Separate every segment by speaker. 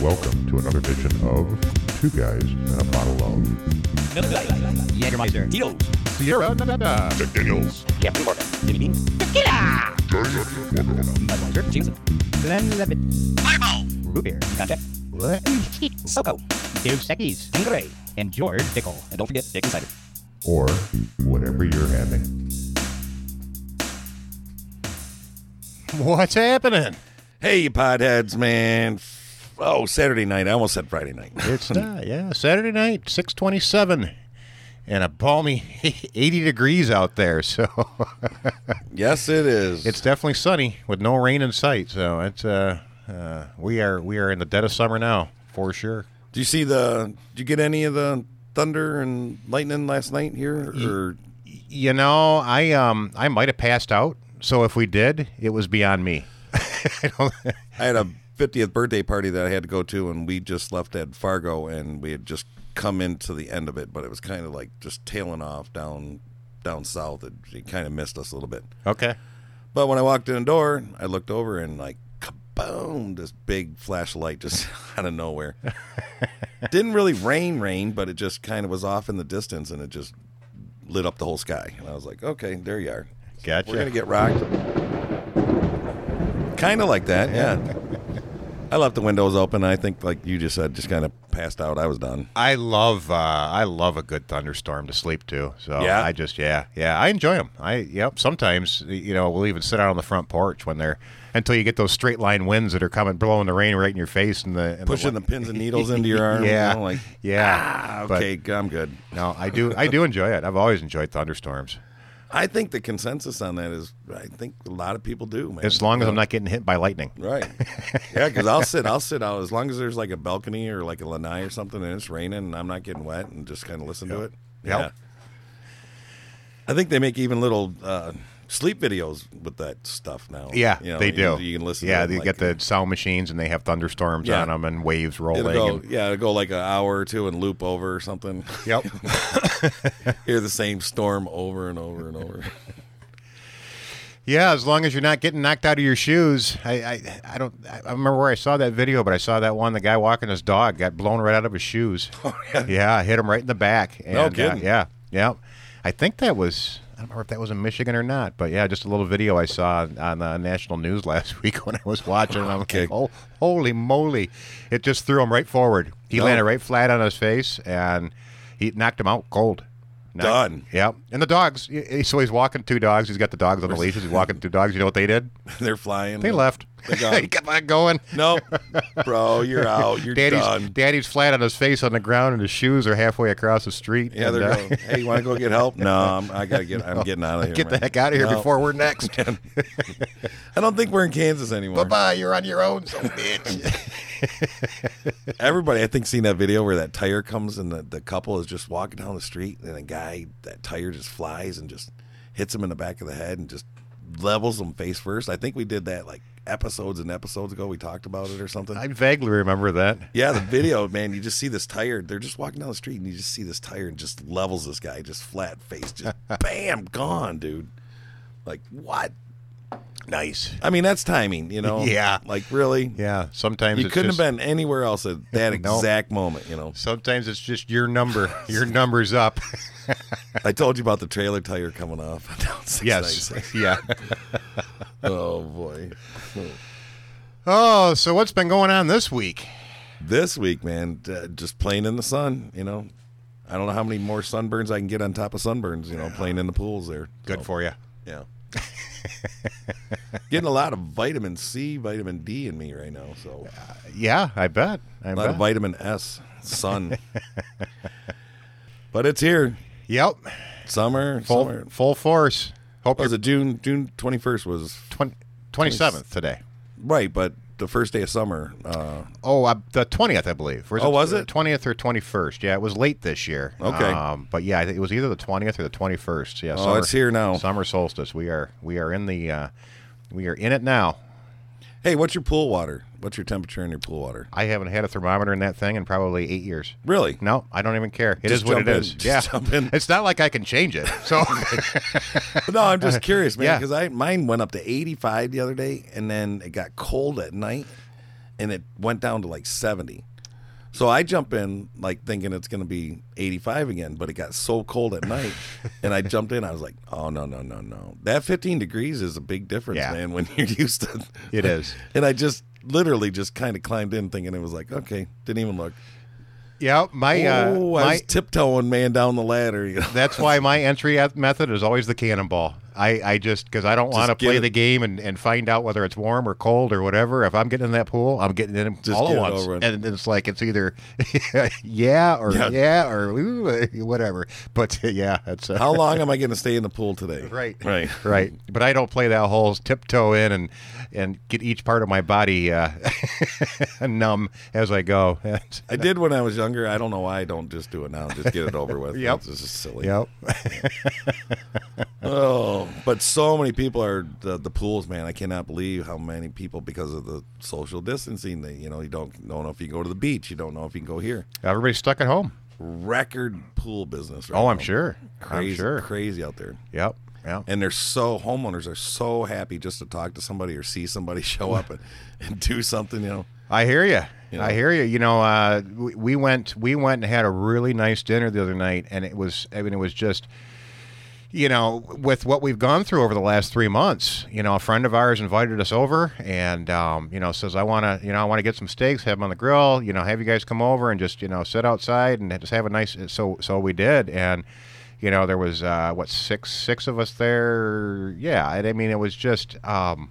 Speaker 1: welcome to another edition of Two Guys and a Bottle of
Speaker 2: Jägermeister. Tito.
Speaker 1: Sierra Nevada. Jack Daniels.
Speaker 2: Captain Morgan. Jimmy Dean. Tequila. Budweiser. Jameson. Glenn Levitt. Fireball. Root beer. Contact. What? Soko. Dave Secchi's. Angry. And George Pickle. And don't forget Dick Insider.
Speaker 1: Or whatever you're having.
Speaker 3: What's happening?
Speaker 4: Hey, you podheads, man. F- Oh, Saturday night. I almost said Friday night.
Speaker 3: It's uh, yeah, Saturday night, six twenty-seven, and a balmy eighty degrees out there. So
Speaker 4: yes, it is.
Speaker 3: it's definitely sunny with no rain in sight. So it's uh, uh, we are we are in the dead of summer now for sure.
Speaker 4: Do you see the? Did you get any of the thunder and lightning last night here? Or
Speaker 3: You know, I um I might have passed out. So if we did, it was beyond me. I don't-
Speaker 4: I had a 50th birthday party that I had to go to, and we just left at Fargo, and we had just come into the end of it, but it was kind of like just tailing off down down south. It, it kind of missed us a little bit.
Speaker 3: okay.
Speaker 4: But when I walked in the door, I looked over and like kaboom, this big flashlight just out of nowhere. Didn't really rain, rain, but it just kind of was off in the distance and it just lit up the whole sky. And I was like, okay, there you are.
Speaker 3: Gotcha.
Speaker 4: We're gonna get rocked. Kind of like that, yeah. I left the windows open. I think, like you just said, just kind of passed out. I was done.
Speaker 3: I love uh, I love a good thunderstorm to sleep to. So
Speaker 4: Yeah?
Speaker 3: I just yeah yeah I enjoy them. I yep. Sometimes you know we'll even sit out on the front porch when they're until you get those straight line winds that are coming blowing the rain right in your face and the and
Speaker 4: Pushing the pins and needles into your arm. you
Speaker 3: yeah
Speaker 4: know, like,
Speaker 3: yeah
Speaker 4: ah,
Speaker 3: But,
Speaker 4: okay, I'm good.
Speaker 3: no, I do I do enjoy it. I've always enjoyed thunderstorms
Speaker 4: I think the consensus on that is, I think a lot of people do, man.
Speaker 3: as long as I'm not getting hit by lightning.
Speaker 4: Right. Yeah, because I'll sit, I'll sit out as long as there's like a balcony or like a lanai or something, and it's raining, and I'm not getting wet, and just kind of listen to it.
Speaker 3: Yep.
Speaker 4: Yeah. I think they make even little uh, sleep videos with that stuff now.
Speaker 3: Yeah,
Speaker 4: You know,
Speaker 3: they do.
Speaker 4: You, you can listen.
Speaker 3: Yeah,
Speaker 4: to them,
Speaker 3: they
Speaker 4: like,
Speaker 3: get the sound machines and they have thunderstorms
Speaker 4: Yeah.
Speaker 3: on them and waves rolling.
Speaker 4: It'll go,
Speaker 3: and-
Speaker 4: yeah, it'll go like an hour or two and loop over or something.
Speaker 3: yep.
Speaker 4: Hear the same storm over and over and over.
Speaker 3: Yeah, as long as you're not getting knocked out of your shoes. I, I, I don't. I I remember where I saw that video, but I saw that one. The guy walking his dog got blown right out of his shoes.
Speaker 4: Oh,
Speaker 3: yeah. hit him right in the back. And,
Speaker 4: No
Speaker 3: uh,
Speaker 4: kidding.
Speaker 3: yeah, yeah. I think that was. I don't remember if that was in Michigan or not, but yeah, just a little video I saw on the national news last week when I was watching. And I'm
Speaker 4: Okay.
Speaker 3: like, oh, holy moly! It just threw him right forward. He
Speaker 4: No.
Speaker 3: landed right flat on his face, and he knocked him out cold. Knocked-
Speaker 4: Done.
Speaker 3: Yep. And the dogs. y- y- So he's walking two dogs. He's got the dogs on the leashes. He's walking two dogs. You know what they did?
Speaker 4: They're flying.
Speaker 3: They left.
Speaker 4: They
Speaker 3: he
Speaker 4: gone.
Speaker 3: kept on going.
Speaker 4: no, bro, you're out. You're
Speaker 3: Daddy's
Speaker 4: done.
Speaker 3: Daddy's flat on his face on the ground, and his shoes are halfway across the street.
Speaker 4: Yeah,
Speaker 3: and,
Speaker 4: they're
Speaker 3: uh,
Speaker 4: going. Hey, you want to go get help? No, I'm, I gotta get. I'm getting out of here.
Speaker 3: Get the
Speaker 4: man.
Speaker 3: heck out of here
Speaker 4: No.
Speaker 3: before we're next.
Speaker 4: I don't think we're in Kansas
Speaker 3: bye
Speaker 4: anymore.
Speaker 3: bye. You're on your own, son of a bitch.
Speaker 4: Everybody, I think, seen that video where that tire comes and the, the couple is just walking down the street and a guy that tire just flies and just hits him in the back of the head and just levels him face first. I think we did that like episodes and episodes ago. We talked about it or something.
Speaker 3: I vaguely remember that.
Speaker 4: yeah, the video, man. You just see this tire. They're just walking down the street and you just see this tire and just levels this guy, just flat face, just bam, gone, dude. Like what?
Speaker 3: Nice.
Speaker 4: I mean, that's timing, you know.
Speaker 3: Yeah.
Speaker 4: Like really.
Speaker 3: Yeah. Sometimes
Speaker 4: You
Speaker 3: it's
Speaker 4: couldn't
Speaker 3: just-
Speaker 4: have been anywhere else at that
Speaker 3: No.
Speaker 4: exact moment, you know.
Speaker 3: Sometimes it's just your number. Your number's up.
Speaker 4: I told you about the trailer tire coming off. Down six
Speaker 3: yes.
Speaker 4: nights.
Speaker 3: Yeah.
Speaker 4: Oh boy.
Speaker 3: Oh, so what's been going on this week?
Speaker 4: This week, man, uh, just playing in the sun. You know, I don't know how many more sunburns I can get on top of sunburns. You know, playing in the pools there.
Speaker 3: Good
Speaker 4: So,
Speaker 3: for you.
Speaker 4: Yeah. Getting a lot of vitamin C, vitamin D in me right now. So
Speaker 3: Yeah, I bet. I
Speaker 4: a lot of
Speaker 3: bet.
Speaker 4: vitamin S, sun. but it's here,
Speaker 3: Yep.
Speaker 4: summer,
Speaker 3: Full,
Speaker 4: summer.
Speaker 3: full force. Hope
Speaker 4: What
Speaker 3: you're
Speaker 4: was it June? June twenty first was
Speaker 3: 20, 27th today.
Speaker 4: right, but the first day of summer. Uh,
Speaker 3: Oh, uh, the 20th, I believe.
Speaker 4: Oh, was it?
Speaker 3: 20th or 21st. Yeah, it was late this year.
Speaker 4: Okay.
Speaker 3: Um, but yeah, I think it was either the 20th or the 21st. Yeah.
Speaker 4: Oh, it's here now.
Speaker 3: Summer solstice. We are we are in the uh, we are in it now.
Speaker 4: hey, what's your pool water? What's your temperature in your pool water?
Speaker 3: I haven't had a thermometer in that thing in probably 8 years.
Speaker 4: Really?
Speaker 3: No, I don't even care. It is
Speaker 4: Just
Speaker 3: what
Speaker 4: jump
Speaker 3: it
Speaker 4: in.
Speaker 3: is.
Speaker 4: Just
Speaker 3: yeah.
Speaker 4: jump in.
Speaker 3: It's not like I can change it. So
Speaker 4: No, I'm just curious,
Speaker 3: Yeah.
Speaker 4: man, because I mine went up to 85 the other day, and then it got cold at night, and it went down to like 70. So I jump in like thinking it's going to be 85 again, but it got so cold at night, and I jumped in. I was like, "Oh no, no, no, no! That 15 degrees is a big difference,
Speaker 3: Yeah.
Speaker 4: man. When you're used to
Speaker 3: It is.
Speaker 4: And I just literally just kind of climbed in thinking it was like, okay, didn't even look.
Speaker 3: Yeah, my uh,
Speaker 4: oh, I
Speaker 3: my
Speaker 4: was tiptoeing man down the ladder. You know?
Speaker 3: That's why my entry eth- method is always the cannonball. I, I just because I don't want to
Speaker 4: Just get
Speaker 3: play
Speaker 4: it-
Speaker 3: the game and, and find out whether it's warm or cold or whatever. If I'm getting in that pool, I'm getting in
Speaker 4: Just
Speaker 3: all at
Speaker 4: get it
Speaker 3: once,
Speaker 4: over with.
Speaker 3: and it's like it's either yeah or yeah,
Speaker 4: Yeah.
Speaker 3: or ooh, whatever. But yeah, that's uh,
Speaker 4: How long am I going to stay in the pool today?
Speaker 3: Right.
Speaker 4: right.
Speaker 3: right. But I don't play that whole tiptoe in and and get each part of my body uh, numb as I go.
Speaker 4: I did when I was younger. I don't know why I don't just do it now. Just get it over with.
Speaker 3: Yep.
Speaker 4: This is silly.
Speaker 3: yep.
Speaker 4: Oh, but so many people are the, the pools, man. I cannot believe how many people because of the social distancing. That you know, you don't don't know if you can go to the beach. You don't know if you can go here.
Speaker 3: Everybody's stuck at home.
Speaker 4: Record pool business. Right
Speaker 3: Oh, I'm
Speaker 4: now.
Speaker 3: sure.
Speaker 4: Crazy,
Speaker 3: I'm sure.
Speaker 4: Crazy out there.
Speaker 3: Yep. Yeah.
Speaker 4: And they're so homeowners are so happy just to talk to somebody or see somebody show up and, and do something. You know,
Speaker 3: I hear you.
Speaker 4: You know?
Speaker 3: I hear you. You know, uh, we, we went we went and had a really nice dinner the other night, and it was I mean it was just you know with what we've gone through over the last three months. You know, a friend of ours invited us over, and um, you know says I want to you know I want to get some steaks, have them on the grill. You know, have you guys come over and just you know sit outside and just have a nice. So so we did, and you know there was uh, what six six of us there. Yeah, and I mean it was just. Um,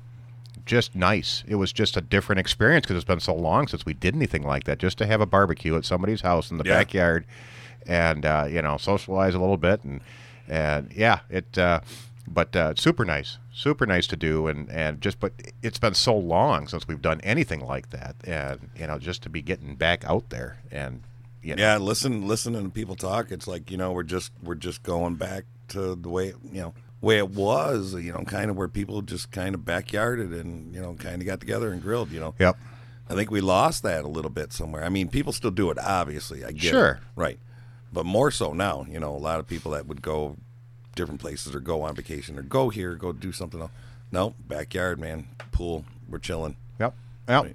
Speaker 3: just nice. It was just a different experience because it's been so long since we did anything like that. Just to have a barbecue at somebody's house in the
Speaker 4: Yeah.
Speaker 3: backyard, and uh, you know, socialize a little bit, and and yeah, it. Uh, but uh, super nice, super nice to do, and and just. But it's been so long since we've done anything like that, and you know, just to be getting back out there, and you know,
Speaker 4: yeah. Listen, listening to people talk, it's like you know we're just we're just going back to the way you know way it was. You know, kind of where people just kind of backyarded and you know kind of got together and grilled. You know,
Speaker 3: yep,
Speaker 4: I think we lost that a little bit somewhere. I mean, people still do it, obviously. I get
Speaker 3: Sure.
Speaker 4: it. Right. But more so now, you know, a lot of people that would go different places or go on vacation or go here, go do something else. No, backyard, man, pool, we're chilling.
Speaker 3: yep, yep.
Speaker 4: Right.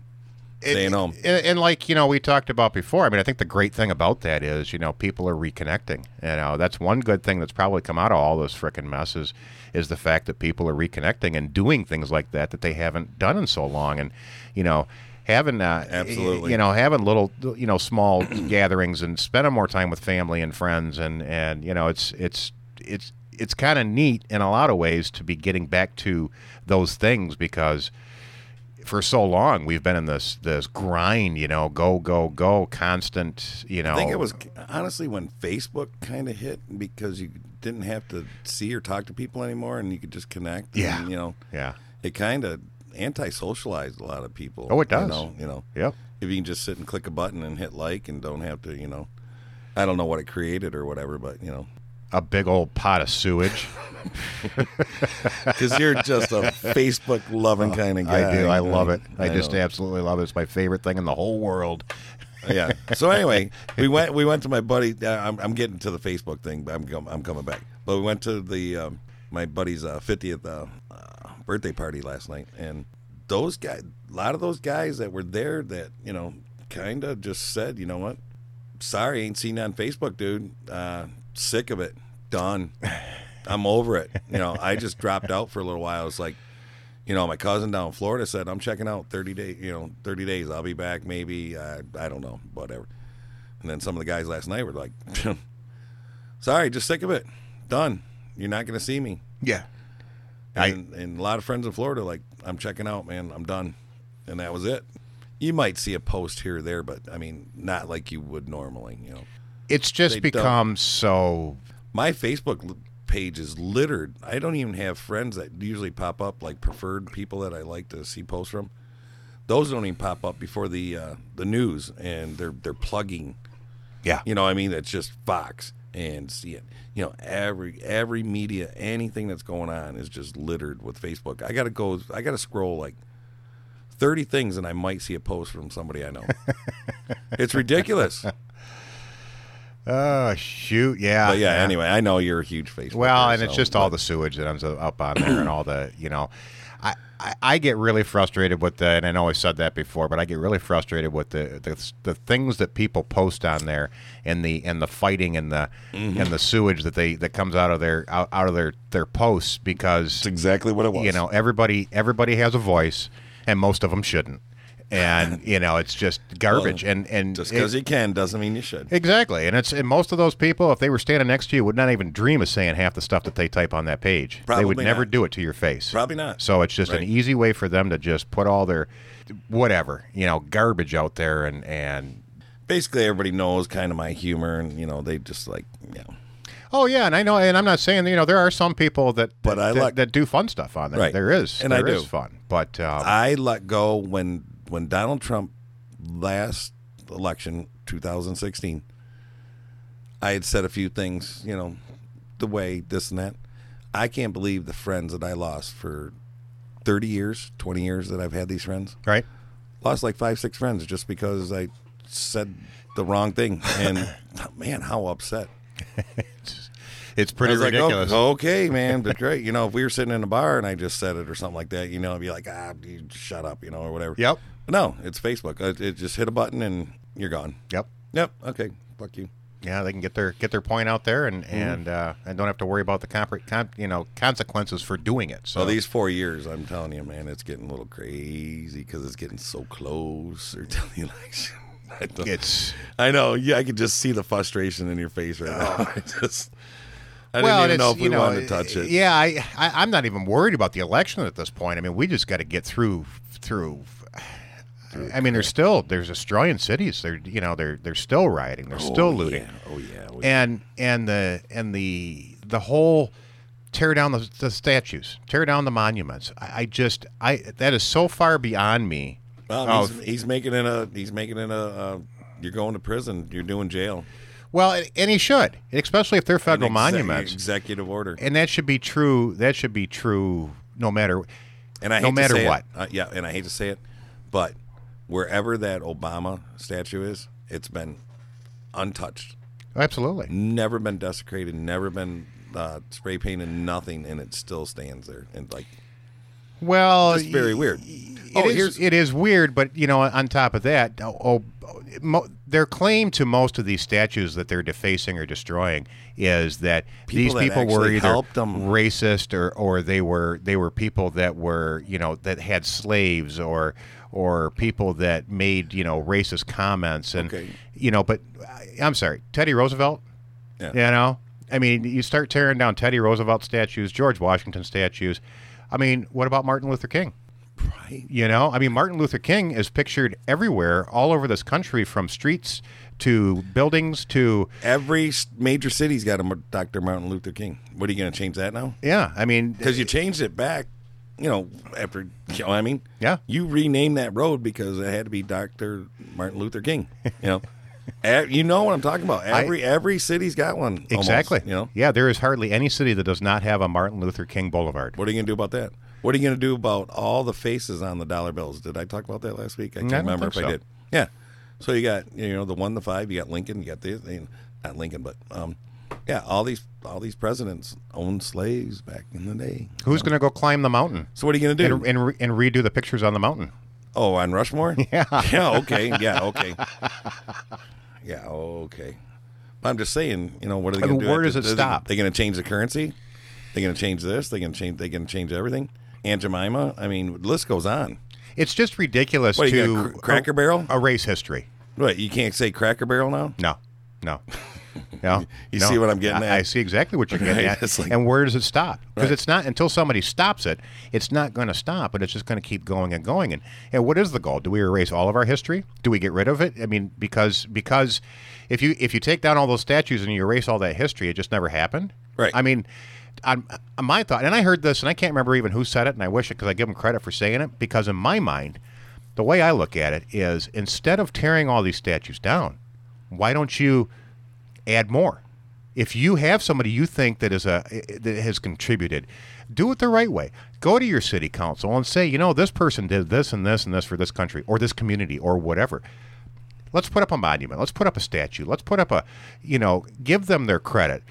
Speaker 3: It-
Speaker 4: Staying home.
Speaker 3: And, and like you know, we talked about before. I mean, I think the great thing about that is you know people are reconnecting. You know, that's one good thing that's probably come out of all this frickin' mess is, is the fact that people are reconnecting and doing things like that that they haven't done in so long. And you know, having uh,
Speaker 4: Absolutely.
Speaker 3: you know, having little you know small gatherings and spending more time with family and friends and and you know, it's it's it's it's kind of neat in a lot of ways to be getting back to those things because for so long we've been in this this grind, you know, go go go, constant, you know.
Speaker 4: I think it was honestly when Facebook kind of hit because you didn't have to see or talk to people anymore and you could just connect.
Speaker 3: Yeah.
Speaker 4: And, you know,
Speaker 3: yeah,
Speaker 4: it kind of anti socialized a lot of people.
Speaker 3: Oh, it does.
Speaker 4: You know, you know.
Speaker 3: yep,
Speaker 4: if you can just sit and click a button and hit like and don't have to, you know, I don't know what it created or whatever, but you know,
Speaker 3: a big old pot of sewage.
Speaker 4: because you're just a Facebook loving kind of guy.
Speaker 3: Oh, I do, I love it. I, just
Speaker 4: know.
Speaker 3: absolutely love it. It's my favorite thing in the whole world.
Speaker 4: yeah. So anyway, we went we went to my buddy. uh, I'm, I'm getting to the Facebook thing, but I'm com- I'm coming back. But we went to the um, my buddy's uh, 50th uh, uh, birthday party last night, and those guys, a lot of those guys that were there, that you know, kind of just said, you know what, sorry, ain't seen you on Facebook, dude. Uh, sick of it. Done. I'm over it. You know, I just dropped out for a little while. I was like, you know, my cousin down in Florida said, I'm checking out 30 days, you know, 30 days. I'll be back maybe. I, I don't know, whatever. And then some of the guys last night were like, sorry, just sick of it. Done. You're not going to see me.
Speaker 3: Yeah, I-
Speaker 4: And, and a lot of friends in Florida, like, I'm checking out, man. I'm done. And that was it. You might see a post here or there, but I mean, not like you would normally, you know.
Speaker 3: it's
Speaker 4: They
Speaker 3: just
Speaker 4: don't-
Speaker 3: become so.
Speaker 4: my Facebook l- page is littered. I don't even have friends that usually pop up, like preferred people that I like to see posts from. Those don't even pop up before the uh, the news, and they're they're plugging.
Speaker 3: Yeah,
Speaker 4: You know, what I mean, that's just Fox and CNN. You know, every every media, anything that's going on is just littered with Facebook. I gotta go. I gotta scroll like thirty things,
Speaker 3: Uh,
Speaker 4: and I might see a post from somebody I know. it's ridiculous.
Speaker 3: Oh shoot! Yeah.
Speaker 4: But yeah, anyway, I know you're a huge face.
Speaker 3: Well,
Speaker 4: fucker,
Speaker 3: and it's
Speaker 4: so-
Speaker 3: just all the sewage that ends up on there, and all the you know, I, I I get really frustrated with the, and I know I said that before, but I get really frustrated with the the, the things that people post on there, and the and the fighting and the
Speaker 4: Mm-hmm.
Speaker 3: and the sewage that they that comes out of their out, out of their their posts because
Speaker 4: That's exactly what it was.
Speaker 3: you know everybody everybody has a voice, and most of them shouldn't, and you know it's just garbage, and and
Speaker 4: just
Speaker 3: it-
Speaker 4: because you can doesn't mean you should.
Speaker 3: Exactly, and it's and most of those people, if they were standing next to you, would not even dream of saying half the stuff that they type on that page. they would
Speaker 4: Probably
Speaker 3: never
Speaker 4: not.
Speaker 3: do it to your face.
Speaker 4: Probably not.
Speaker 3: So it's just an
Speaker 4: Right.
Speaker 3: easy way for them to just put all their whatever you know garbage out there, and and
Speaker 4: Basically, everybody knows kind of my humor, and you know they just like you know.
Speaker 3: oh yeah, and I know, and I'm not saying you know there are some people that
Speaker 4: But I
Speaker 3: that,
Speaker 4: like-
Speaker 3: that do fun stuff on there.
Speaker 4: Right.
Speaker 3: There is,
Speaker 4: And I
Speaker 3: there is
Speaker 4: do.
Speaker 3: fun, but um,
Speaker 4: I let go when when Donald Trump last election 2016. I had said a few things, you know, the way this and that. I can't believe the friends that I lost for 30 years, 20 years that I've had these friends.
Speaker 3: right.
Speaker 4: Lost like five, six friends just because I said the wrong thing. And man, how upset.
Speaker 3: It's
Speaker 4: I
Speaker 3: pretty
Speaker 4: was like, oh,
Speaker 3: ridiculous.
Speaker 4: okay, man, but great. You know, if we were sitting in a bar and I just said it or something like that, you know, I'd be like, ah, dude, shut up, you know, or whatever.
Speaker 3: Yep.
Speaker 4: No, it's Facebook. It, it just hit a button and you're gone.
Speaker 3: Yep.
Speaker 4: Yep. Okay. Fuck you.
Speaker 3: Yeah, they can get their get their point out there, and
Speaker 4: Mm-hmm.
Speaker 3: and uh, and don't have to worry about the compre- con- you know consequences for doing it. So
Speaker 4: So these four years, I'm telling you, man, it's getting a little crazy because it's getting so close or to the election. I don't-
Speaker 3: it's
Speaker 4: I know. Yeah, I could just see the frustration in your face right now. I just, I
Speaker 3: Oh. well,
Speaker 4: didn't even know
Speaker 3: it's,
Speaker 4: if we
Speaker 3: you know,
Speaker 4: wanted to touch it.
Speaker 3: Yeah, I, I I'm not even worried about the election at this point. I mean, we just got to get through through. I mean, there's still there's Australian cities. They're you know they're they're still rioting. They're
Speaker 4: Oh,
Speaker 3: still looting.
Speaker 4: yeah. Oh yeah. Oh, yeah.
Speaker 3: and and the and the the whole tear down the, the statues, tear down the monuments. I, I just I that is so far beyond me. Oh.
Speaker 4: Well, he's, he's making it a. He's making it a. Uh, you're going to prison. You're doing jail.
Speaker 3: Well, and he should, especially if they're federal
Speaker 4: An exec-
Speaker 3: monuments.
Speaker 4: Executive order.
Speaker 3: and that should be true. That should be true no matter.
Speaker 4: And I hate
Speaker 3: no
Speaker 4: to
Speaker 3: matter
Speaker 4: say it.
Speaker 3: what.
Speaker 4: Uh, yeah, and I hate to say it, but wherever that Obama statue is, it's been untouched.
Speaker 3: Absolutely.
Speaker 4: Never been desecrated. Never been uh, spray painted. Nothing, and it still stands there. And like,
Speaker 3: Well,
Speaker 4: it's very weird.
Speaker 3: Uh,
Speaker 4: Oh,
Speaker 3: It is- it is weird, but you know, on top of that, oh, oh, mo- their claim to most of these statues that they're defacing or destroying is that
Speaker 4: People
Speaker 3: these
Speaker 4: that
Speaker 3: people were
Speaker 4: actually
Speaker 3: either
Speaker 4: helped 'em.
Speaker 3: racist or, or they were they were people that were you know that had slaves or or people that made you know racist comments and
Speaker 4: Okay.
Speaker 3: you know. But I- I'm sorry, Teddy Roosevelt.
Speaker 4: Yeah.
Speaker 3: You know, I mean, you start tearing down Teddy Roosevelt statues, George Washington statues. I mean, what about Martin Luther King?
Speaker 4: right.
Speaker 3: You know, I mean, Martin Luther King is pictured everywhere, all over this country, from streets to buildings to
Speaker 4: Every s- major city's got a Mar- Dr. Martin Luther King. What are you going to change that now?
Speaker 3: yeah. I mean,
Speaker 4: because you changed it back. You know, after you know, what I mean,
Speaker 3: Yeah.
Speaker 4: you renamed that road because it had to be Doctor Martin Luther King. You know, Eh, you know what I'm talking about. Every every city's got one. almost,
Speaker 3: exactly.
Speaker 4: you know,
Speaker 3: yeah, there is hardly any city that does not have a Martin Luther King Boulevard.
Speaker 4: what are you gonna do about that? What are you gonna do about all the faces on the dollar bills? Did I talk about that last week? I can't
Speaker 3: I don't
Speaker 4: remember if
Speaker 3: think
Speaker 4: I
Speaker 3: so.
Speaker 4: did. Yeah. So you got you know the one, the five. You got Lincoln. You got this. and- Not Lincoln, but um, yeah. All these all these presidents owned slaves back in the day.
Speaker 3: Who's going to go climb the mountain
Speaker 4: So what are you gonna do?
Speaker 3: and, and, re- and redo the pictures on the mountain?
Speaker 4: Oh, on Rushmore? Yeah. Yeah, okay. Yeah, okay. yeah, okay. I'm just saying, you know, what are they
Speaker 3: I mean,
Speaker 4: going to do?
Speaker 3: where
Speaker 4: after-
Speaker 3: does it
Speaker 4: they-
Speaker 3: stop?
Speaker 4: They going to change the currency? They going to change this? They going to change they going to change everything? Aunt Jemima? I mean, the list goes on.
Speaker 3: It's just ridiculous
Speaker 4: What, you
Speaker 3: to
Speaker 4: got a cr- Cracker Barrel?
Speaker 3: erase history.
Speaker 4: What, you can't say Cracker Barrel now?
Speaker 3: No, no, no.
Speaker 4: You
Speaker 3: no.
Speaker 4: see what I'm getting
Speaker 3: I,
Speaker 4: at?
Speaker 3: I see exactly what you're getting
Speaker 4: Right,
Speaker 3: at.
Speaker 4: it's like-
Speaker 3: and where does it stop? Because it's not until somebody stops it, it's not going to stop, and it's just going to keep going and going. And and what is the goal? Do we erase all of our history? Do we get rid of it? I mean, because because if you if you take down all those statues and you erase all that history, it just never happened.
Speaker 4: Right.
Speaker 3: I mean. On, on my thought, and I heard this, and I can't remember even who said it, and I wish it because I give them credit for saying it. Because in my mind, the way I look at it is instead of tearing all these statues down, why don't you add more? If you have somebody you think that is a that has contributed, do it the right way. Go to your city council and say, you know, this person did this and this and this for this country or this community or whatever. Let's put up a monument. Let's put up a statue. Let's put up a, you know, give them their credit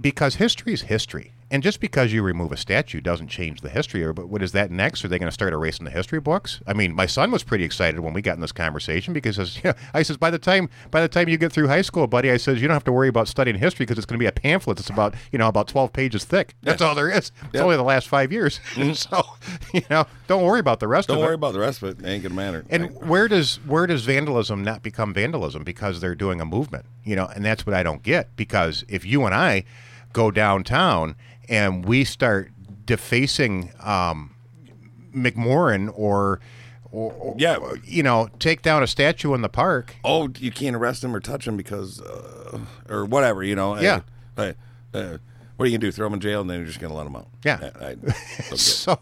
Speaker 3: because history is history. And just because you remove a statue doesn't change the history. Or, but what is that next? Are they going to start erasing the history books? I mean, my son was pretty excited when we got in this conversation because as, you know, I says, by the time by the time you get through high school, buddy, I says you don't have to worry about studying history because it's going to be a pamphlet that's about you know about twelve pages thick. That's all there is. It's only the last five years, so you know don't worry about the rest
Speaker 4: Mm-hmm.
Speaker 3: of
Speaker 4: Don't
Speaker 3: it.
Speaker 4: worry about the rest of it. It ain't gonna matter.
Speaker 3: And where does where does vandalism not become vandalism because they're doing a movement? You know, and that's what I don't get because if you and I go downtown and we start defacing um, McMoran or, or, or-
Speaker 4: Yeah.
Speaker 3: you know, take down a statue in the park.
Speaker 4: oh, you can't arrest him or touch him because, uh, or whatever, you know.
Speaker 3: Yeah.
Speaker 4: Uh, uh, uh, what are you gonna do? Throw him in jail and then you're just gonna let him out?
Speaker 3: Yeah.
Speaker 4: I, I don't get it.
Speaker 3: So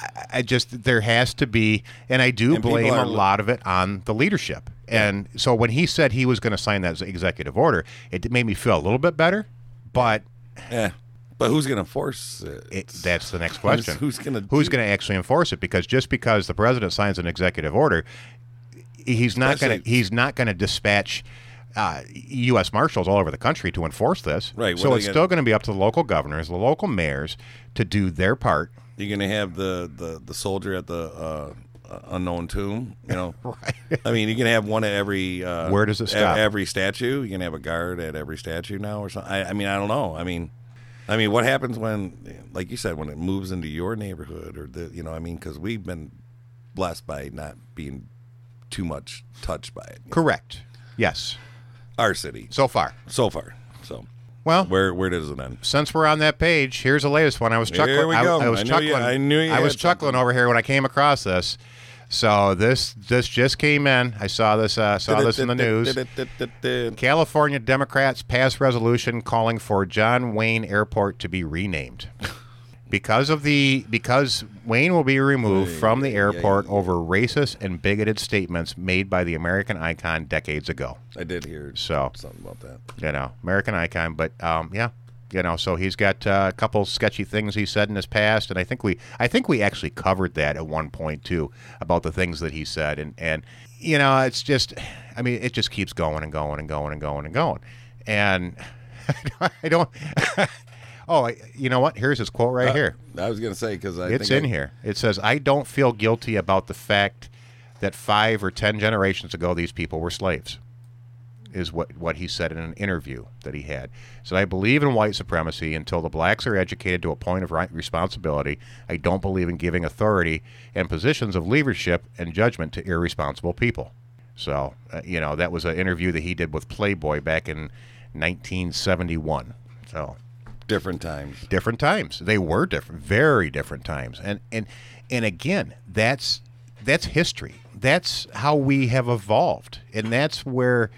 Speaker 3: I, I just there has to be, and I do
Speaker 4: And people
Speaker 3: blame
Speaker 4: are-
Speaker 3: a lot of it on the leadership. And so when he said he was going to sign that executive order, it made me feel a little bit better, but.
Speaker 4: yeah. Eh, But who's gonna force it?
Speaker 3: It, that's the next question.
Speaker 4: who's gonna
Speaker 3: who's
Speaker 4: do-
Speaker 3: going to actually enforce it? Because just because the president signs an executive order, he's not
Speaker 4: Especially-
Speaker 3: going to he's not going to dispatch uh, U.S. marshals all over the country to enforce this.
Speaker 4: Right, what
Speaker 3: So
Speaker 4: are
Speaker 3: it's
Speaker 4: they
Speaker 3: still going to be up to the local governors, the local mayors, to do their part.
Speaker 4: You're gonna have the the, the soldier at the uh, uh, unknown tomb, you know. right. I mean, you can have one at every. Uh,
Speaker 3: Where does it
Speaker 4: e-
Speaker 3: stop?
Speaker 4: every statue, you can have a guard at every statue now, or something. I, I mean, I don't know. I mean, I mean, what happens when, like you said, when it moves into your neighborhood, or the, you know, I mean, because we've been blessed by not being too much touched by it.
Speaker 3: Correct. Yes.
Speaker 4: Our city,
Speaker 3: So far.
Speaker 4: so far. So,
Speaker 3: Well,
Speaker 4: where where does it end?
Speaker 3: since we're on that page, here's the latest one. I was
Speaker 4: Here
Speaker 3: chuckling.
Speaker 4: we
Speaker 3: I-
Speaker 4: go.
Speaker 3: I, was
Speaker 4: I knew
Speaker 3: chuckling.
Speaker 4: you- I knew you
Speaker 3: I was
Speaker 4: had
Speaker 3: chuckling over here when I came across this. So this this just came in. I saw this. Uh, saw this in the news. California Democrats pass resolution calling for John Wayne Airport to be renamed. Because of the because Wayne will be removed from the airport over racist and bigoted statements made by the American icon decades ago.
Speaker 4: I did hear
Speaker 3: So
Speaker 4: something about that.
Speaker 3: you know, American icon. But um, yeah, you know, so he's got uh, a couple sketchy things he said in his past, and I think we, I think we actually covered that at one point too about the things that he said, and and you know, it's just, I mean, it just keeps going and going and going and going and going, and I don't. oh, I- you know what? Here's his quote right here.
Speaker 4: I was gonna say because I
Speaker 3: It's in
Speaker 4: think I-
Speaker 3: here. It says, "I don't feel guilty about the fact that five or ten generations ago these people were slaves." Is what what he said in an interview that he had. So I believe in white supremacy until the blacks are educated to a point of right responsibility. I don't believe in giving authority and positions of leadership and judgment to irresponsible people. So uh, you know that was an interview that he did with Playboy back in 1971. So
Speaker 4: different times.
Speaker 3: different times. They were different, very different times. And and and again, that's that's history. That's how we have evolved, and that's where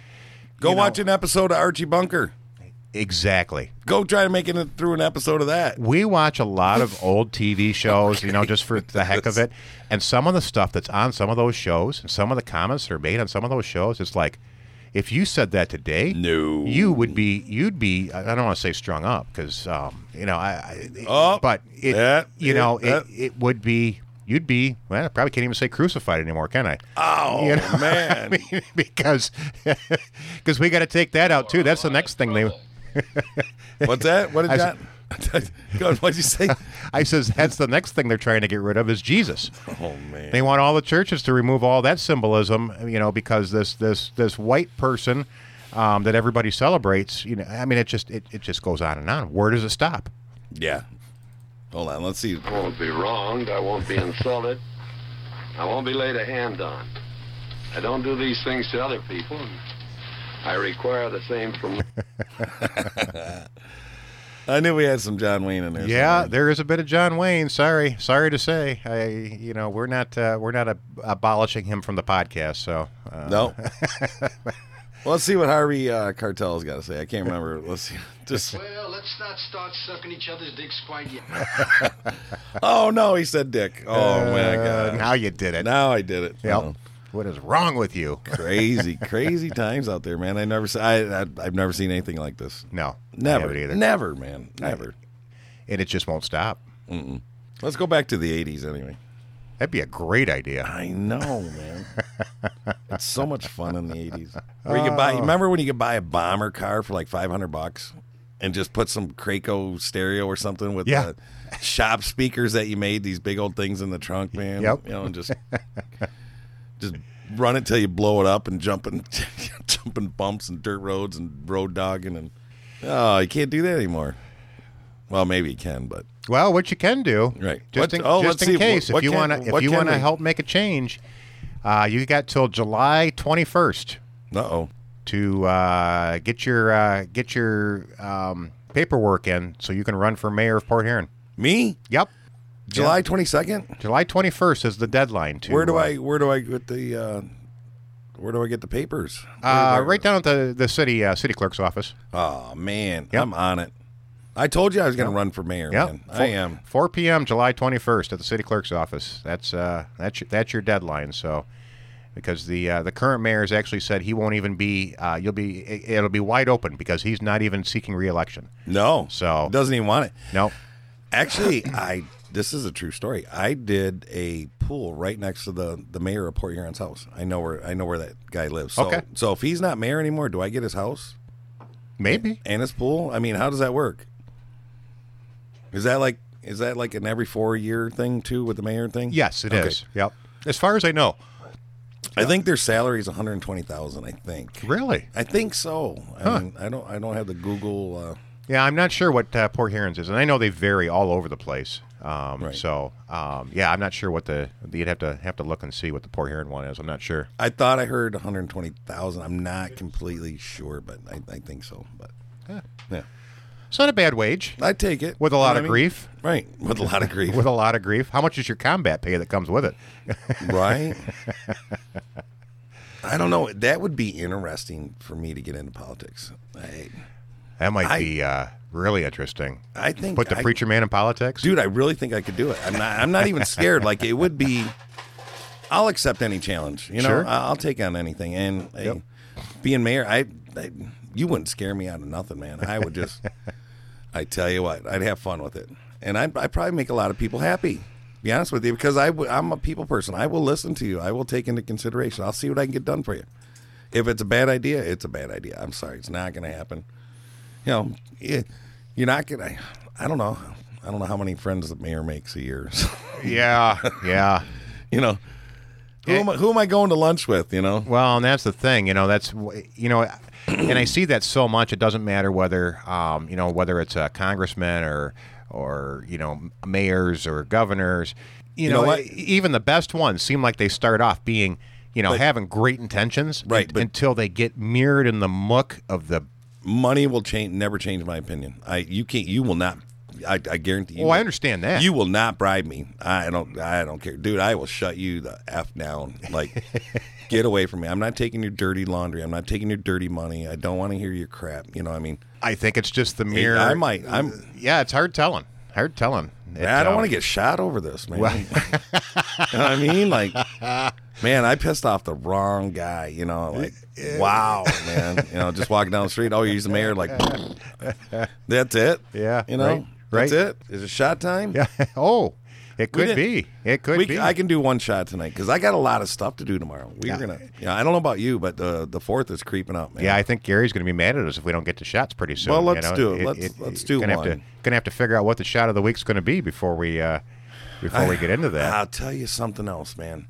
Speaker 4: Go
Speaker 3: you know-
Speaker 4: watch an episode of Archie Bunker.
Speaker 3: exactly.
Speaker 4: Go try to make it through an episode of that.
Speaker 3: We watch a lot of old TV shows, you know, just for the heck of it. And some of the stuff that's on some of those shows, and some of the comments that are made on some of those shows, it's like, if you said that today,
Speaker 4: No.
Speaker 3: you would be, you'd be. I don't want to say strung up because, um, you know, I. I
Speaker 4: Oh,
Speaker 3: but it,
Speaker 4: that-
Speaker 3: you know,
Speaker 4: that-
Speaker 3: it, it would be. You'd be. Well, I probably can't even say crucified anymore, can I?
Speaker 4: Oh
Speaker 3: You know,
Speaker 4: man.
Speaker 3: because because we got to take that out too. That's the next thing they.
Speaker 4: What's that? What did
Speaker 3: I
Speaker 4: John? God, what'd you say?
Speaker 3: I says that's the next thing they're trying to get rid of is Jesus.
Speaker 4: Oh man.
Speaker 3: They want all the churches to remove all that symbolism, you know, because this this this white person um, that everybody celebrates, you know, I mean, it just it, it just goes on and on. Where does it stop?
Speaker 4: Yeah. Hold on, let's see.
Speaker 5: I won't be wronged. I won't be insulted. I won't be laid a hand on. I don't do these things to other people. and I require the same from.
Speaker 4: I knew we had some John Wayne in there.
Speaker 3: Yeah,
Speaker 4: somewhere.
Speaker 3: there is a bit of John Wayne. Sorry, sorry to say, I you know we're not uh, we're not ab- abolishing him from the podcast. So uh,
Speaker 4: No. well, let's see what Harvey uh, Cartel's got to say. I can't remember. Let's see. Just.
Speaker 6: Well, let's not start sucking each other's dicks quite yet.
Speaker 4: Oh no, he said Dick. Oh my
Speaker 3: uh,
Speaker 4: God.
Speaker 3: now you did it.
Speaker 4: Now I did it.
Speaker 3: Yep.
Speaker 4: Oh.
Speaker 3: What is wrong with you?
Speaker 4: Crazy, crazy times out there, man. I never, se- I, I, I've never seen anything like this.
Speaker 3: No, I
Speaker 4: Never,
Speaker 3: haven't either.
Speaker 4: never, man, never.
Speaker 3: And it just won't stop.
Speaker 4: Let's go back to the '80s, anyway.
Speaker 3: That'd be a great idea.
Speaker 4: I know, man. it's so much fun in the eighties. Oh. Where you could buy. Remember when you could buy a bomber car for like five hundred bucks, and just put some Craco stereo or something with
Speaker 3: Yeah.
Speaker 4: the shop speakers that you made these big old things in the trunk, man.
Speaker 3: Yep.
Speaker 4: You know, and just just run it till you blow it up and jumping, jumping bumps and dirt roads and road dogging and oh, you can't do that anymore. Well, maybe you can, but
Speaker 3: Well, what you can do,
Speaker 4: Right.
Speaker 3: Just in,
Speaker 4: What- oh,
Speaker 3: just
Speaker 4: let's
Speaker 3: in
Speaker 4: see,
Speaker 3: case,
Speaker 4: what
Speaker 3: if you
Speaker 4: can-
Speaker 3: want to, if
Speaker 4: what
Speaker 3: you
Speaker 4: can
Speaker 3: want to
Speaker 4: we-
Speaker 3: help make a change, uh, you got till July twenty first
Speaker 4: uh oh.
Speaker 3: to uh, get your uh, get your um, paperwork in, so you can run for mayor of Port Huron.
Speaker 4: Me?
Speaker 3: Yep,
Speaker 4: July twenty second?
Speaker 3: July twenty first is the deadline. To
Speaker 4: Where do
Speaker 3: uh,
Speaker 4: I where do I get the uh, where do I get the papers?
Speaker 3: Uh, right down at the the city uh, city clerk's office.
Speaker 4: Oh man,
Speaker 3: Yep.
Speaker 4: I'm on it. I told you I was going to run for mayor.
Speaker 3: Yeah,
Speaker 4: man. I am.
Speaker 3: 4 p.m. July 21st at the city clerk's office. That's uh, that's your, that's your deadline. So, because the uh, the current mayor has actually said he won't even be uh, you'll be it- it'll be wide open because he's not even seeking reelection.
Speaker 4: No,
Speaker 3: So-
Speaker 4: doesn't even want it.
Speaker 3: No,
Speaker 4: Actually, I this is a true story. I did a pool right next to the the mayor of Port Huron's house. I know where I know where that guy lives. So,
Speaker 3: Okay.
Speaker 4: So if he's not mayor anymore, do I get his house
Speaker 3: maybe
Speaker 4: and his pool? I mean, how does that work? Is that like is that like an every four year thing too with the mayor thing?
Speaker 3: yes, it is.
Speaker 4: Okay.
Speaker 3: Yep, as far as I know.
Speaker 4: I think their salary is one hundred twenty thousand. I think.
Speaker 3: Really?
Speaker 4: I think so. I, mean, I don't. I don't have the Google. Uh,
Speaker 3: Yeah, I'm not sure what uh, Port Huron's is, and I know they vary all over the place. Um,
Speaker 4: Right.
Speaker 3: So, um, yeah, I'm not sure what the you'd have to have to look and see what the Port Huron one is. I'm not sure.
Speaker 4: I thought I heard one hundred twenty thousand. I'm not completely sure, but I, I think so. But yeah,
Speaker 3: It's not a bad wage
Speaker 4: I take it
Speaker 3: with a lot
Speaker 4: You know
Speaker 3: of
Speaker 4: what I mean?
Speaker 3: grief.
Speaker 4: Right, with a lot of grief.
Speaker 3: with a lot of grief. How much is your combat pay that comes with it?
Speaker 4: right. I don't know. That would be interesting for me to get into politics. I,
Speaker 3: That might
Speaker 4: I-
Speaker 3: be uh, really interesting.
Speaker 4: I think
Speaker 3: Put the
Speaker 4: I-
Speaker 3: preacher man in politics.
Speaker 4: dude, I really think I could do it. I'm not. I'm not even scared. Like it would be. I'll accept any challenge. You know,
Speaker 3: Sure.
Speaker 4: I- I'll take on anything. And hey,
Speaker 3: Yep.
Speaker 4: being mayor, I, I, you wouldn't scare me out of nothing, man. I would just, I tell you what, I'd have fun with it, and I, I probably make a lot of people happy. to Be honest with you, because I, w- I'm a people person. I will listen to you. I will take into consideration. I'll see what I can get done for you. If it's a bad idea, it's a bad idea. I'm sorry, it's not going to happen you know, it, you're not gonna. I don't know. I don't know how many friends the mayor makes a year. So,
Speaker 3: Yeah, yeah.
Speaker 4: you know, Eh. who am, I, who am I going to lunch with? You know,
Speaker 3: Well, and that's the thing. You know, that's you know, and I see that so much. It doesn't matter whether um, you know whether it's a congressman or or you know mayors or governors. You,
Speaker 4: You
Speaker 3: know,
Speaker 4: know what?
Speaker 3: e- even the best ones seem like they start off being you know having great intentions,
Speaker 4: Right,
Speaker 3: un-
Speaker 4: but-
Speaker 3: until they get mirrored in the muck of the.
Speaker 4: money will change. Never change my opinion. I you can't. You will not. I, I guarantee you.
Speaker 3: Well, I understand that.
Speaker 4: You will not bribe me. I don't. I don't care, dude. I will shut you the f down. Like, get away from me. I'm not taking your dirty laundry. I'm not taking your dirty money. I don't want to hear your crap. You know, what I mean,
Speaker 3: I think it's just the mirror.
Speaker 4: I might. I'm.
Speaker 3: Yeah, it's hard telling. Hard telling. It,
Speaker 4: I don't
Speaker 3: uh,
Speaker 4: want to get shot over this, man. you know what I mean? Like, man, I pissed off the wrong guy, you know? Like, wow, man. You know, just walking down the street. Oh, he's the mayor. Like, that's it.
Speaker 3: Yeah,
Speaker 4: You know?
Speaker 3: right,
Speaker 4: That's
Speaker 3: right.
Speaker 4: it. Is it shot time?
Speaker 3: Yeah. Oh, it
Speaker 4: We
Speaker 3: could be.
Speaker 4: didn't-
Speaker 3: It could
Speaker 4: we,
Speaker 3: be.
Speaker 4: I can do one shot tonight because I got a lot of stuff to do tomorrow. We're
Speaker 3: Yeah.
Speaker 4: going to, yeah, I don't know about you, but the, the fourth is creeping up, man.
Speaker 3: yeah, I think Gary's going to be mad at us if we don't get the shots pretty soon.
Speaker 4: Well,
Speaker 3: you
Speaker 4: let's
Speaker 3: know?
Speaker 4: do it. Let's- let's do
Speaker 3: gonna Have to,
Speaker 4: one.
Speaker 3: gonna have to figure out what the shot of the week's going to be before we uh, before we get into that.
Speaker 4: I'll tell you something else, man.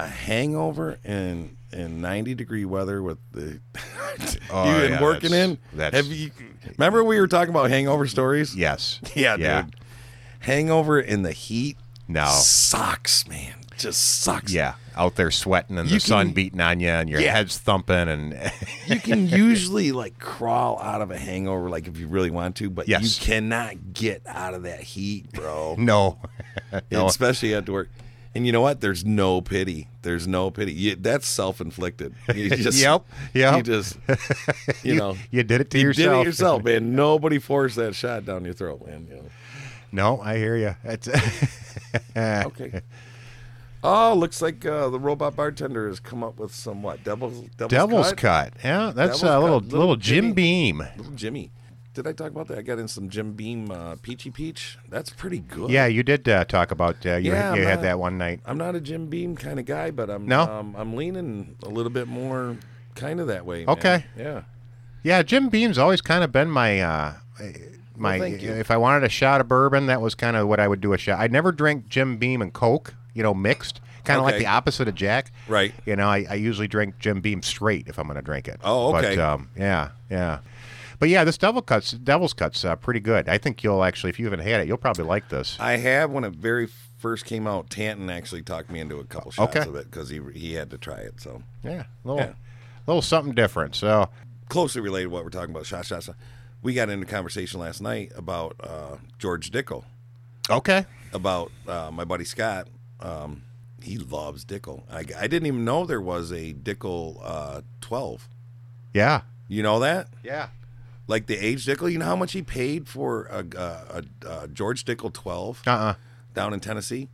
Speaker 4: A hangover in in ninety degree weather with the
Speaker 3: Oh,
Speaker 4: you been
Speaker 3: yeah,
Speaker 4: working
Speaker 3: that's-
Speaker 4: in.
Speaker 3: that's-
Speaker 4: Have you remember we were talking about hangover stories?
Speaker 3: yes.
Speaker 4: yeah, dude. Hangover in the heat
Speaker 3: No.
Speaker 4: sucks, man. Just sucks.
Speaker 3: Yeah. Out there sweating and the
Speaker 4: You
Speaker 3: sun
Speaker 4: can-
Speaker 3: beating on you and your
Speaker 4: Yeah.
Speaker 3: head's thumping and
Speaker 4: you can usually like crawl out of a hangover, like if you really want to, but
Speaker 3: Yes.
Speaker 4: you cannot get out of that heat, bro.
Speaker 3: no.
Speaker 4: And especially at work. And you know what? There's no pity. There's no pity. You, that's self inflicted.
Speaker 3: Yep, yep.
Speaker 4: You just, you, know,
Speaker 3: you did it to
Speaker 4: you
Speaker 3: yourself.
Speaker 4: did it yourself, man. Nobody forced that shot down your throat, man. You know.
Speaker 3: No, I hear you. It's Ah.
Speaker 4: Okay. Oh, looks like uh, the robot bartender has come up with some what? Devil's Devil's,
Speaker 3: Devil's cut.
Speaker 4: cut?
Speaker 3: Yeah, that's
Speaker 4: Devil's
Speaker 3: a
Speaker 4: Cut.
Speaker 3: little
Speaker 4: Little
Speaker 3: little Jim
Speaker 4: Jimmy.
Speaker 3: Beam.
Speaker 4: Little Jimmy. Did I talk about that? I got in some Jim Beam uh, Peachy Peach. That's pretty good.
Speaker 3: Yeah, you did uh, talk about uh, you,
Speaker 4: Yeah,
Speaker 3: you
Speaker 4: I'm
Speaker 3: had
Speaker 4: not-
Speaker 3: that one night.
Speaker 4: I'm not a Jim Beam kind of guy, but I'm
Speaker 3: No?
Speaker 4: um, I'm leaning a little bit more kind of that way. man.
Speaker 3: Okay.
Speaker 4: Yeah.
Speaker 3: Yeah, Jim Beam's always kind of been my uh, my.
Speaker 4: thank you.
Speaker 3: If I wanted a shot of bourbon, that was kind of what I would do a shot. I never drink Jim Beam and Coke, you know, mixed. Kind of like
Speaker 4: Okay.
Speaker 3: the opposite of Jack.
Speaker 4: Right.
Speaker 3: You know, I, I usually drink Jim Beam straight if I'm going to drink it.
Speaker 4: Oh, okay.
Speaker 3: But, um, yeah, yeah. But yeah, this Devil Cuts, Devil's Cuts, uh, pretty good. I think you'll actually, if you haven't had it, you'll probably like this.
Speaker 4: I have when it very first came out. Tanton actually talked me into a couple shots
Speaker 3: Okay.
Speaker 4: of it because he he had to try it. So
Speaker 3: Yeah, a little,
Speaker 4: Yeah.
Speaker 3: little something different. So,
Speaker 4: closely related to what we're talking about. Shot, shot, shot. We got into a conversation last night about uh, George Dickel.
Speaker 3: okay.
Speaker 4: about uh, my buddy Scott. Um, he loves Dickel. I, I didn't even know there was a Dickel uh, 12.
Speaker 3: Yeah.
Speaker 4: You know that?
Speaker 3: Yeah.
Speaker 4: Like the age Dickel. You know how much he paid for a, a, a, a George Dickel 12
Speaker 3: Uh uh
Speaker 4: down in Tennessee?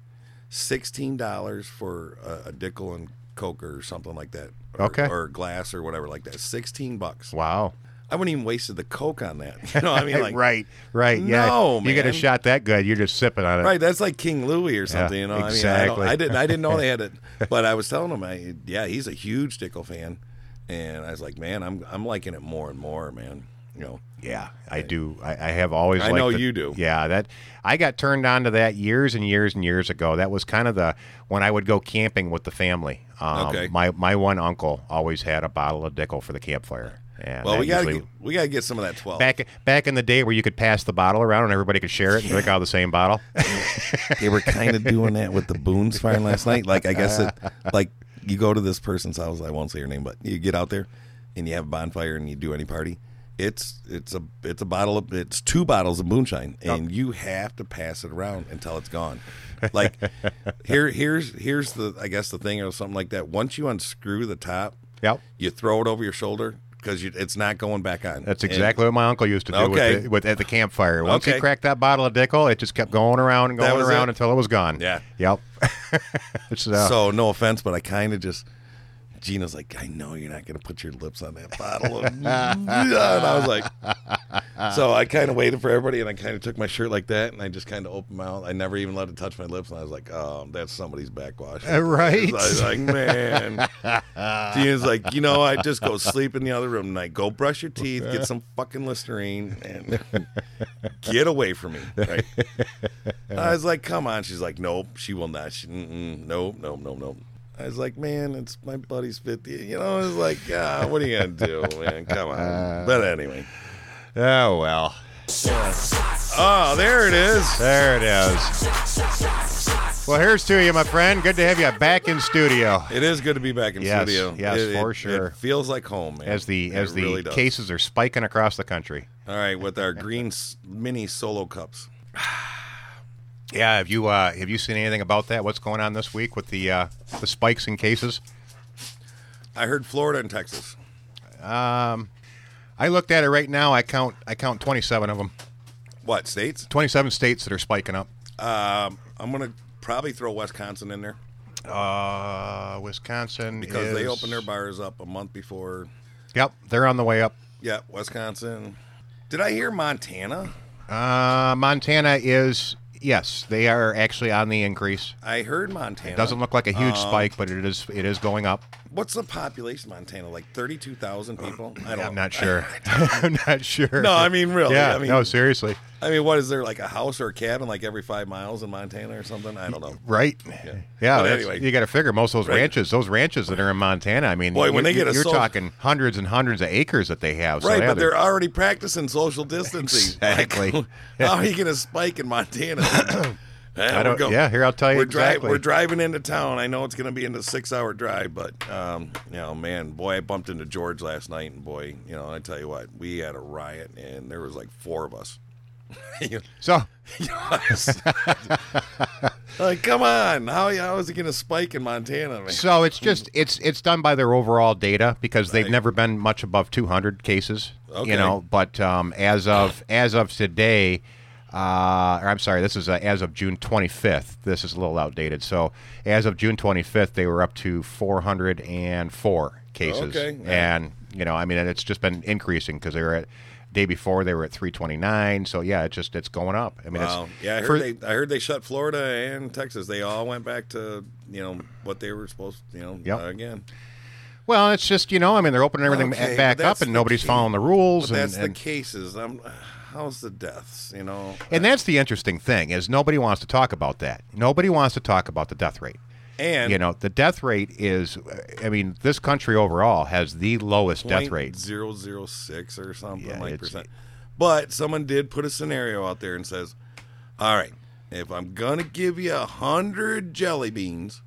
Speaker 4: $16 for a, a Dickel and Coke or something like that. Or,
Speaker 3: Okay.
Speaker 4: Or glass or whatever like that. 16 bucks.
Speaker 3: Wow.
Speaker 4: I wouldn't even wasted the Coke on that. You know what I mean? Like,
Speaker 3: right, right. Yeah.
Speaker 4: No,
Speaker 3: You get a
Speaker 4: man.
Speaker 3: shot that good, you're just sipping on it.
Speaker 4: Right, that's like King Louis or something, you know. I
Speaker 3: exactly.
Speaker 4: mean, I, don't, I didn't, I didn't know they had it, but I was telling him, I yeah, he's a huge Dickel fan, and I was like, man, I'm, I'm liking it more and more, man. You know,
Speaker 3: Yeah, I do. I, I have always.
Speaker 4: I
Speaker 3: liked
Speaker 4: know
Speaker 3: the-
Speaker 4: you do.
Speaker 3: Yeah, that I got turned on to that years and years and years ago. That was kind of the when I would go camping with the family. Um,
Speaker 4: Okay.
Speaker 3: My my one uncle always had a bottle of Dickel for the campfire. And
Speaker 4: well,
Speaker 3: that
Speaker 4: we gotta,
Speaker 3: usually-
Speaker 4: get, we gotta get some of that twelve.
Speaker 3: back back in the day where you could pass the bottle around and everybody could share it and drink out of the same bottle.
Speaker 4: they were kind of doing that with the Boone's fire last night. Like, I guess it, like you go to this person's house. I won't say her name, but you get out there and you have a bonfire and you do any party. It's it's a it's a bottle of it's two bottles of moonshine and you have to pass it around until it's gone. Like here here's here's the I guess the thing or something like that. Once you unscrew the top,
Speaker 3: Yep.
Speaker 4: you throw it over your shoulder because you, it's not going back on.
Speaker 3: That's
Speaker 4: And-
Speaker 3: exactly what my uncle used to do
Speaker 4: Okay.
Speaker 3: with, the, with at the campfire. Once he
Speaker 4: Okay.
Speaker 3: cracked that bottle of Dickel, it just kept going around and
Speaker 4: That
Speaker 3: going
Speaker 4: was
Speaker 3: around
Speaker 4: it?
Speaker 3: until it was gone.
Speaker 4: Yeah.
Speaker 3: Yep. uh, so,
Speaker 4: So no offense, but I kind of just Gina's like, I know you're not gonna put your lips on that bottle, of-" and I was like, so I kind of waited for everybody, and I kind of took my shirt like that, and I just kind of opened my mouth. I never even let it touch my lips, and I was like, oh, that's somebody's backwash,
Speaker 3: Uh, right.
Speaker 4: I was like, man. Gina's like, you know, I just go sleep in the other room tonight. Go brush your teeth, get some fucking Listerine, and get away from me. Right. I was like, come on. She's like, nope, she will not. She, mm-mm, nope, nope, nope, nope. I was like, man, it's my buddy's 50. You know, I was like, ah, what are you going to do, man? Come
Speaker 3: Uh,
Speaker 4: on. But anyway.
Speaker 3: oh well.
Speaker 4: Oh, there it is.
Speaker 3: There it is. Well, here's to you, my friend. Good to have you back in studio.
Speaker 4: It is good to be back in
Speaker 3: Yes,
Speaker 4: studio.
Speaker 3: yes,
Speaker 4: It- it-
Speaker 3: for
Speaker 4: it
Speaker 3: sure.
Speaker 4: feels like home, man.
Speaker 3: As the
Speaker 4: It
Speaker 3: as the
Speaker 4: really does.
Speaker 3: cases are spiking across the country.
Speaker 4: All right, with our green s- mini solo cups.
Speaker 3: Yeah, have you uh, have you seen anything about that? What's going on this week with the uh, the spikes in cases?
Speaker 4: I heard Florida and Texas.
Speaker 3: I looked at it right now. I count I count 27 of them.
Speaker 4: What states?
Speaker 3: 27 states that are spiking up.
Speaker 4: Um, I'm gonna probably throw Wisconsin in there
Speaker 3: Uh, Wisconsin
Speaker 4: because they
Speaker 3: is-
Speaker 4: opened their bars up a month before.
Speaker 3: Yep, they're on the way up.
Speaker 4: Yeah, Wisconsin. Did I hear Montana?
Speaker 3: Uh, Montana is yes, they are actually on the increase.
Speaker 4: I heard Montana.
Speaker 3: Doesn't look like a
Speaker 4: Um,
Speaker 3: huge spike, but it is it is going up.
Speaker 4: What's the population of Montana? Like thirty-two thousand people. I don't.
Speaker 3: Uh, I'm not sure. I'm not sure.
Speaker 4: No, I mean really.
Speaker 3: yeah,
Speaker 4: I mean,
Speaker 3: no, seriously,
Speaker 4: I mean, what is there like a house or a cabin like every five miles in Montana or something? I don't know.
Speaker 3: right? Yeah, that's-
Speaker 4: anyway.
Speaker 3: you got to figure most of those
Speaker 4: Right.
Speaker 3: ranches, those ranches that are in Montana. I mean,
Speaker 4: Boy, when
Speaker 3: you're-
Speaker 4: they get a
Speaker 3: you're
Speaker 4: sol-
Speaker 3: talking hundreds and hundreds of acres that they have. So
Speaker 4: Right,
Speaker 3: yeah,
Speaker 4: but they're already practicing social distancing. Like,
Speaker 3: Exactly.
Speaker 7: oh,
Speaker 4: how are you going to spike in Montana? I
Speaker 3: don't- yeah, here, I'll tell you
Speaker 4: We're,
Speaker 3: exactly.
Speaker 7: we're driving into town. I know it's going to be in the six-hour drive, but um, you know, man, boy, I bumped into George last night, and boy, you know, I tell you what, we had a riot, and there was like four of us. You
Speaker 3: so
Speaker 4: know, like, come on, how how is it going to spike in Montana? Man?
Speaker 3: So it's just it's it's done by their overall data because they've never been much above 200 cases.
Speaker 4: Okay.
Speaker 3: You know, but um, as of as of today, uh, or I'm sorry, this is uh, as of June 25th. This is a little outdated. So as of June 25th, they were up to 404 cases.
Speaker 4: Okay.
Speaker 3: And you know, I mean, and it's just been increasing because they were at Day before they were at 329. So yeah, it just it's going up. I mean,
Speaker 4: Wow.
Speaker 3: it's,
Speaker 4: Yeah, I heard
Speaker 3: for-
Speaker 4: they I heard they shut Florida and Texas. They all went back to you know what they were supposed to, you know
Speaker 3: Yep.
Speaker 4: uh, again.
Speaker 3: well, it's just you know, I mean, they're opening everything
Speaker 4: Okay,
Speaker 3: back
Speaker 4: but
Speaker 3: up,
Speaker 4: that's
Speaker 3: and
Speaker 4: the
Speaker 3: nobody's
Speaker 4: key.
Speaker 3: following the rules.
Speaker 4: But that's
Speaker 3: and,
Speaker 4: the
Speaker 3: and-
Speaker 4: cases. I'm how's the deaths? You know,
Speaker 3: And that's the interesting thing is nobody wants to talk about that. Nobody wants to talk about the death rate.
Speaker 4: and
Speaker 3: you know, the death rate is I mean, this country overall has the lowest death rate.
Speaker 4: zero zero six or something
Speaker 3: Yeah,
Speaker 4: like
Speaker 3: it's-
Speaker 4: percent. But someone did put a scenario out there and says, "All right, if I'm gonna give you a hundred jelly beans,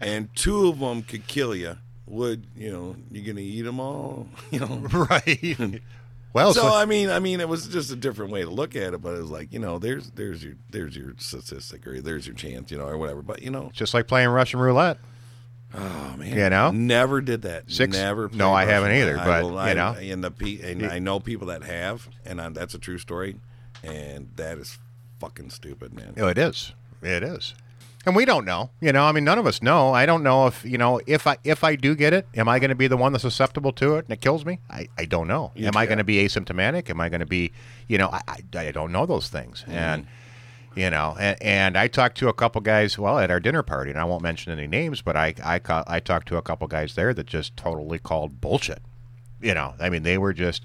Speaker 4: and two of them could kill you, would you know you're gonna eat them all? You know."
Speaker 3: Right. well,
Speaker 4: So
Speaker 3: Oh,
Speaker 4: uh,
Speaker 3: so-
Speaker 4: I mean, I mean, it was just a different way to look at it, but it was like you know, there's there's your there's your statistic or there's your chance, you know, or whatever. But you know,
Speaker 3: it's just like playing Russian roulette.
Speaker 4: oh man,
Speaker 3: You know?
Speaker 4: never did that.
Speaker 3: Six-
Speaker 4: never.
Speaker 3: no,
Speaker 4: played
Speaker 3: I haven't
Speaker 4: Russian.
Speaker 3: either,
Speaker 4: I
Speaker 3: but,
Speaker 4: will-
Speaker 3: you
Speaker 4: I-
Speaker 3: know.
Speaker 4: and the pe- and I know people that have, and i that's a true story, and that is fucking stupid, man.
Speaker 3: Oh, it is. It is. And we don't know. You know, I mean, none of us know. I don't know if you know if I if I do get it, am I going to be the one that's susceptible to it and it kills me? I, I don't know. am I going to be asymptomatic? Am I going to be, you know, I, I, I don't know those things.
Speaker 4: Mm-hmm.
Speaker 3: And you know, and, and I talked to a couple guys well at our dinner party, and I won't mention any names, but I I ca- I talked to a couple guys there that just totally called bullshit. you know i mean they were just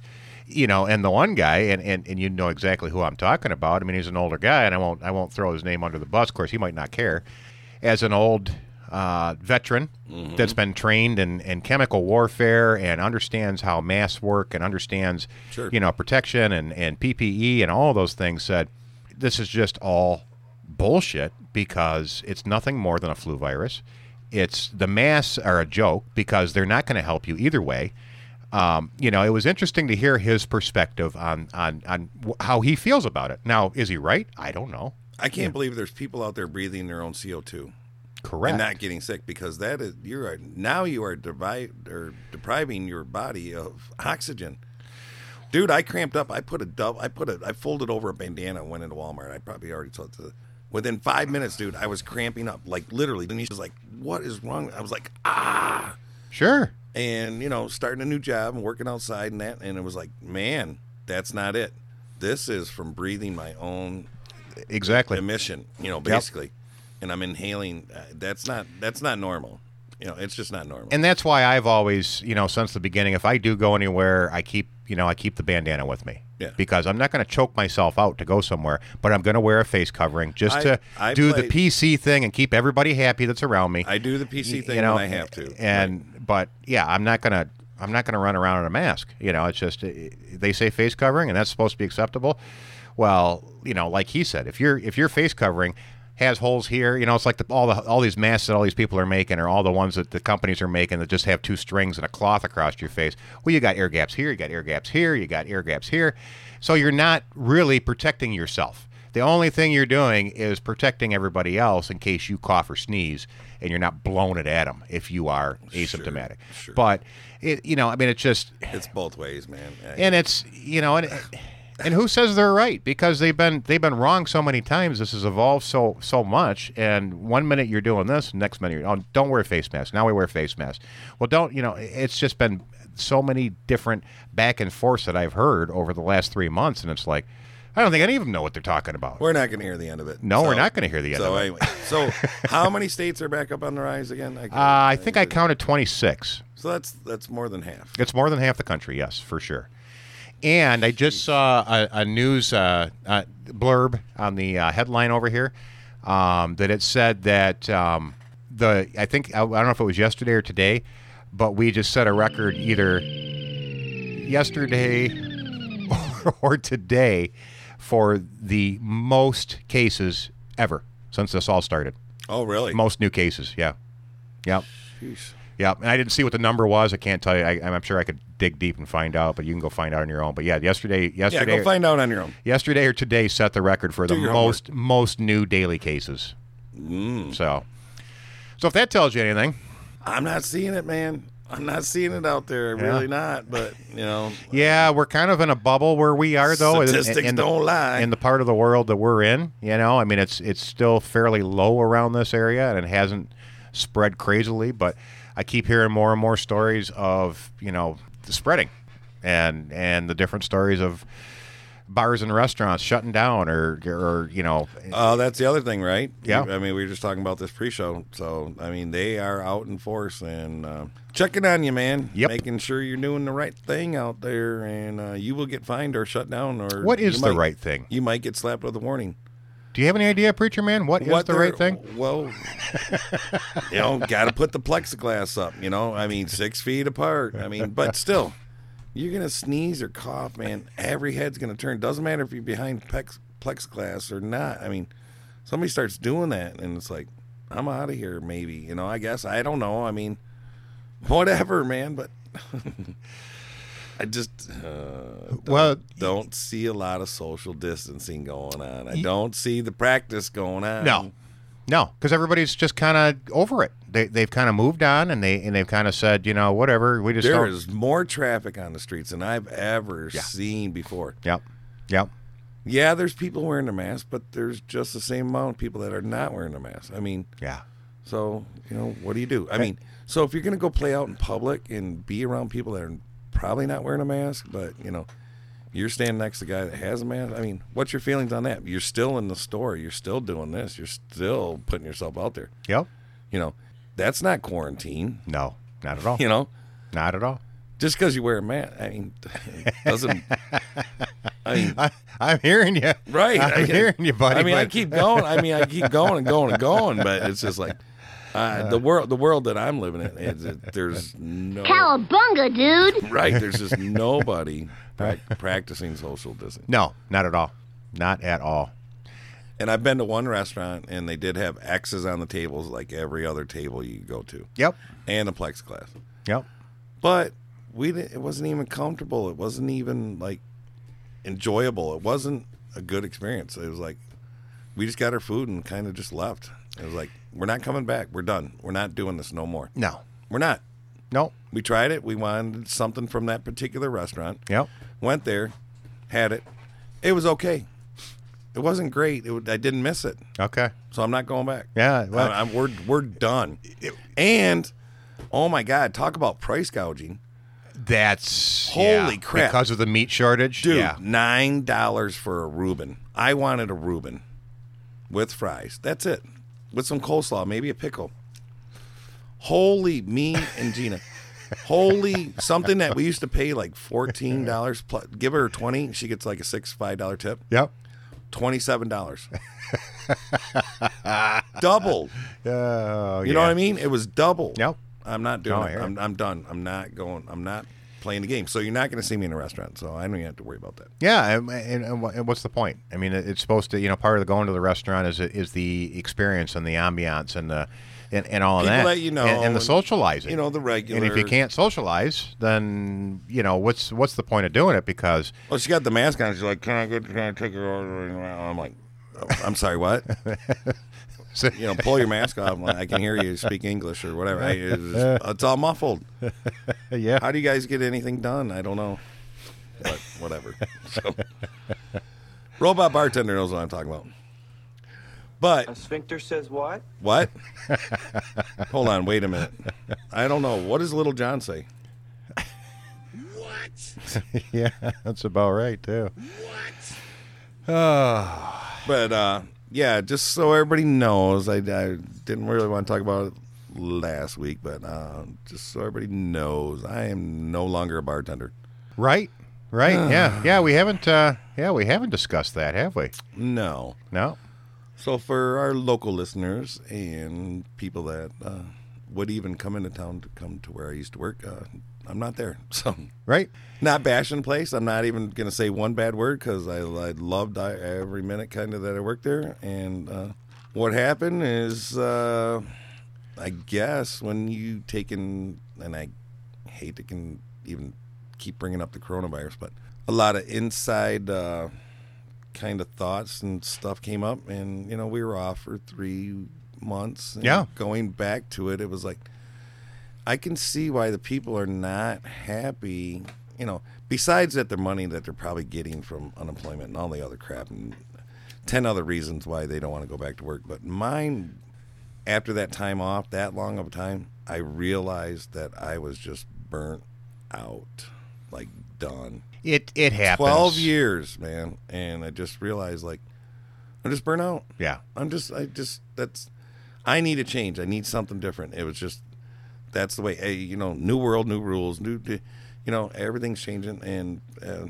Speaker 3: you know and the one guy and, and and you know exactly who i'm talking about i mean he's an older guy and i won't i won't throw his name under the bus of course he might not care as an old uh, veteran that's been trained in, in chemical warfare and understands how masks work and understands
Speaker 4: Sure.
Speaker 3: you know protection and, and ppe and all those things said this is just all bullshit because it's nothing more than a flu virus it's the masks are a joke because they're not going to help you either way um, you know, it was interesting to hear his perspective on on on w- how he feels about it. Now, is he right? I don't know.
Speaker 4: I can't believe there's people out there breathing their own CO two.
Speaker 3: Correct.
Speaker 4: and not getting sick because that is you are now you are devi- or depriving your body of oxygen. Dude, I cramped up. I put a dub. I put a. I folded over a bandana. and Went into Walmart. I probably already told the. Within five minutes, dude, I was cramping up like literally. Denise was like, "What is wrong?" I was like, "Ah,"
Speaker 3: sure.
Speaker 4: and you know, starting a new job and working outside and that. And it was like, man, that's not it. This is from breathing my own
Speaker 3: Exactly.
Speaker 4: emission, you know, basically. And I'm inhaling. Uh, that's not that's not normal. You know, it's just not normal.
Speaker 3: And that's why I've always, you know, since the beginning, if I do go anywhere, I keep, you know, I keep the bandana with me.
Speaker 4: Yeah.
Speaker 3: Because I'm not going to choke myself out to go somewhere, but I'm going to wear a face covering just
Speaker 4: I-
Speaker 3: to
Speaker 4: I
Speaker 3: do
Speaker 4: played-
Speaker 3: the PC thing and keep everybody happy that's around me.
Speaker 4: I do the PC thing
Speaker 3: you know,
Speaker 4: when I have to.
Speaker 3: And but yeah, I'm not gonna I'm not gonna run around in a mask. You know, it's just uh, they say face covering, and that's supposed to be acceptable. Well, you know, like he said, if your if your face covering has holes here, you know, it's like the, all the all these masks that all these people are making, or all the ones that the companies are making that just have two strings and a cloth across your face. Well, you got air gaps here, you got air gaps here, you got air gaps here, so you're not really protecting yourself. The only thing you're doing is protecting everybody else in case you cough or sneeze and you're not blown it at them if you are asymptomatic.
Speaker 4: sure.
Speaker 3: But it, you know, I mean, it's just,
Speaker 4: it's both ways, man. I-
Speaker 3: and it's, you know, and and who says they're right? Because they've been they've been wrong so many times. This has evolved so so much. And one minute you're doing this, next minute you're, oh, don't wear a face mask. Now we wear face masks. Well, don't you know? It's just been so many different back and forths that I've heard over the last three months, and it's like. I don't think any of them know what they're talking about.
Speaker 4: we're not going to hear the end of it.
Speaker 3: No, we're not gonna hear the end
Speaker 4: so
Speaker 3: of it.
Speaker 4: Anyway, so how many states are back up on the rise again? I,
Speaker 3: Uh, I think I counted 26.
Speaker 4: So that's that's more than half.
Speaker 3: It's more than half the country, yes, for sure. And I just saw a, a news uh, uh, blurb on the uh, headline over here um, that it said that um, the I think I, I don't know if it was yesterday or today, but we just set a record either yesterday or today for the most cases ever since this all started.
Speaker 4: Oh, really?
Speaker 3: Most new cases, yeah, yeah.
Speaker 4: Jeez.
Speaker 3: Yeah, and I didn't see what the number was. I can't tell you. I, I'm sure I could dig deep and find out, but you can go find out on your own. But yeah, yesterday,
Speaker 4: Yeah,
Speaker 3: yesterday,
Speaker 4: go find out on your own.
Speaker 3: yesterday or today set the record for the
Speaker 4: your homework. Mm.
Speaker 3: most most new daily cases. So, so if that tells you anything,
Speaker 4: I'm not seeing it, man. I'm not seeing it out there. Really not. But you know,
Speaker 3: yeah, we're kind of in a bubble where we are though. in- in-
Speaker 4: statistics
Speaker 3: in the-
Speaker 4: don't lie.
Speaker 3: in the part of the world that we're in. You know, I mean, it's it's still fairly low around this area, and it hasn't spread crazily. But I keep hearing more and more stories of you know the spreading. and and the different stories of bars and restaurants shutting down or or you know
Speaker 4: Uh, that's the other thing, right?
Speaker 3: Yeah.
Speaker 4: I mean, we were just talking about this pre-show, so I mean, they are out in force and uh, checking on you, man.
Speaker 3: Yep.
Speaker 4: Making sure you're doing the right thing out there, and uh, you will get fined or shut down or
Speaker 3: What
Speaker 4: you
Speaker 3: is the
Speaker 4: might-
Speaker 3: right thing?
Speaker 4: You might get slapped with a warning.
Speaker 3: do you have any idea preacher man what is the
Speaker 4: they're-
Speaker 3: right thing
Speaker 4: Well, you know, got to put the plexiglass up. You know, I mean, six feet apart. I mean, but still, you're gonna sneeze or cough, man. Every head's gonna turn. Doesn't matter if you're behind plex- plexiglass or not. I mean, somebody starts doing that, and it's like, I'm out of here. Maybe you know. I guess I don't know. I mean, whatever, man. But. I just uh,
Speaker 3: well
Speaker 4: don't see a lot of social distancing going on. I don't see the practice going on.
Speaker 3: No, no, because everybody's just kind of over it. They they've kind of moved on, and they and they've kind of said, you know, whatever. We just
Speaker 4: There
Speaker 3: don't.
Speaker 4: is more traffic on the streets than I've ever seen before.
Speaker 3: Yep, yep.
Speaker 4: Yeah, there's people wearing their mask, but there's just the same amount of people that are not wearing their mask. I mean,
Speaker 3: Yeah.
Speaker 4: so, you know, what do you do? I mean, so if you're going to go play out in public and be around people that are probably not wearing a mask, but, you know, you're standing next to a guy that has a mask, I mean, what's your feelings on that? You're still in the store. You're still doing this. You're still putting yourself out there.
Speaker 3: Yep.
Speaker 4: You know, that's not quarantine,
Speaker 3: No, not at all.
Speaker 4: you know?
Speaker 3: Not at all.
Speaker 4: just because you wear a mask, I mean, doesn't. I mean,
Speaker 3: I'm hearing you.
Speaker 4: right?
Speaker 3: I'm
Speaker 4: I mean-
Speaker 3: hearing you, buddy.
Speaker 4: I mean, I
Speaker 3: but-
Speaker 4: keep going. I mean, I keep going and going and going, but it's just like uh, the world, the world that I'm living in. Is, that there's no
Speaker 8: Cowabunga, dude!
Speaker 4: right. There's just nobody prac- practicing social distancing.
Speaker 3: No, not at all. Not at all.
Speaker 4: And I've been to one restaurant, and they did have X's on the tables, like every other table you go to,
Speaker 3: Yep.
Speaker 4: and a plexiglass.
Speaker 3: Yep.
Speaker 4: but we didn't, it wasn't even comfortable. It wasn't even like enjoyable. It wasn't a good experience. It was like we just got our food and kind of just left. It was like we're not coming back. We're done. We're not doing this no more.
Speaker 3: No.
Speaker 4: We're not.
Speaker 3: No.
Speaker 4: We tried it. We wanted something from that particular restaurant.
Speaker 3: Yep.
Speaker 4: Went there, had it. It was okay. It wasn't great. It, wa- I didn't miss it
Speaker 3: Okay.
Speaker 4: so I'm not going back.
Speaker 3: Yeah, well-
Speaker 4: I, am we're we're done. And oh my god, talk about price gouging,
Speaker 3: That's
Speaker 4: Holy
Speaker 3: yeah,
Speaker 4: crap.
Speaker 3: because of the meat shortage.
Speaker 4: dude.
Speaker 3: Yeah.
Speaker 4: Nine dollars for a Reuben. I wanted a Reuben with fries. That's it, with some coleslaw, maybe a pickle. Holy me and Gina. Holy something that we used to pay like fourteen dollars plus. Give her twenty, she gets like a six five dollar tip.
Speaker 3: Yep.
Speaker 4: Twenty seven dollars. Double.
Speaker 3: Oh,
Speaker 4: You know what I mean? It was double.
Speaker 3: Yep.
Speaker 4: I'm not doing
Speaker 3: No, I
Speaker 4: it.
Speaker 3: hear
Speaker 4: I'm, I'm done. I'm not going. I'm not playing the game. So you're not going to see me in a restaurant. So I don't even have to worry about that.
Speaker 3: Yeah, and, and, and wha- and what's the point? I mean, it- it's supposed to, you know, part of the going to the restaurant is is the experience and the ambiance and the and, and all of
Speaker 4: People
Speaker 3: that,
Speaker 4: that you know
Speaker 3: and, and the
Speaker 4: and,
Speaker 3: socializing,
Speaker 4: you know, the
Speaker 3: And if
Speaker 4: regular-
Speaker 3: you can't socialize, then you know what's what's the point of doing it? Because
Speaker 4: Well, she got the mask on. She's like, "Can I get? Can I take your order?" And I'm like, oh, "I'm sorry, what?" you know, pull your mask off. I'm like, I can hear you speak English or whatever. I, it's, just- it's all muffled.
Speaker 3: yeah,
Speaker 4: How do you guys get anything done? I don't know, but whatever. So, robot bartender knows what I'm talking about. But
Speaker 9: A sphincter says what?
Speaker 4: What? Hold on, wait a minute. I don't know. What does Little John say?
Speaker 3: yeah, that's about right too.
Speaker 4: But uh, yeah, just so everybody knows, I, I didn't really want to talk about it last week, but uh, just so everybody knows, I am no longer a bartender.
Speaker 3: Right, right, yeah, yeah. We haven't, uh, yeah, we haven't discussed that, have we?
Speaker 4: No.
Speaker 3: No.
Speaker 4: So for our local listeners and people that uh, would even come into town to come to where I used to work, uh, I'm not there. So
Speaker 3: Right.
Speaker 4: not bashing place. I'm not even gonna say one bad word because I, I loved I, every minute kind of that I worked there. And uh, what happened is, uh, I guess when you take in, and I hate to can even keep bringing up the coronavirus, but a lot of inside uh, kind of thoughts and stuff came up, and you know we were off for three months. And
Speaker 3: Yeah.
Speaker 4: going back to it, it was like. I can see why the people are not happy. You know, besides that, their money that they're probably getting from unemployment and all the other crap, and ten other reasons why they don't want to go back to work. But mine, after that time off, that long of a time, I realized that I was just burnt out, like done.
Speaker 3: It it happens.
Speaker 4: Twelve years, man, and I just realized like I'm just burnt out.
Speaker 3: Yeah.
Speaker 4: I'm just, I just, that's, I need a change. I need something different. It was just, that's the way, hey, you know, new world, new rules, new, you know, everything's changing. And uh,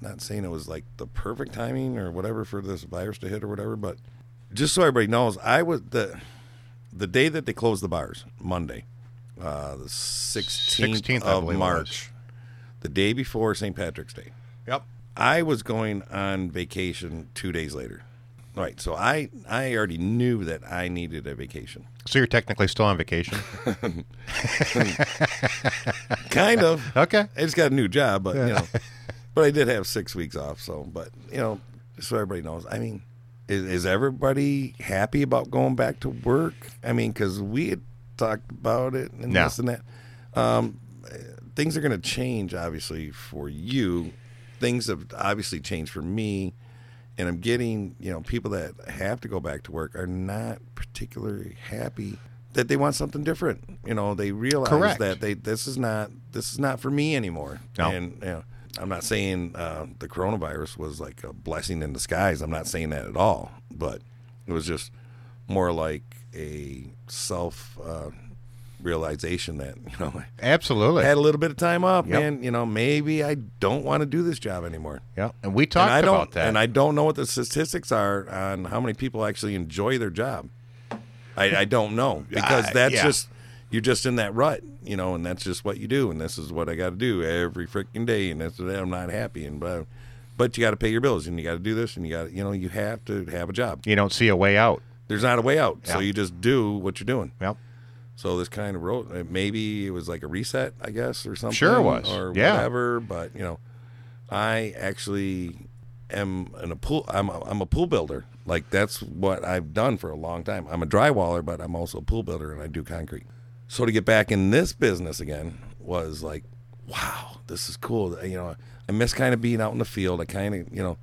Speaker 4: not saying it was like the perfect timing or whatever for this virus to hit or whatever, but just so everybody knows, I was the, the day that they closed the bars, Monday, uh, the 16th,
Speaker 3: 16th, I believe
Speaker 4: of
Speaker 3: it was.
Speaker 4: March, the day before St. Patrick's Day.
Speaker 3: Yep.
Speaker 4: I was going on vacation two days later. All right, so I I already knew that I needed a vacation.
Speaker 3: So you're technically still on vacation.
Speaker 4: Kind of.
Speaker 3: Okay.
Speaker 4: I just got a new job, but you know, but I did have six weeks off. So, but you know, just so everybody knows, I mean, is, is everybody happy about going back to work? I mean, because we had talked about it and
Speaker 3: No.
Speaker 4: this and that. Um, uh, things are going to change, obviously, for you. Things have obviously changed for me, and I'm getting you know people that have to go back to work are not particularly happy that they want something different. You know, they realize
Speaker 3: Correct.
Speaker 4: that they this is not this is not for me anymore.
Speaker 3: No.
Speaker 4: And you know, I'm not saying uh, the coronavirus was like a blessing in disguise. I'm not saying that at all. But it was just more like a self uh, realization that you know I
Speaker 3: Absolutely.
Speaker 4: had a little bit of time off,
Speaker 3: Yep.
Speaker 4: man. You know, maybe I don't want to do this job anymore.
Speaker 3: Yeah. And we
Speaker 4: And
Speaker 3: talked
Speaker 4: I don't,
Speaker 3: about that.
Speaker 4: and I don't know what the statistics are on how many people actually enjoy their job. I, I don't know because
Speaker 3: Uh,
Speaker 4: that's
Speaker 3: yeah.
Speaker 4: just you're just in that rut, you know, and that's just what you do, and this is what I got to do every freaking day, and that's what I'm not happy, and but but you got to pay your bills, and you got to do this, and you got to you know you have to have a job.
Speaker 3: you don't see a way out.
Speaker 4: There's not a way out, so
Speaker 3: Yeah.
Speaker 4: you just do what you're doing.
Speaker 3: Yep.
Speaker 4: So this kind of road, maybe it was like a reset, I guess, or something.
Speaker 3: Sure it was.
Speaker 4: or
Speaker 3: Yeah.
Speaker 4: whatever. But you know, I actually am an, a pool. I'm a, I'm a pool builder. Like that's what I've done for a long time. I'm a drywaller, but I'm also a pool builder, and I do concrete. So to get back in this business again was like, wow, this is cool. You know, I miss kind of being out in the field. I kind of, you know,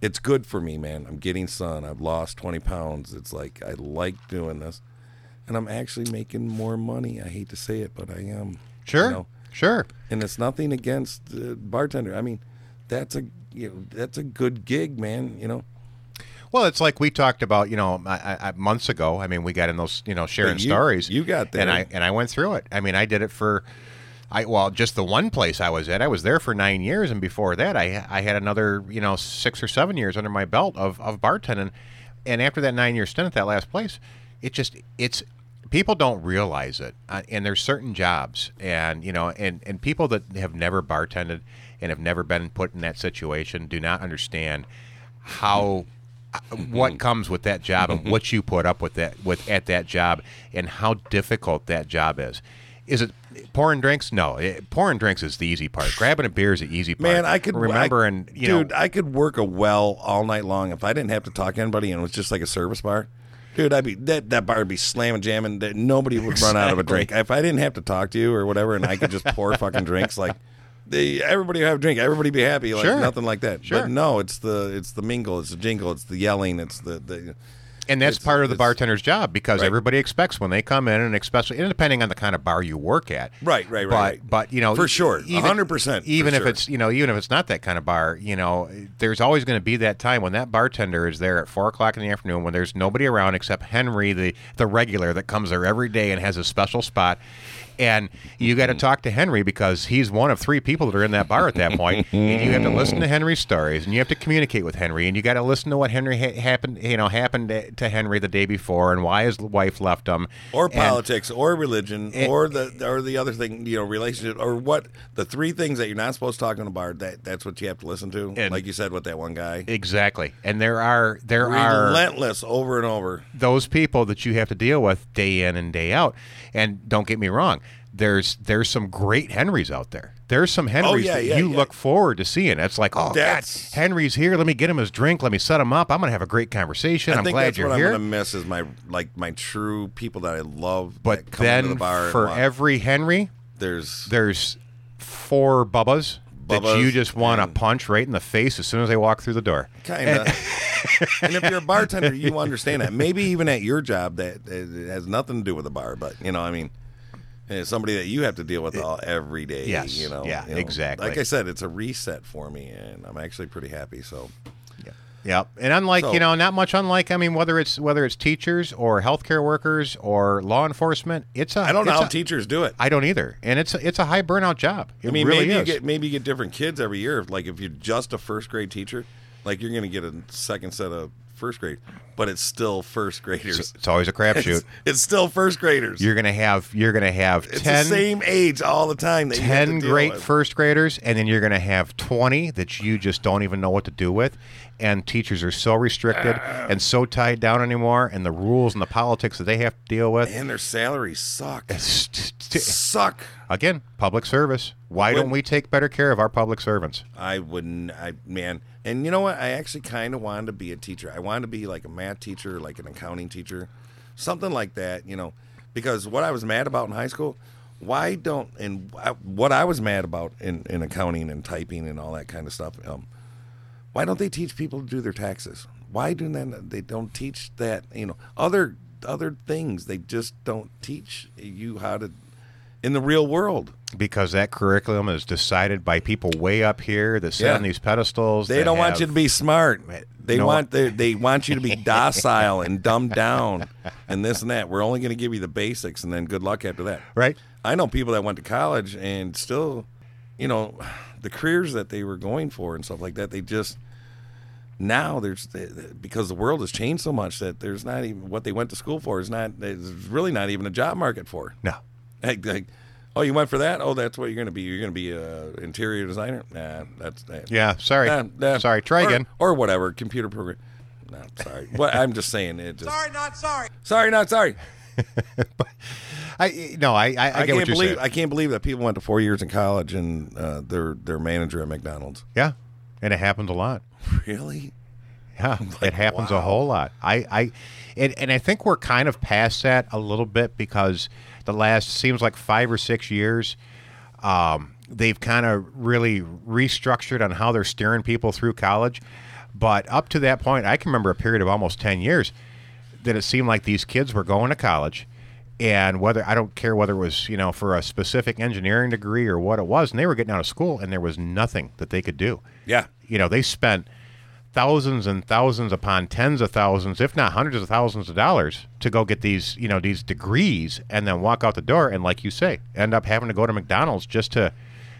Speaker 4: it's good for me, man. I'm getting sun. I've lost 20 pounds. It's like I like doing this, and I'm actually making more money. I hate to say it, but I am.
Speaker 3: Sure.
Speaker 4: You know?
Speaker 3: Sure.
Speaker 4: And it's nothing against the bartender. I mean, that's a you know, that's a good gig, man. You know,
Speaker 3: Well, it's like we talked about, you know, I, I- I, months ago. I mean, we got in those, you know, sharing
Speaker 4: But you-
Speaker 3: stories.
Speaker 4: you got there.
Speaker 3: and I and I went through it. I mean, I did it for, I well, just the one place I was at. I was there for nine years, and before that, I I had another, you know, six or seven years under my belt of of bartending, and after that nine year stint at that last place, it just it's people don't realize it, uh, and there's certain jobs, and you know, and and people that have never bartended and have never been put in that situation do not understand how
Speaker 4: Mm-hmm.
Speaker 3: what comes with that job and what you put up with that with at that job and how difficult that job is. Is it pouring drinks? No, it, pouring drinks is the easy part. Grabbing a beer is the easy part.
Speaker 4: man, I could
Speaker 3: remember
Speaker 4: I-
Speaker 3: and you
Speaker 4: dude,
Speaker 3: know,
Speaker 4: I could work a well all night long if I didn't have to talk to anybody and it was just like a service bar. Dude, I'd be that, that bar would be slamming jamming. That nobody would run out of a drink if I didn't have to talk to you or whatever, and I could just pour fucking drinks like. They, everybody have a drink. Everybody be happy. Like
Speaker 3: Sure.
Speaker 4: nothing like that.
Speaker 3: Sure.
Speaker 4: But no, it's the it's the mingle. It's the jingle. It's the yelling. It's the, the
Speaker 3: and that's
Speaker 4: it's-
Speaker 3: part of the
Speaker 4: it's-
Speaker 3: bartender's job because
Speaker 4: Right.
Speaker 3: everybody expects when they come in and especially and depending on the kind of bar you work at.
Speaker 4: Right, right, right,
Speaker 3: But
Speaker 4: right.
Speaker 3: but you know
Speaker 4: For sure.
Speaker 3: even-
Speaker 4: 100% for
Speaker 3: Even if
Speaker 4: sure.
Speaker 3: it's you know even if it's not that kind of bar, you know there's always going to be that time when that bartender is there at four o'clock in the afternoon when there's nobody around except Henry the the regular that comes there every day and has a special spot. And you got to talk to Henry because he's one of three people that are in that bar at that point, and you have to listen to Henry's stories, and you have to communicate with Henry, and you got to listen to what Henry ha- happened, you know, happened to Henry the day before, and why his wife left him,
Speaker 4: or
Speaker 3: And-
Speaker 4: politics or religion
Speaker 3: and-
Speaker 4: or the or the other thing you know relationship or what the three things that you're not supposed to talk on a bar that that's what you have to listen to
Speaker 3: And-
Speaker 4: like you said with that one guy
Speaker 3: Exactly, and there are there are
Speaker 4: relentless over and over
Speaker 3: those people that you have to deal with day in and day out. And don't get me wrong, there's there's some great Henrys out there. There's some Henrys
Speaker 4: Oh, yeah,
Speaker 3: that
Speaker 4: yeah,
Speaker 3: you
Speaker 4: yeah.
Speaker 3: look forward to seeing. It's like, oh, God,
Speaker 4: That's-
Speaker 3: Henry's here. Let me get him his drink. Let me set him up. I'm gonna have a great conversation.
Speaker 4: i
Speaker 3: I'm
Speaker 4: think
Speaker 3: glad
Speaker 4: that's
Speaker 3: you're
Speaker 4: what
Speaker 3: here.
Speaker 4: i'm gonna miss is my like my true people that i love
Speaker 3: but
Speaker 4: that come into
Speaker 3: then
Speaker 4: the bar and
Speaker 3: for
Speaker 4: want-
Speaker 3: every Henry,
Speaker 4: there's
Speaker 3: there's four Bubbas. that
Speaker 4: Bubbas
Speaker 3: you just want to
Speaker 4: and-
Speaker 3: punch right in the face as soon as they walk through the door.
Speaker 4: Kind of. and if you're a bartender, you understand that. Maybe even at your job, that it has nothing to do with the bar. But you know, I mean, And it's somebody that you have to deal with all every day.
Speaker 3: Eh, Yes,
Speaker 4: You know.
Speaker 3: yeah,
Speaker 4: you know.
Speaker 3: exactly.
Speaker 4: Like I said, it's a reset for me, and I'm actually pretty happy. So
Speaker 3: Yep. And unlike
Speaker 4: So-
Speaker 3: you know, not much unlike I mean, whether it's whether it's teachers or healthcare workers or law enforcement, it's a
Speaker 4: I don't know
Speaker 3: it's
Speaker 4: how
Speaker 3: a-
Speaker 4: teachers do it.
Speaker 3: I don't either, and it's a, it's a high burnout job. It
Speaker 4: I mean,
Speaker 3: really
Speaker 4: maybe
Speaker 3: is.
Speaker 4: you get maybe you get different kids every year. Like if you're just a first grade teacher, like you're going to get a second set of first grade, but it's still first
Speaker 3: it's,
Speaker 4: graders.
Speaker 3: it's always a
Speaker 4: It's,
Speaker 3: crapshoot.
Speaker 4: it's still first graders.
Speaker 3: You're gonna have you're gonna have
Speaker 4: it's
Speaker 3: 10,
Speaker 4: the same age all the time. That you have
Speaker 3: 10
Speaker 4: to deal
Speaker 3: great
Speaker 4: with.
Speaker 3: first graders, and then you're gonna have twenty that you just don't even know what to do with. And teachers are so restricted and so tied down anymore, and the rules and the politics that they have to deal with.
Speaker 4: and their salaries suck. suck.
Speaker 3: Again, public service. Why
Speaker 4: When-
Speaker 3: don't we take better care of our public servants?
Speaker 4: I wouldn't. I man, and you know what? I actually kind of wanted to be a teacher. I wanted to be like a math teacher, like an accounting teacher, something like that. You know, because what I was mad about in high school, why don't and I, what I was mad about in, in accounting and typing and all that kind of stuff. Um, why don't they teach people to do their taxes? Why do that? They don't teach that. You know, other other things. They just don't teach you how to in the real world.
Speaker 3: Because that curriculum is decided by people way up here that sit
Speaker 4: Yeah.
Speaker 3: on these pedestals.
Speaker 4: They don't want you to be smart. They
Speaker 3: No.
Speaker 4: want they, they want you to be docile and dumbed down and this and that. We're only going to give you the basics and then good luck after that.
Speaker 3: right.
Speaker 4: I know people that went to college and still, you know, the careers that they were going for and stuff like that. They just now there's because the world has changed so much that there's not even what they went to school for is not there's really not even a job market for.
Speaker 3: No.
Speaker 4: Like, like, oh, you went for that? Oh, that's what you're going to be. You're going to be a interior designer? Nah, that's that.
Speaker 3: Yeah. Sorry.
Speaker 4: Nah, nah.
Speaker 3: Sorry. Try
Speaker 4: Or-
Speaker 3: again.
Speaker 4: Or whatever. Computer program. No, sorry. what I'm just saying it. Just, sorry, not sorry. Sorry, not sorry.
Speaker 3: I no. I I, I get
Speaker 4: can't
Speaker 3: what you're
Speaker 4: believe
Speaker 3: saying.
Speaker 4: I can't believe that people went to four years in college and uh, their their manager at McDonald's.
Speaker 3: yeah. And it happens a lot.
Speaker 4: Really?
Speaker 3: Yeah, it happens a whole lot. I, I, and, and I think we're kind of past that a little bit because the last seems like five or six years, um, they've kind of really restructured on how they're steering people through college. But up to that point, I can remember a period of almost ten years that it seemed like these kids were going to college, and whether I don't care whether it was you know for a specific engineering degree or what it was, and they were getting out of school and there was nothing that they could do
Speaker 4: Yeah.
Speaker 3: you know they spent thousands and thousands upon tens of thousands if not hundreds of thousands of dollars to go get these you know these degrees and then walk out the door and like you say end up having to go to McDonald's just to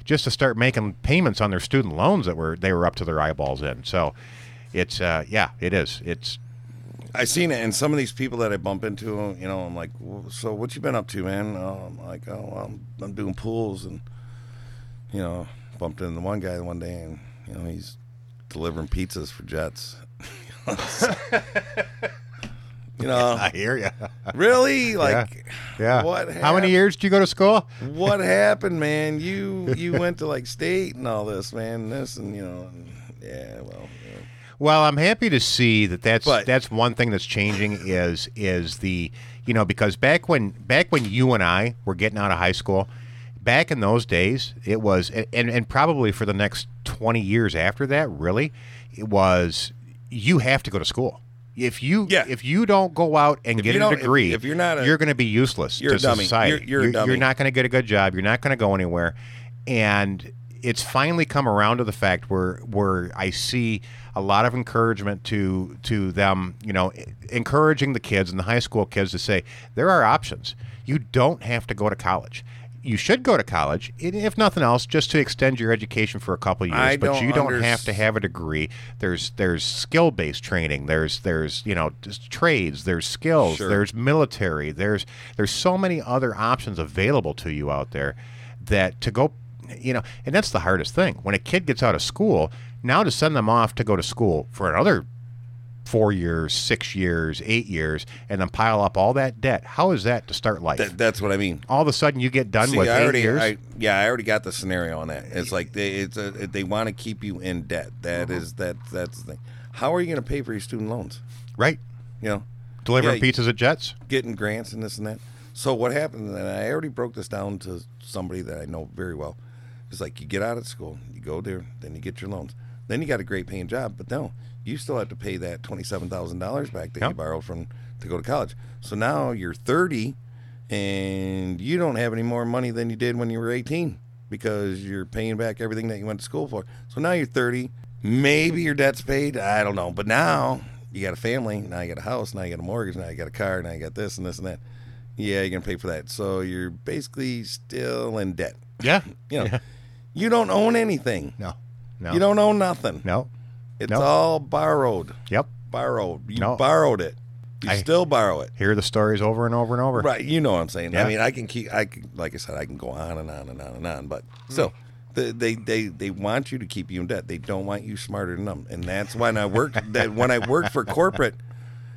Speaker 3: just to start making payments on their student loans that were they were up to their eyeballs in so it's uh yeah it is it's
Speaker 4: I seen it, and some of these people that I bump into, you know, I'm like, well, so what you been up to, man? Oh, I'm like, oh, well, I'm, I'm doing pools, and you know, bumped into one guy one day, and you know, he's delivering pizzas for Jets. you know,
Speaker 3: I hear you
Speaker 4: really, like,
Speaker 3: yeah
Speaker 4: What
Speaker 3: how many
Speaker 4: hap-
Speaker 3: years did you go to school
Speaker 4: what happened, man? You you went to like state and all this, man. This and you know, and, yeah, well, you know.
Speaker 3: Well, I'm happy to see that that's
Speaker 4: But-
Speaker 3: that's one thing that's changing is is the you know because back when back when you and I were getting out of high school, back in those days it was and and probably for the next 20 years after that really it was you have to go to school. If you
Speaker 4: Yeah.
Speaker 3: if you don't go out and
Speaker 4: If
Speaker 3: get a
Speaker 4: you don't- if-
Speaker 3: degree,
Speaker 4: if you're not a-
Speaker 3: you're going to be useless
Speaker 4: You're a
Speaker 3: to
Speaker 4: dummy.
Speaker 3: society.
Speaker 4: You're- you're a dummy.
Speaker 3: not going to get a good job. You're not going to go anywhere. And it's finally come around to the fact where where I see a lot of encouragement to to them. You know, e- encouraging the kids and the high school kids to say there are options. You don't have to go to college. You should go to college, i- if nothing else, just to extend your education for a couple years.
Speaker 4: I
Speaker 3: but
Speaker 4: don't
Speaker 3: you don't
Speaker 4: unders-
Speaker 3: have to have a degree. There's there's skill based training. There's there's you know just trades. There's skills.
Speaker 4: Sure.
Speaker 3: There's military. There's there's so many other options available to you out there that to go, you know, and that's the hardest thing when a kid gets out of school. Now to send them off to go to school for another four years, six years, eight years, and then pile up all that debt. How is that to start life?
Speaker 4: that, that's what I mean.
Speaker 3: all of a sudden, you get done
Speaker 4: See,
Speaker 3: with
Speaker 4: I
Speaker 3: eight
Speaker 4: already,
Speaker 3: years.
Speaker 4: I, yeah, I already got the scenario on that. It's like they, it's a, they want to keep you in debt. That
Speaker 3: Uh-huh.
Speaker 4: is that that's the thing. How are you going to pay for your student loans?
Speaker 3: right,
Speaker 4: You know,
Speaker 3: delivering
Speaker 4: Yeah, you-
Speaker 3: pizzas at Jets.
Speaker 4: getting grants and this and that. So what happened? And I already broke this down to somebody that I know very well. It's like you get out of school, you go there, then you get your loans, then you got a great paying job, but no, you still have to pay that twenty seven thousand dollars back that
Speaker 3: Yeah.
Speaker 4: you borrowed from to go to college. So now you're thirty, and you don't have any more money than you did when you were 18 because you're paying back everything that you went to school for. So now you're 30. Maybe your debt's paid. I don't know. But now you got a family. Now you got a house. Now you got a mortgage. Now you got a car. Now you got this and this and that. Yeah, you're going to pay for that. So you're basically still in debt.
Speaker 3: Yeah.
Speaker 4: You know, you don't own anything.
Speaker 3: No. No.
Speaker 4: You don't own nothing.
Speaker 3: No.
Speaker 4: It's
Speaker 3: no.
Speaker 4: all borrowed.
Speaker 3: Yep.
Speaker 4: Borrowed. You
Speaker 3: No.
Speaker 4: borrowed it. You
Speaker 3: I-
Speaker 4: still borrow it.
Speaker 3: Hear the stories over and over and over.
Speaker 4: Right, you know what I'm saying.
Speaker 3: Yeah.
Speaker 4: I mean, I can keep. I can, like I said, I can go on and on and on and on. But so the, they they they want you to keep you in debt. They don't want you smarter than them, and that's when I worked. that when I worked for corporate,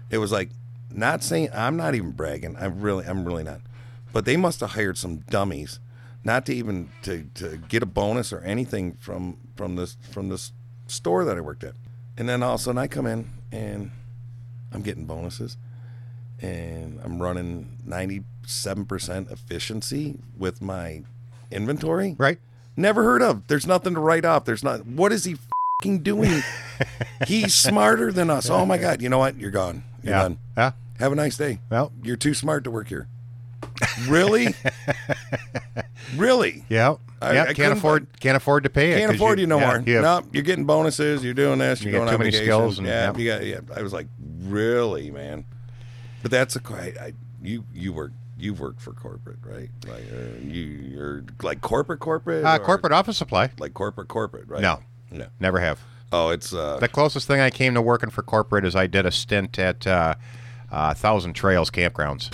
Speaker 4: it was like not saying I'm not even bragging. I really I'm really not. But they must have hired some dummies, not to even to to get a bonus or anything from from this from this store that I worked at. And then all of a sudden I come in and I'm getting bonuses and I'm running 97% efficiency with my inventory.
Speaker 3: Right.
Speaker 4: Never heard of. There's nothing to write off. There's not. What is he fing doing? He's smarter than us. Oh my God. You know what? You're gone. You're
Speaker 3: Yeah.
Speaker 4: done.
Speaker 3: Yeah.
Speaker 4: Have a nice day.
Speaker 3: Well.
Speaker 4: You're too smart to work here. Really? really?
Speaker 3: Yeah.
Speaker 4: I-
Speaker 3: yeah.
Speaker 4: I couldn't
Speaker 3: can't afford. Can't afford to pay it.
Speaker 4: Can't
Speaker 3: 'cause
Speaker 4: afford you, no
Speaker 3: yeah,
Speaker 4: more.
Speaker 3: You have-
Speaker 4: nope, you're getting bonuses. You're doing this.
Speaker 3: You get
Speaker 4: You're going
Speaker 3: too
Speaker 4: on
Speaker 3: many
Speaker 4: vacation.
Speaker 3: skills and-
Speaker 4: yeah,
Speaker 3: yep.
Speaker 4: you got, yeah. I was like, really, man. But that's a quite. I, you you work you've worked for corporate, right? Like uh, you you're like corporate corporate.
Speaker 3: Uh,
Speaker 4: or
Speaker 3: corporate office supply.
Speaker 4: like corporate corporate, right?
Speaker 3: No.
Speaker 4: no.
Speaker 3: Never have.
Speaker 4: Oh, it's uh,
Speaker 3: The closest thing I came to working for corporate is I did a stint at uh, uh, Thousand Trails Campgrounds.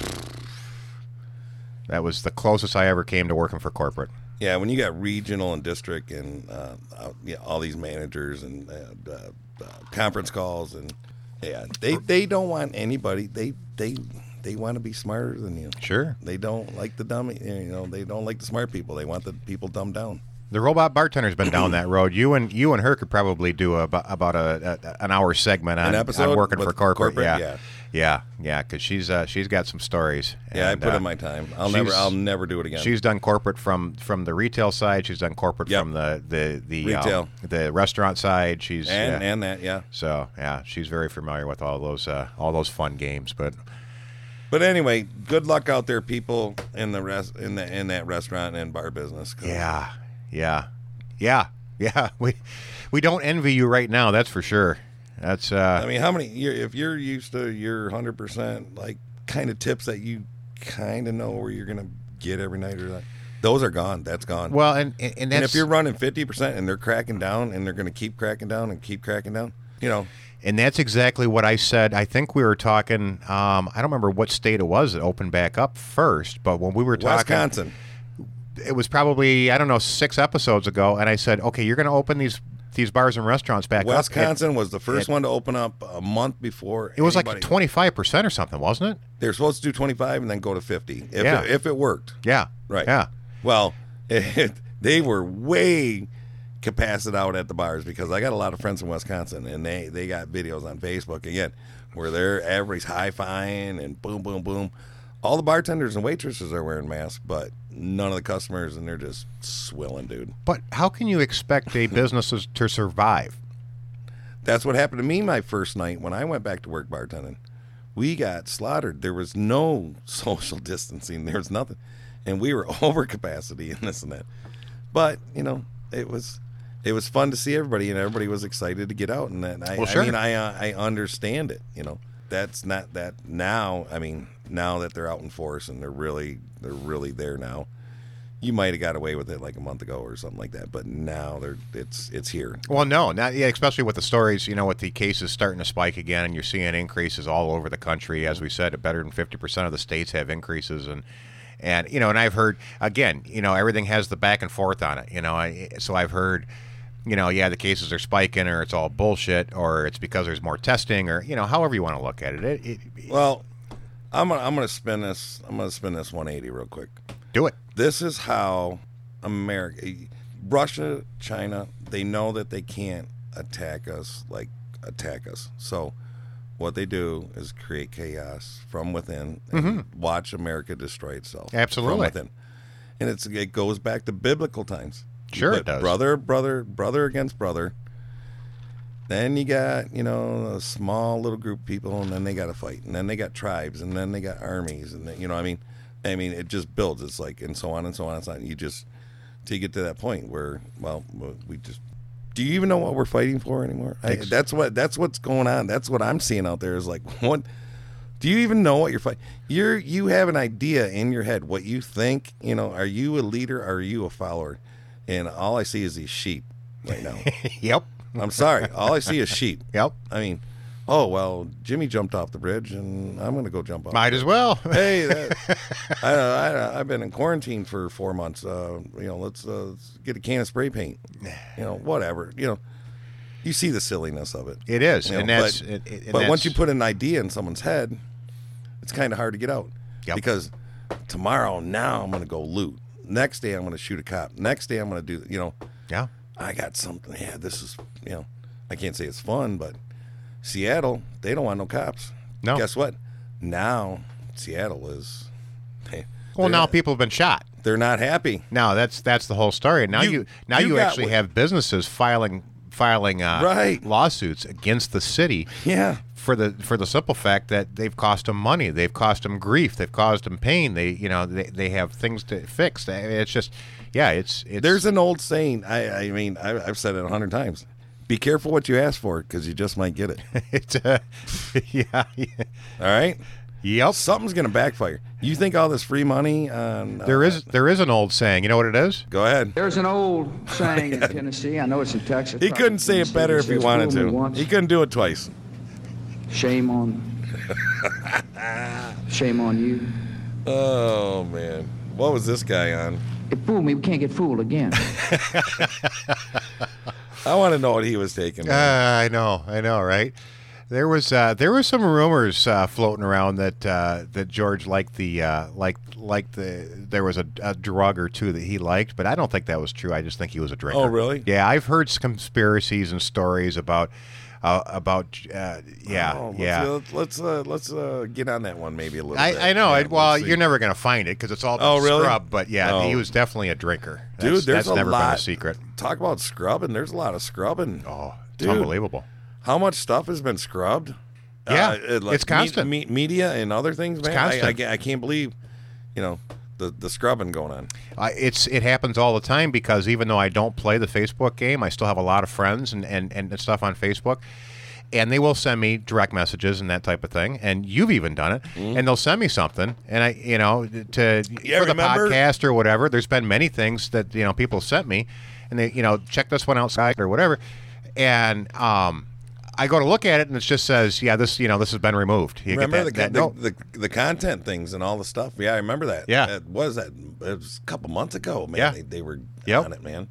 Speaker 3: That was the closest I ever came to working for corporate.
Speaker 4: yeah. When you got regional and district and uh, uh, yeah, all these managers and uh, uh, uh, conference calls and yeah, they they don't want anybody. They they they want to be smarter than you.
Speaker 3: Sure.
Speaker 4: They don't like the dummy. You know, they don't like the smart people. They want the people dumbed down.
Speaker 3: The robot bartender's been down that road. You and you and her could probably do a, about a, a an hour segment on,
Speaker 4: An episode
Speaker 3: on working
Speaker 4: with
Speaker 3: for corporate.
Speaker 4: corporate?
Speaker 3: Yeah,
Speaker 4: Yeah.
Speaker 3: yeah, yeah. Because she's uh, she's got some stories.
Speaker 4: Yeah,
Speaker 3: And,
Speaker 4: I put
Speaker 3: uh,
Speaker 4: in my time. I'll never,
Speaker 3: she's-
Speaker 4: I'll never do it again.
Speaker 3: She's done corporate from from the retail side. She's done corporate
Speaker 4: Yep.
Speaker 3: from the the the um,
Speaker 4: Retail.
Speaker 3: the restaurant side. She's
Speaker 4: and
Speaker 3: yeah.
Speaker 4: and that, yeah.
Speaker 3: so yeah, she's very familiar with all those uh, all those fun games. But
Speaker 4: But anyway, good luck out there, people in the rest in the in that restaurant and bar business. 'cause
Speaker 3: yeah, yeah, yeah, yeah. We we don't envy you right now. That's for sure. That's uh,
Speaker 4: I mean, how many? you if you're used to your hundred percent like kind of tips that you kind of know where you're gonna get every night or that, those are gone. That's gone.
Speaker 3: well, and and, and
Speaker 4: and
Speaker 3: that's
Speaker 4: if you're running fifty percent and they're cracking down and they're gonna keep cracking down and keep cracking down, you know,
Speaker 3: And that's exactly what I said. I think we were talking. Um, I don't remember what state it was that opened back up first, but when we were talking,
Speaker 4: Wisconsin.
Speaker 3: it was probably I don't know six episodes ago, and I said, okay, you're going to open these these bars and restaurants back up. And
Speaker 4: Wisconsin was the first
Speaker 3: it-
Speaker 4: one to open up a month before.
Speaker 3: It was like
Speaker 4: anybody-
Speaker 3: 25 percent or something, wasn't it?
Speaker 4: They were supposed to do 25 and then go to 50 if,
Speaker 3: Yeah.
Speaker 4: it, if it worked.
Speaker 3: Yeah.
Speaker 4: Right.
Speaker 3: Yeah.
Speaker 4: Well, it, they were way capacitated out at the bars because I got a lot of friends in Wisconsin and they, they got videos on Facebook again where they're everybody's high fiving and boom, boom, boom. All the bartenders and waitresses are wearing masks, but none of the customers, and they're just swilling, dude.
Speaker 3: But how can you expect a business to- to survive?
Speaker 4: That's what happened to me my first night when I went back to work bartending. We got slaughtered. There was no social distancing. There was nothing, and we were over capacity and this and that. But you know, it was it was fun to see everybody, and everybody was excited to get out. And that I,
Speaker 3: Well, sure.
Speaker 4: I mean, I uh, I understand it. You know, that's not that now. I mean, now that they're out in force and they're really they're really there now. You might have got away with it like a month ago or something like that, but now they're it's it's here.
Speaker 3: Well, no, not yeah, especially with the stories, you know, with the cases starting to spike again, and you're seeing increases all over the country. As we said, better than fifty percent of the states have increases, and and you know, and I've heard again, you know, everything has the back and forth on it. You know, I so I've heard, you know, yeah, the cases are spiking, or it's all bullshit, or it's because there's more testing, or you know, however you want to look at it. It, it, it-
Speaker 4: Well, I'm gonna I'm gonna spin this I'm gonna spin this 180 real quick.
Speaker 3: do it.
Speaker 4: This is how America, Russia, China, they know that they can't attack us like attack us. So what they do is create chaos from within and watch America destroy itself.
Speaker 3: Absolutely.
Speaker 4: From within. And it's it goes back to biblical times. You
Speaker 3: Sure it
Speaker 4: put
Speaker 3: does.
Speaker 4: Brother, brother, brother against brother. Then you got, you know, a small little group of people, and then they got to fight, and then they got tribes, and then they got armies, and then, you know, I mean, I mean, it just builds. It's like and so on and so on and so on. You just till you get to that point where well, we just. Do you even know what we're fighting for anymore? I,
Speaker 3: Ex-
Speaker 4: that's what that's what's going on. That's what I'm seeing out there is like what. Do you even know what you're fighting? You're you have an idea in your head what you think. You know, are you a leader? Are you a follower? And all I see is these sheep right now.
Speaker 3: Yep.
Speaker 4: I'm sorry. All I see is sheep.
Speaker 3: Yep.
Speaker 4: I mean, oh well, Jimmy jumped off the bridge, and I'm gonna go jump off.
Speaker 3: Might as well.
Speaker 4: hey, that, I, I, I've been in quarantine for four months. Uh, you know, let's, uh, let's get a can of spray paint. You know, whatever. You know, you see the silliness of it.
Speaker 3: It is,
Speaker 4: You know,
Speaker 3: and that's.
Speaker 4: but
Speaker 3: and- and
Speaker 4: but once
Speaker 3: that's-
Speaker 4: you put an idea in someone's head, it's kind of hard to get out.
Speaker 3: Yep.
Speaker 4: Because tomorrow, now I'm gonna go loot. Next day, I'm gonna shoot a cop. Next day, I'm gonna do. You know,
Speaker 3: yeah,
Speaker 4: I got something. Yeah, this is you know, I can't say it's fun, but Seattle they don't want no cops.
Speaker 3: No.
Speaker 4: guess what? Now Seattle is. They,
Speaker 3: well,
Speaker 4: they're
Speaker 3: now
Speaker 4: not-
Speaker 3: people have been shot.
Speaker 4: they're not happy.
Speaker 3: Now that's that's the whole story. Now you,
Speaker 4: You-
Speaker 3: now
Speaker 4: you
Speaker 3: you,
Speaker 4: got
Speaker 3: actually
Speaker 4: what-
Speaker 3: have businesses filing filing uh,
Speaker 4: Right.
Speaker 3: lawsuits against the city
Speaker 4: Yeah,
Speaker 3: for the for the simple fact that they've cost them money, they've cost them grief, they've caused them pain. They you know they, they have things to fix. I mean, It's just yeah, it's it's
Speaker 4: there's an old saying. I I mean I, I've said it a hundred times. Be careful what you ask for because you just might get it.
Speaker 3: it's uh, yeah, yeah
Speaker 4: All right,
Speaker 3: yep.
Speaker 4: something's gonna backfire. You think all this free money on uh,
Speaker 3: There is there is an old saying. You know what it is?
Speaker 4: Go ahead.
Speaker 8: There's an old saying in Tennessee. I know it's in Texas.
Speaker 4: Oh, He
Speaker 8: probably
Speaker 4: couldn't say it
Speaker 8: Tennessee,
Speaker 4: better
Speaker 8: that
Speaker 4: if he
Speaker 8: says,
Speaker 4: wanted
Speaker 8: "Fool me
Speaker 4: to.
Speaker 8: once,
Speaker 4: He couldn't do it twice.
Speaker 8: shame on. shame on you.
Speaker 4: Oh man, what was this guy on?
Speaker 8: It fooled me. We can't get fooled again.
Speaker 4: I want to know what he was taking.
Speaker 3: Uh, I know, I know, right? There was uh, there was some rumors uh, floating around that uh, that George liked the uh, like like the there was a, a drug or two that he liked, but I don't think that was true. I just think he was a drinker.
Speaker 4: Oh, really?
Speaker 3: Yeah, I've heard s- conspiracies and stories about uh, about uh, yeah
Speaker 4: Oh, let's,
Speaker 3: yeah.
Speaker 4: uh, let's uh, let's uh, get on that one maybe a little. bit.
Speaker 3: I, I know.
Speaker 4: Yeah,
Speaker 3: I, well,
Speaker 4: let's see.
Speaker 3: you're never going to find it because it's all been
Speaker 4: Oh, really?
Speaker 3: scrubbed, But yeah,
Speaker 4: Oh.
Speaker 3: he was definitely a drinker.
Speaker 4: dude.
Speaker 3: That's,
Speaker 4: there's
Speaker 3: that's
Speaker 4: a
Speaker 3: never
Speaker 4: lot.
Speaker 3: been a secret.
Speaker 4: Talk about scrubbing. There's a lot of scrubbing.
Speaker 3: Oh, it's
Speaker 4: Dude.
Speaker 3: unbelievable.
Speaker 4: How much stuff has been scrubbed? Uh,
Speaker 3: Yeah,
Speaker 4: it-
Speaker 3: it's constant.
Speaker 4: Me, me- media and other things, man. I-
Speaker 3: constant.
Speaker 4: I, ca- I can't believe, you know, the the scrubbing going on.
Speaker 3: I, it's it happens all the time because even though I don't play the Facebook game, I still have a lot of friends and, and, and stuff on Facebook, and they will send me direct messages and that type of thing. And you've even done it, and they'll send me something, and I you know to
Speaker 4: Mm-hmm. Yeah,
Speaker 3: for the
Speaker 4: remember-
Speaker 3: podcast or whatever. There's been many things that you know people sent me, and they you know check this one outside or whatever, and um. I go to look at it and it just says, "Yeah, this you know this has been removed." You get
Speaker 4: remember
Speaker 3: that-
Speaker 4: the,
Speaker 3: that
Speaker 4: the,
Speaker 3: note.
Speaker 4: the the content things and all the stuff. Yeah, I remember that.
Speaker 3: Yeah.
Speaker 4: that, what is that? It was a couple months ago, man.
Speaker 3: Yeah.
Speaker 4: they, they were
Speaker 3: Yep.
Speaker 4: on it, man.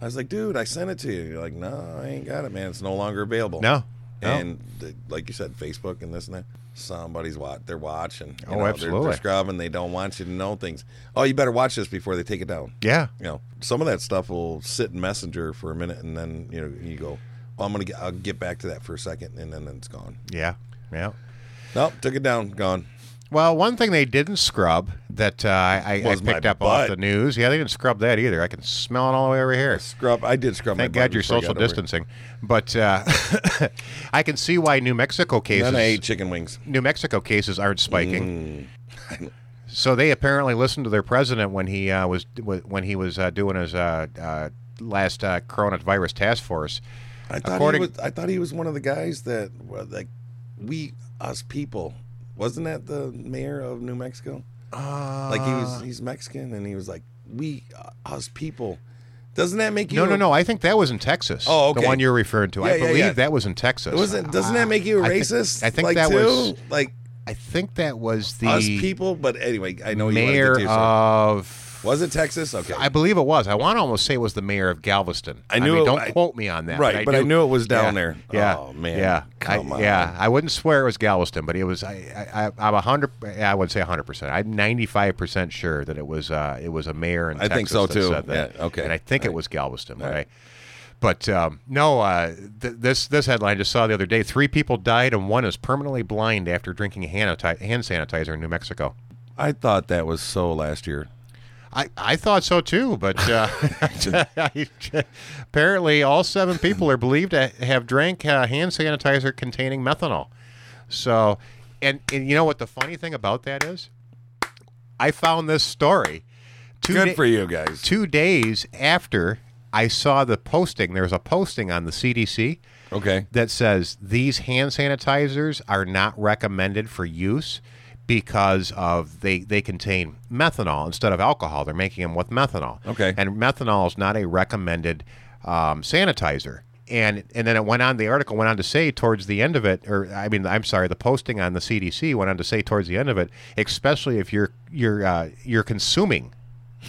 Speaker 4: I was like, dude, I sent it to you. You're like, no, I ain't got it, man. It's no longer available.
Speaker 3: No, no.
Speaker 4: and the, like you said, Facebook and this and that. Somebody's watch. They're watching. You
Speaker 3: Oh,
Speaker 4: know, they're-
Speaker 3: absolutely.
Speaker 4: They're scrubbing. They don't want you to know things. Oh, you better watch this before they take it down
Speaker 3: yeah,
Speaker 4: you know, some of that stuff will sit in Messenger for a minute, and then you know you go, "Well, I'm gonna get, I'll get back to that for a second, and then it's gone.
Speaker 3: yeah, yeah.
Speaker 4: Nope, took it down, gone.
Speaker 3: Well, one thing they didn't scrub that uh, I, I
Speaker 4: Was my
Speaker 3: picked up off
Speaker 4: butt.
Speaker 3: the news. Yeah, they didn't scrub that either. I can smell it all the way over here.
Speaker 4: Scrub. I did scrub.
Speaker 3: Thank
Speaker 4: my
Speaker 3: God
Speaker 4: butt
Speaker 3: you're
Speaker 4: before I
Speaker 3: social
Speaker 4: got over it.
Speaker 3: distancing, but uh, I can see why New Mexico
Speaker 4: And
Speaker 3: cases
Speaker 4: Then I ate chicken wings.
Speaker 3: New Mexico cases aren't spiking.
Speaker 4: Mm.
Speaker 3: so they apparently listened to their president when he uh, was when he was uh, doing his uh, uh, last uh, coronavirus task force.
Speaker 4: I thought
Speaker 3: According-
Speaker 4: he was. I thought he was one of the guys that were like we us people. Wasn't that the mayor of New Mexico? like he
Speaker 3: Uh.
Speaker 4: was. He's Mexican, and he was like we uh, us people. Doesn't that make you?
Speaker 3: No, no, no. I think that was in Texas.
Speaker 4: Oh, okay.
Speaker 3: The one you're referring to.
Speaker 4: Yeah,
Speaker 3: I
Speaker 4: yeah,
Speaker 3: believe
Speaker 4: yeah.
Speaker 3: that was in Texas.
Speaker 4: Wasn't doesn't that make you a
Speaker 3: I think-
Speaker 4: racist?
Speaker 3: I think
Speaker 4: like,
Speaker 3: that
Speaker 4: too?
Speaker 3: was-
Speaker 4: like
Speaker 3: I think that was the
Speaker 4: us people. But anyway, I know you
Speaker 3: mayor
Speaker 4: wanted to. So.
Speaker 3: of
Speaker 4: was it Texas? Okay,
Speaker 3: I believe it was. I want to almost say it was the mayor of Galveston.
Speaker 4: I knew
Speaker 3: mean,
Speaker 4: it-
Speaker 3: don't
Speaker 4: I-
Speaker 3: quote me on that.
Speaker 4: right, but I knew it was down
Speaker 3: yeah,
Speaker 4: there.
Speaker 3: Yeah.
Speaker 4: Oh, man.
Speaker 3: Yeah.
Speaker 4: Come
Speaker 3: I,
Speaker 4: on.
Speaker 3: Yeah. I wouldn't swear it was Galveston, but it was. I. I. I- I'm a hundred. I wouldn't say a hundred percent. I'm ninety five percent sure that it was. Uh, it was a mayor in
Speaker 4: I
Speaker 3: Texas
Speaker 4: think so,
Speaker 3: that
Speaker 4: too.
Speaker 3: said that.
Speaker 4: Yeah, okay.
Speaker 3: And I think it was Galveston. Right. But um, no, uh, th- this this headline I just saw the other day: three people died and one is permanently blind after drinking hand sanitizer, hand sanitizer in New Mexico.
Speaker 4: I thought that was so last year.
Speaker 3: I, I thought so too, but uh, apparently all seven people are believed to have drank uh, hand sanitizer containing methanol. So, and, and you know what the funny thing about that is? I found this story. Two
Speaker 4: Good
Speaker 3: da-
Speaker 4: for you guys.
Speaker 3: Two days after I saw the posting, there's a posting on the CDC
Speaker 4: Okay.
Speaker 3: that says these hand sanitizers are not recommended for use because of they they contain methanol instead of alcohol. They're making them with methanol.
Speaker 4: Okay.
Speaker 3: And methanol is not a recommended um, sanitizer. And and then it went on. The article went on to say towards the end of it, or I mean, I'm sorry, the posting on the CDC went on to say towards the end of it, especially if you're you're uh, you're consuming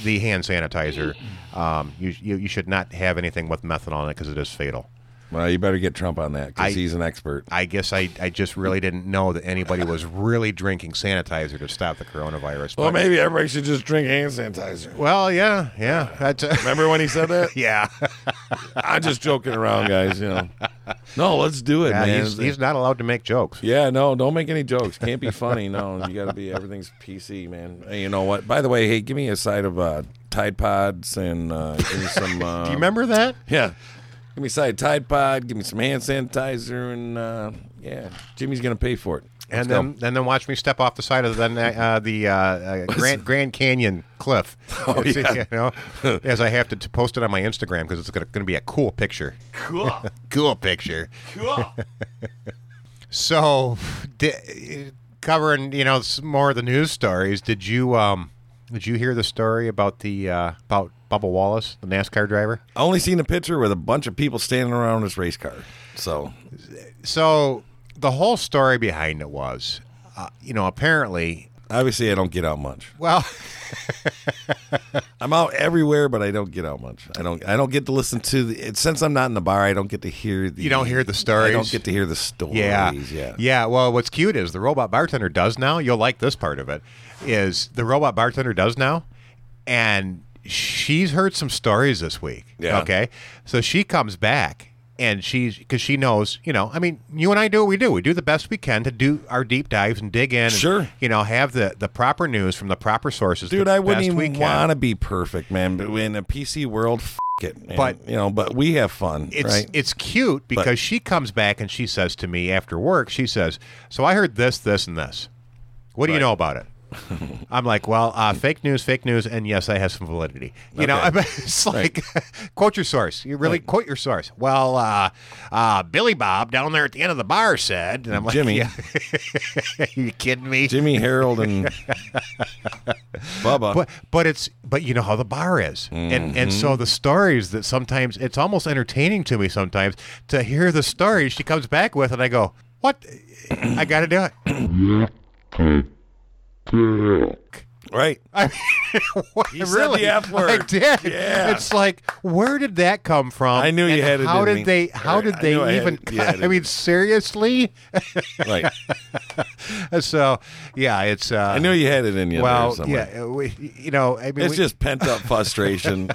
Speaker 3: the hand sanitizer, um, you, you you should not have anything with methanol in it because it is fatal.
Speaker 4: Well, you better get Trump on that
Speaker 3: I-
Speaker 4: because he's an expert.
Speaker 3: I guess I, I just really didn't know that anybody was really drinking sanitizer to stop the coronavirus.
Speaker 4: Well,
Speaker 3: but-
Speaker 4: maybe everybody should just drink hand sanitizer.
Speaker 3: Well, yeah, yeah. That's
Speaker 4: Remember when he said that?
Speaker 3: yeah.
Speaker 4: I'm just joking around, guys. You know. No, let's do it,
Speaker 3: Yeah,
Speaker 4: man.
Speaker 3: he's, he's not allowed to make jokes.
Speaker 4: Yeah, no, don't make any jokes. Can't be funny. No, you got to be everything's PC, man. Hey, you know what? By the way, hey, give me a side of uh, Tide Pods and uh, give me some. Uh,
Speaker 3: Do you remember that?
Speaker 4: Yeah. Give me a side of Tide Pod. Give me some hand sanitizer, and uh, yeah, Jimmy's gonna pay for it.
Speaker 3: and
Speaker 4: Let's go.
Speaker 3: then and then watch me step off the side of the uh, the uh, uh, Grand Grand Canyon cliff.
Speaker 4: Oh, yeah.
Speaker 3: you know, as I have to, to post it on my Instagram because it's going to be a cool picture.
Speaker 9: Cool.
Speaker 3: Cool picture.
Speaker 9: Cool.
Speaker 3: So, di- covering you know s- more of the news stories. Did you um did you hear the story about the uh, about Bubba Wallace, the NASCAR driver?
Speaker 4: I only seen a picture with a bunch of people standing around this race car. So
Speaker 3: So the whole story behind it was, uh, you know, apparently,
Speaker 4: obviously, I don't get out much.
Speaker 3: well,
Speaker 4: I'm out everywhere, but I don't get out much. I don't. I don't get to listen to the. It, since I'm not in the bar, I don't get to hear the.
Speaker 3: You don't hear the
Speaker 4: I
Speaker 3: stories?
Speaker 4: don't get to hear the stories.
Speaker 3: yeah,
Speaker 4: yeah.
Speaker 3: yeah. Well, what's cute is the robot bartender does now. You'll like this part of it. Is the robot bartender does now, and she's heard some stories this week.
Speaker 4: Yeah.
Speaker 3: Okay. So she comes back and she's because she knows, you know, I mean, you and I do what we do. We do the best we can to do our deep dives and dig in. and,
Speaker 4: Sure.
Speaker 3: you know, have the the proper news from the proper sources.
Speaker 4: Dude,
Speaker 3: the
Speaker 4: I wouldn't
Speaker 3: best we
Speaker 4: even
Speaker 3: can.
Speaker 4: want to be perfect, man. But in a PC world, f- it. man.
Speaker 3: But-
Speaker 4: you know, but we have fun,
Speaker 3: it's
Speaker 4: right?
Speaker 3: it's cute because she comes back and she says to me after work, she says, "So I heard this, this, and this. What do you know about it?" I'm like, "Well, uh, fake news, fake news, and yes, I have some validity." You know, I
Speaker 4: Okay.
Speaker 3: mean, it's like quote your source. You really quote your source. Well, uh, uh, Billy Bob down there at the end of the bar said, and I'm like,
Speaker 4: Jimmy.
Speaker 3: "Yeah." you kidding me?"
Speaker 4: Jimmy Harold and Bubba.
Speaker 3: But but it's but you know how the bar is, and and
Speaker 4: Mm-hmm.
Speaker 3: so the stories that sometimes it's almost entertaining to me sometimes to hear the stories she comes back with, and I go, what? I got to do it.
Speaker 4: right?
Speaker 3: really?
Speaker 4: said the F word.
Speaker 3: I did.
Speaker 4: Yeah.
Speaker 3: It's like where did that come from?
Speaker 4: I knew you
Speaker 3: And
Speaker 4: had it
Speaker 3: How
Speaker 4: in
Speaker 3: did
Speaker 4: me.
Speaker 3: they? How
Speaker 4: I-
Speaker 3: did
Speaker 4: I
Speaker 3: they
Speaker 4: knew I had
Speaker 3: even?
Speaker 4: it. You had it
Speaker 3: I
Speaker 4: in
Speaker 3: mean,
Speaker 4: me.
Speaker 3: seriously.
Speaker 4: right.
Speaker 3: so yeah, it's. Uh,
Speaker 4: I knew you had it in you.
Speaker 3: Well,
Speaker 4: there somewhere.
Speaker 3: yeah, we, you know, I mean,
Speaker 4: It's
Speaker 3: we-
Speaker 4: just pent up frustration.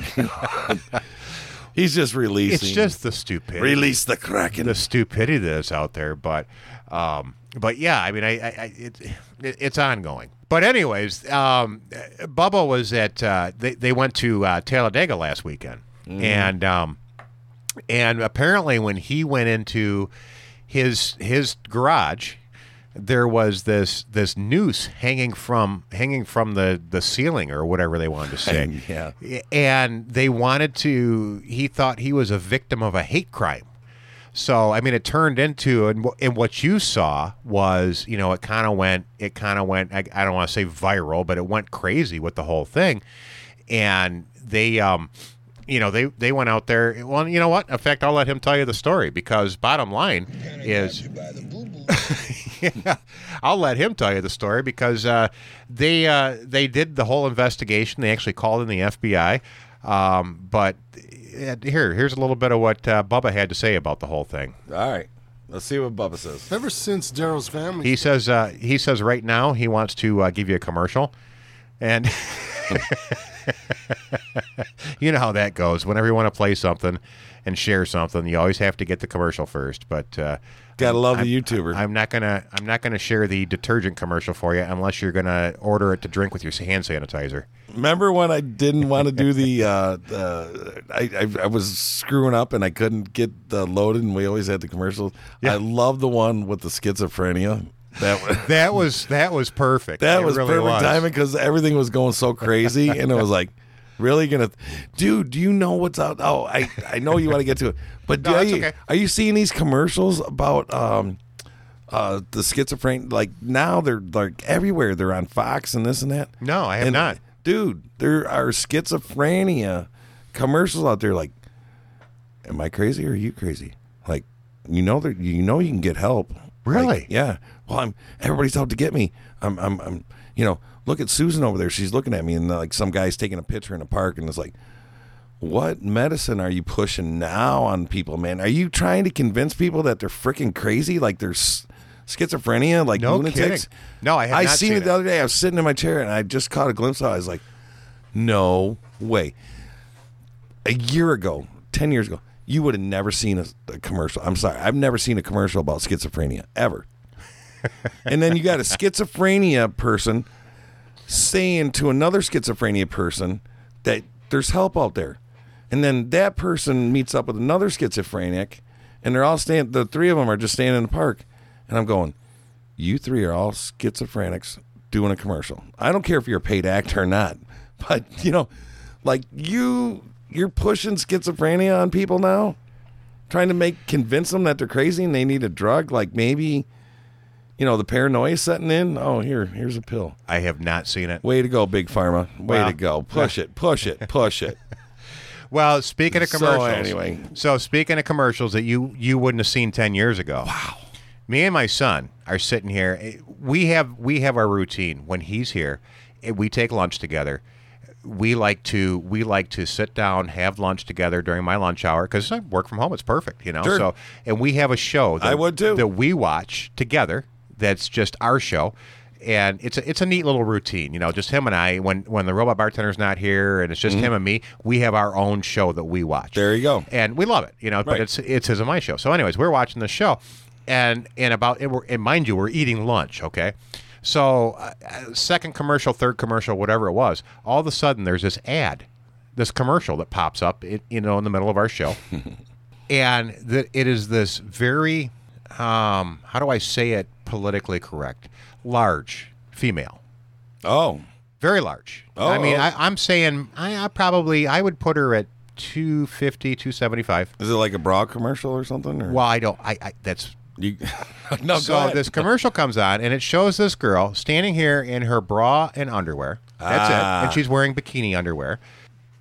Speaker 4: He's just releasing.
Speaker 3: it's just the stupidity.
Speaker 4: release the kraken.
Speaker 3: the stupidity that's out there. But, um, but yeah, I mean, I, I, I it, it, it's ongoing. But anyways, um, Bubba was at uh, they they went to uh, Talladega last weekend, and um, and apparently when he went into his his garage. There was this this noose hanging from hanging from the, the ceiling or whatever they wanted to say,
Speaker 4: Yeah.
Speaker 3: and they wanted to. He thought he was a victim of a hate crime, so I mean, it turned into and wh- and what you saw was you know it kind of went it kind of went I, I don't want to say viral, but it went crazy with the whole thing, and they um you know they they went out there. Well, you know what? In fact, I'll let him tell you the story because bottom line is yeah, I'll let him tell you the story because uh, they uh, they did the whole investigation. They actually called in the FBI. Um, but uh, here, here's a little bit of what uh, Bubba had to say about the whole thing.
Speaker 4: All right. Let's see what Bubba says.
Speaker 10: Ever since Daryl's family,
Speaker 3: He says uh, he says right now he wants to uh, give you a commercial, and you know how that goes. Whenever you want to play something and share something, you always have to get the commercial first. But uh,
Speaker 4: Gotta love
Speaker 3: I'm-
Speaker 4: the YouTuber.
Speaker 3: I'm not gonna I'm not gonna share the detergent commercial for you unless you're gonna order it to drink with your hand sanitizer.
Speaker 4: Remember when I didn't want to do the, uh, the I, I, I was screwing up and I couldn't get the loaded and we always had the commercials. I love the one with the schizophrenia. That was
Speaker 3: That was that was perfect.
Speaker 4: that
Speaker 3: It
Speaker 4: was
Speaker 3: really
Speaker 4: perfect
Speaker 3: was.
Speaker 4: timing because everything was going so crazy, and it was like, really gonna, dude. Do you know what's out? Oh, I I know you want to get to it, but
Speaker 3: No,
Speaker 4: do- are
Speaker 3: that's
Speaker 4: you
Speaker 3: okay.
Speaker 4: are you seeing these commercials about um, uh, the schizophrenia? Like now they're like everywhere. They're on Fox and this and that.
Speaker 3: No, I have
Speaker 4: And,
Speaker 3: not.
Speaker 4: dude. There are schizophrenia commercials out there. Like, am I crazy or are you crazy? Like, you know that you know you can get help.
Speaker 3: Really?
Speaker 4: Like, yeah. Well, I'm everybody's out to get me. I'm I'm I'm you know, look at Susan over there. She's looking at me and like some guy's taking a picture in a park and it's like what medicine are you pushing now on people, man? Are you trying to convince people that they're freaking crazy like they're s- schizophrenia like
Speaker 3: No
Speaker 4: lunatics?
Speaker 3: kidding. No, I have
Speaker 4: I
Speaker 3: not
Speaker 4: seen,
Speaker 3: seen
Speaker 4: it the
Speaker 3: it.
Speaker 4: other day. I was sitting in my chair and I just caught a glimpse of it. I was like, "No way." a year ago, 10 years ago, you would have never seen a, a commercial. I'm sorry. I've never seen a commercial about schizophrenia ever. and then you got a schizophrenia person saying to another schizophrenia person that there's help out there. And then that person meets up with another schizophrenic and they're all standing, the three of them are just standing in the park. And I'm going, you three are all schizophrenics doing a commercial. I don't care if you're a paid actor or not, but you know, like you, you're pushing schizophrenia on people now, trying to make convince them that they're crazy and they need a drug. Like maybe, you know, the paranoia setting in. Oh, here, here's a pill.
Speaker 3: I have not seen it.
Speaker 4: Way to go, big pharma. Way
Speaker 3: Wow.
Speaker 4: to go. Push it, push it, push it.
Speaker 3: Well, speaking of
Speaker 4: So,
Speaker 3: commercials,
Speaker 4: anyway.
Speaker 3: So speaking of commercials that you you wouldn't have seen ten years ago. Wow. Me and my son are sitting here. eh, We have we have our routine when he's here. eh, We take lunch together. We like to we like to sit down, have lunch together during my lunch hour because I work from home. It's perfect, you know.
Speaker 4: Sure.
Speaker 3: So and we have a show. That,
Speaker 4: I would too.
Speaker 3: That we watch together. That's just our show, and it's a, it's a neat little routine. You know, just him and I. When when the robot bartender's not here, and it's just him and me, we have our own show that we watch.
Speaker 4: Mm-hmm. There you go.
Speaker 3: And we love it. You know, but
Speaker 4: Right.
Speaker 3: it's it's his and my show. So, anyways, we're watching the show, and and about and, we're, and mind you, we're eating lunch. Okay. So, uh, uh, second commercial, third commercial, whatever it was, all of a sudden there's this ad, this commercial that pops up, it, you know, in the middle of our show and that it is this very um, how do I say it politically correct? Large female,
Speaker 4: Oh,
Speaker 3: very large.
Speaker 4: Oh,
Speaker 3: I mean,
Speaker 4: oh.
Speaker 3: I, I'm saying I, I probably I would put her at 250, 275.
Speaker 4: is it like a bra commercial or something? Or?
Speaker 3: Well, I don't. I, I that's
Speaker 4: you, no, go
Speaker 3: so
Speaker 4: ahead.
Speaker 3: this commercial comes on and it shows this girl standing here in her bra and underwear. That's
Speaker 4: Ah.
Speaker 3: it. And she's wearing bikini underwear.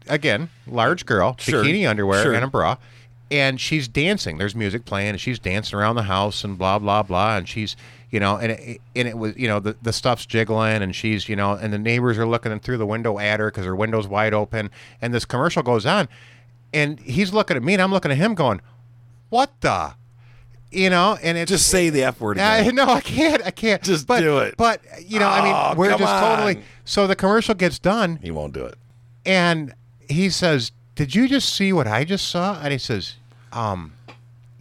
Speaker 3: Again, large girl,
Speaker 4: Sure.
Speaker 3: bikini underwear
Speaker 4: Sure.
Speaker 3: and a bra. And she's dancing. There's music playing and she's dancing around the house and blah blah blah and she's you know, and it, and it was, you know, the, the stuff's jiggling, and she's, you know, and the neighbors are looking through the window at her because her window's wide open. And this commercial goes on, and he's looking at me, and I'm looking at him, going, "What the?" You know, and it's
Speaker 4: just say the F word
Speaker 3: I,
Speaker 4: again.
Speaker 3: no, I can't. I can't.
Speaker 4: Just
Speaker 3: but,
Speaker 4: do it.
Speaker 3: But you know, I
Speaker 4: Oh,
Speaker 3: mean, we're
Speaker 4: come
Speaker 3: just
Speaker 4: on.
Speaker 3: totally. So the commercial gets done,
Speaker 4: he won't do it.
Speaker 3: and he says, "Did you just see what I just saw?" And he says, "Um,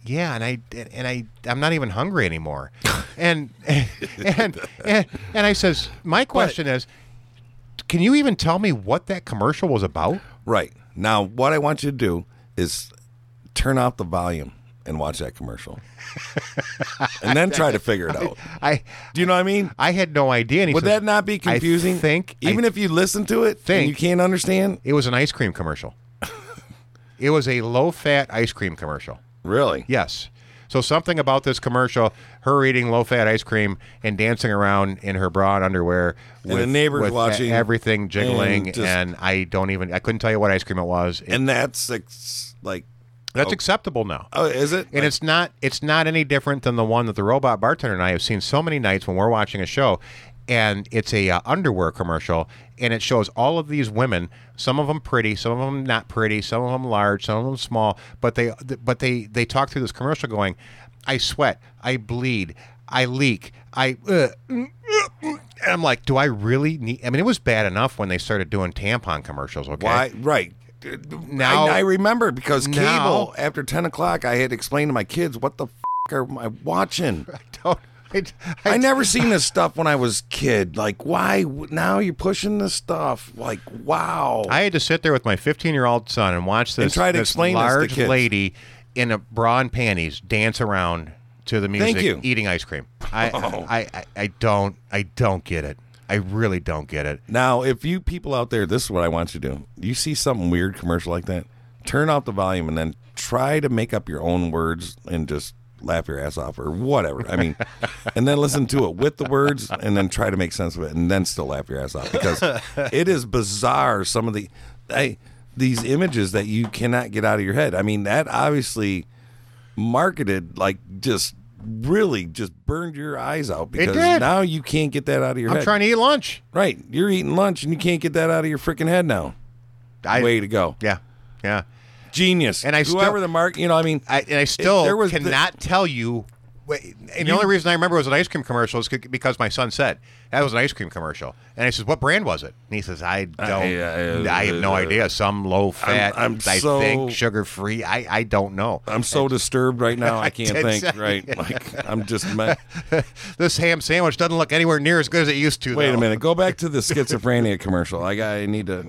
Speaker 3: yeah." And I and I I'm not even hungry anymore. and, and and and I says, "My question is, can you even tell me what that commercial was about?"
Speaker 4: Right. Now, what I want you to do is turn off the volume and watch that commercial. and then try to figure it out.
Speaker 3: I
Speaker 4: Do you know what I mean?
Speaker 3: I had no idea. And he
Speaker 4: Would
Speaker 3: says,
Speaker 4: that not be confusing?
Speaker 3: I think I
Speaker 4: even if you listen to it and
Speaker 3: think-
Speaker 4: you can't understand?
Speaker 3: It was an ice cream commercial. it was a low fat ice cream commercial.
Speaker 4: Really?
Speaker 3: Yes. So something about this commercial, her eating low fat ice cream and dancing around in her bra and underwear
Speaker 4: the neighbors
Speaker 3: with e-
Speaker 4: watching
Speaker 3: everything jiggling
Speaker 4: and
Speaker 3: and,
Speaker 4: just-
Speaker 3: I don't even I couldn't tell you what ice cream it was. It-
Speaker 4: And that's ex- like
Speaker 3: that's acceptable now.
Speaker 4: Oh, is it?
Speaker 3: And it's not it's not any different than the one that the robot bartender and I have seen so many nights when we're watching a show, and it's a uh, underwear commercial, and it shows all of these women, some of them pretty, some of them not pretty, some of them large, some of them small, but they but they they talk through this commercial going, I sweat, I bleed, I leak, I. Uh, mm, uh, mm." and I'm like, do I really need? I mean, it was bad enough when they started doing tampon commercials. Okay,
Speaker 4: why right.
Speaker 3: Now-
Speaker 4: I, I remember because cable
Speaker 3: Now-
Speaker 4: after ten o'clock I had to explain to my kids what the f- are I watching?
Speaker 3: Don't- I, I-
Speaker 4: I never seen this stuff when I was kid. Like, why w- now you're pushing this stuff? Like, wow.
Speaker 3: I had to sit there with my 15 year old son and watch this,
Speaker 4: And try to
Speaker 3: this
Speaker 4: explain this to
Speaker 3: large
Speaker 4: kids.
Speaker 3: lady in a bra and panties dance around to the music
Speaker 4: you.
Speaker 3: eating ice cream. I,
Speaker 4: Oh.
Speaker 3: I, I I don't I don't get it. I really don't get it.
Speaker 4: Now, if you people out there, this is what I want you to do. You see something weird commercial like that, turn off the volume and then try to make up your own words and just laugh your ass off or whatever. I mean, and then listen to it with the words and then try to make sense of it and then still laugh your ass off because it is bizarre some of the I, these images that you cannot get out of your head. I mean, that obviously marketed like just really just burned your eyes out because
Speaker 3: did.
Speaker 4: now you can't get that out of your
Speaker 3: I'm
Speaker 4: head.
Speaker 3: trying to eat lunch.
Speaker 4: Right. You're eating lunch and you can't get that out of your freaking head now.
Speaker 3: I,
Speaker 4: Way to go.
Speaker 3: Yeah, yeah.
Speaker 4: Genius.
Speaker 3: And I
Speaker 4: Whoever
Speaker 3: still-
Speaker 4: the mark, you know, I mean,
Speaker 3: I, and I still
Speaker 4: there was the-
Speaker 3: cannot tell you. wait, And the only reason I remember was an ice cream commercial is c- because my son said that was an ice cream commercial, and I says, "What brand was it?" And he says, "I don't, I,
Speaker 4: I- I-
Speaker 3: have no idea. Some low fat,
Speaker 4: I'm
Speaker 3: I
Speaker 4: so-
Speaker 3: think sugar free. I, I don't know.
Speaker 4: I'm so disturbed right now. I can't
Speaker 3: did
Speaker 4: think.
Speaker 3: say-
Speaker 4: Right. Like, I'm just. Me-
Speaker 3: this ham sandwich doesn't look anywhere near as good as it used to."
Speaker 4: Uh, Wait
Speaker 3: though.
Speaker 4: a minute. Go back to the schizophrenia commercial. Like, I need to.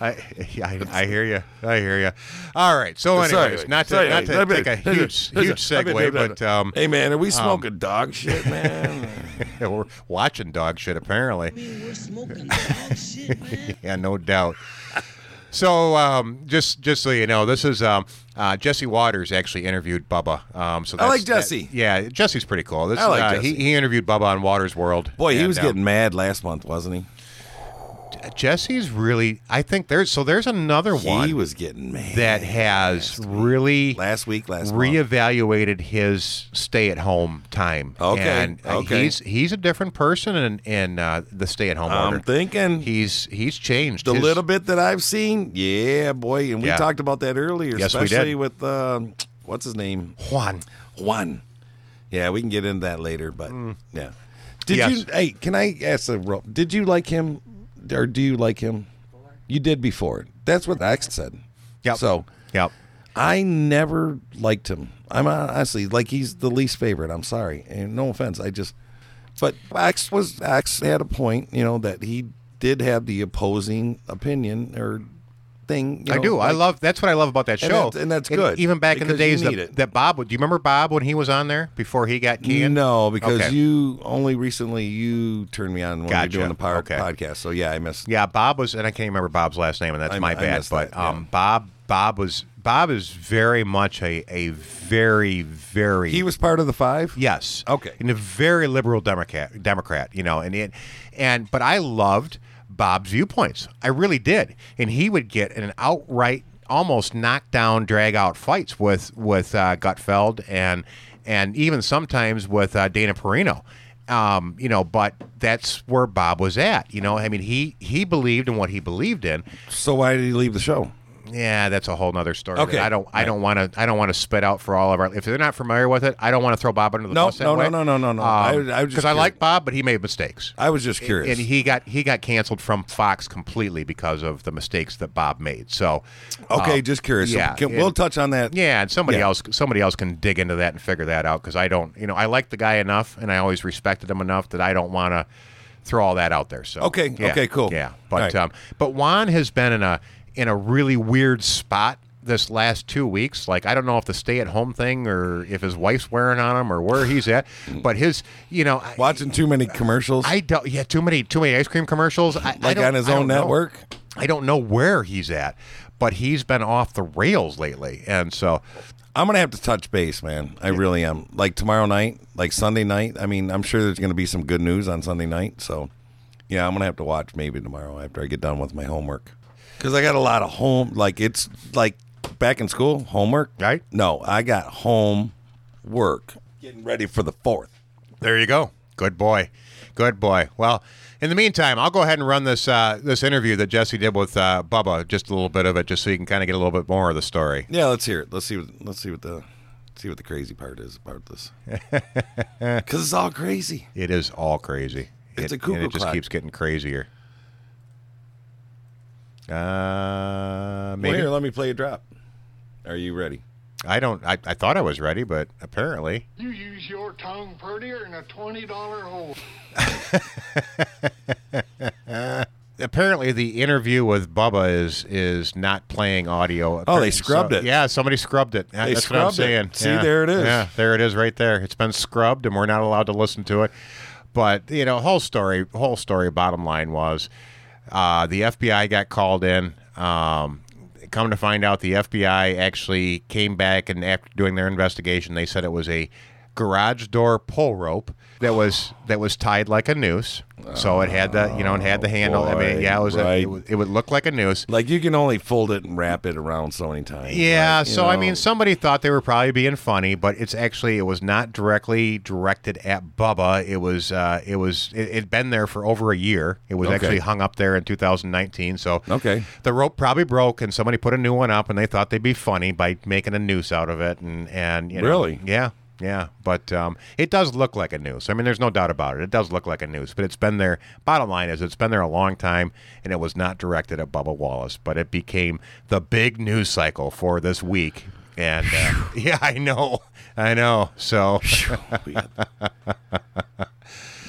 Speaker 3: I, yeah, I, I hear you. I hear you. All right. So, anyways,
Speaker 4: Sorry.
Speaker 3: not to
Speaker 4: Sorry.
Speaker 3: not to
Speaker 4: I've been-
Speaker 3: take a huge huge segue, but um,
Speaker 4: hey, man, are we smoking dog shit, man?
Speaker 3: we're watching dog shit apparently. yeah, no doubt. So um, just just so you know, this is um, uh, Jesse Waters actually interviewed Bubba. Um, so
Speaker 4: I
Speaker 3: that's,
Speaker 4: like Jesse.
Speaker 3: that- yeah, Jesse's pretty cool. This
Speaker 4: I like
Speaker 3: uh, he,
Speaker 4: Jesse.
Speaker 3: he interviewed Bubba on Waters World.
Speaker 4: Boy, he
Speaker 3: and,
Speaker 4: was
Speaker 3: um,
Speaker 4: getting mad last month, wasn't he?
Speaker 3: Jesse's really. I think there's so there's another one
Speaker 4: He was getting mad.
Speaker 3: that has really
Speaker 4: last week, last month.
Speaker 3: reevaluated his stay-at-home time.
Speaker 4: Okay,
Speaker 3: and uh,
Speaker 4: okay.
Speaker 3: he's he's a different person in in uh, the stay-at-home order.
Speaker 4: I'm thinking.
Speaker 3: he's he's changed
Speaker 4: The
Speaker 3: his-
Speaker 4: little bit that I've seen, yeah, boy, and we
Speaker 3: Yeah.
Speaker 4: talked about that earlier,
Speaker 3: Yes, we did.
Speaker 4: especially with um what's his name,
Speaker 3: Juan.
Speaker 4: Juan. Yeah, we can get into that later, but yeah. Did
Speaker 3: Mm. Yes.
Speaker 4: you? Hey, can I ask a real? Did you like him, or do you like him? You did before. That's what X said.
Speaker 3: Yep.
Speaker 4: So
Speaker 3: Yep.
Speaker 4: I never liked him. I'm uh, honestly like he's the least favorite. I'm sorry, and no offense. I just, but X was X had a point. You know that he did have the opposing opinion or thing. you
Speaker 3: I
Speaker 4: know,
Speaker 3: do. I
Speaker 4: like-
Speaker 3: love. That's what I love about that
Speaker 4: And
Speaker 3: show,
Speaker 4: that's- and that's good,
Speaker 3: even back in the
Speaker 4: because you
Speaker 3: days
Speaker 4: need
Speaker 3: that,
Speaker 4: it.
Speaker 3: that Bob. would- Do you remember Bob when he was on there before he got canned?
Speaker 4: No, because
Speaker 3: Okay.
Speaker 4: you only recently you turned me on when
Speaker 3: Gotcha.
Speaker 4: we were doing the power
Speaker 3: Okay.
Speaker 4: podcast. So yeah, I missed.
Speaker 3: Yeah, Bob was, and I can't remember Bob's last name, and that's
Speaker 4: I-
Speaker 3: my
Speaker 4: I
Speaker 3: bad.
Speaker 4: missed
Speaker 3: but
Speaker 4: that, yeah.
Speaker 3: um, Bob, Bob was, Bob is very much a a very very
Speaker 4: He was part of the five.
Speaker 3: Yes.
Speaker 4: Okay.
Speaker 3: And a very liberal Democrat, Democrat, you know, and it, and but I loved Bob's viewpoints. I really did, and he would get in an outright, almost knockdown, drag out fights with with uh, Gutfeld and and even sometimes with uh, Dana Perino. Um, you know, but that's where Bob was at. You know, I mean, he he believed in what he believed in.
Speaker 4: So why did he leave the show?
Speaker 3: Yeah, that's a whole nother story.
Speaker 4: Okay.
Speaker 3: I don't I don't want to I don't want to spit out for all of our if they're not familiar with it, I don't want to throw Bob under the
Speaker 4: No,
Speaker 3: bus that
Speaker 4: no, no,
Speaker 3: way.
Speaker 4: no, no, no, no. I- I was just
Speaker 3: because I,
Speaker 4: curious.
Speaker 3: like Bob, but he made mistakes.
Speaker 4: I was just curious.
Speaker 3: And he got he got canceled from Fox completely because of the mistakes that Bob made. So
Speaker 4: okay,
Speaker 3: um,
Speaker 4: just curious. So
Speaker 3: yeah,
Speaker 4: can- we'll
Speaker 3: and-
Speaker 4: touch on that.
Speaker 3: yeah, and somebody
Speaker 4: Yeah.
Speaker 3: else somebody else can dig into that and figure that out because I don't you know I like the guy enough and I always respected him enough that I don't want to throw all that out there. So
Speaker 4: Okay,
Speaker 3: yeah,
Speaker 4: okay, cool.
Speaker 3: Yeah,
Speaker 4: All
Speaker 3: but
Speaker 4: right.
Speaker 3: um, but Juan has been in a in a really weird spot this last two weeks. Like I don't know if the stay at home thing or if his wife's wearing on him or where he's at,
Speaker 4: Mm.
Speaker 3: but his you know. I-
Speaker 4: Watching too many commercials.
Speaker 3: I don't. Yeah, too many, too many ice cream commercials. I, I
Speaker 4: like
Speaker 3: don't-
Speaker 4: on his
Speaker 3: I
Speaker 4: own
Speaker 3: don't know.
Speaker 4: network.
Speaker 3: I don't know where he's at, but he's been off the rails lately, and so
Speaker 4: I'm gonna have to touch base, man. I really am. Like tomorrow night, like Sunday night. I mean, I'm sure there's gonna be some good news on Sunday night. So, yeah, I'm gonna have to watch maybe tomorrow after I get done with my homework, because I got a lot of home. Like it's like back in school homework.
Speaker 3: Right.
Speaker 4: No, I got home work. Getting ready for the fourth.
Speaker 3: There you go. Good boy. Good boy. Well, in the meantime, I'll go ahead and run this uh, this interview that Jesse did with uh, Bubba, just a little bit of it, just so you can kind of get a little bit more of the story.
Speaker 4: Yeah, let's hear it. Let's see what let's see what the see what the crazy part is about this. Because it's all crazy.
Speaker 3: It is all crazy.
Speaker 4: It's
Speaker 3: it,
Speaker 4: a cuckoo
Speaker 3: and It just
Speaker 4: clock.
Speaker 3: keeps getting crazier. Uh,
Speaker 4: Well,
Speaker 3: maybe
Speaker 4: here, let me play a drop. Are you ready?
Speaker 3: I don't. I, I thought I was ready, but apparently,
Speaker 6: You use your tongue prettier than a $20 hole.
Speaker 3: apparently the interview with Bubba is is not playing audio.
Speaker 4: Oh, they
Speaker 3: Apparently, so-
Speaker 4: scrubbed it.
Speaker 3: Yeah, somebody scrubbed it. Yeah,
Speaker 4: They
Speaker 3: That's
Speaker 4: scrubbed
Speaker 3: what
Speaker 4: it.
Speaker 3: I'm saying.
Speaker 4: See,
Speaker 3: Yeah.
Speaker 4: there it is.
Speaker 3: Yeah, there it is, right there. It's been scrubbed, and we're not allowed to listen to it. But you know, whole story, whole story. Bottom line was, uh, the FBI got called in. Um, come to find out, the FBI actually came back, and after doing their investigation, they said it was a garage door pull rope that was that was tied like a noose. So it had the you know it had the handle. I mean,
Speaker 4: boy,
Speaker 3: yeah, it was a,
Speaker 4: right.
Speaker 3: it would, it would look like a noose.
Speaker 4: Like you can only fold it and wrap it around so many times.
Speaker 3: Yeah,
Speaker 4: right? You
Speaker 3: so I
Speaker 4: know?
Speaker 3: mean, somebody thought they were probably being funny, but it's actually it was not directly directed at Bubba. It was uh, it was it had been there for over a year. It was
Speaker 4: Okay.
Speaker 3: actually hung up there in 2019. So
Speaker 4: Okay.
Speaker 3: the rope probably broke, and somebody put a new one up, and they thought they'd be funny by making a noose out of it, and and you know,
Speaker 4: Really?
Speaker 3: yeah. Yeah, but um, it does look like a noose. I mean, there's no doubt about it. It does look like a noose, but it's been there. Bottom line is, it's been there a long time, and it was not directed at Bubba Wallace, but it became the big news cycle for this week. And uh, yeah, I know, I know. So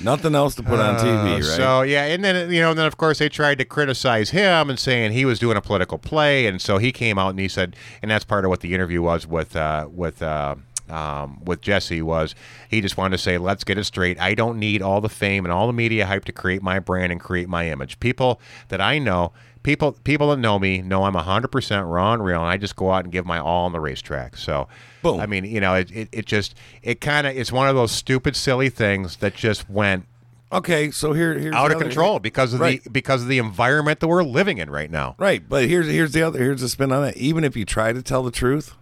Speaker 4: nothing else to put on TV,
Speaker 3: Uh,
Speaker 4: right?
Speaker 3: So yeah, and then you know, and then of course they tried to criticize him and saying he was doing a political play, and so he came out and he said, and that's part of what the interview was with uh, with. Uh, um, with Jesse was he just wanted to say, let's get it straight. I don't need all the fame and all the media hype to create my brand and create my image. People that I know, people people that know me know I'm 100% raw and real, and I just go out and give my all on the racetrack. So,
Speaker 4: Boom.
Speaker 3: I mean, you know, it, it, it just it kind of it's one of those stupid, silly things that just went
Speaker 4: okay, so here here's
Speaker 3: out of
Speaker 4: another-
Speaker 3: control because of the
Speaker 4: Right.
Speaker 3: because of the environment that we're living in right now.
Speaker 4: Right, but here's here's the other here's the spin on it. Even if you try to tell the truth,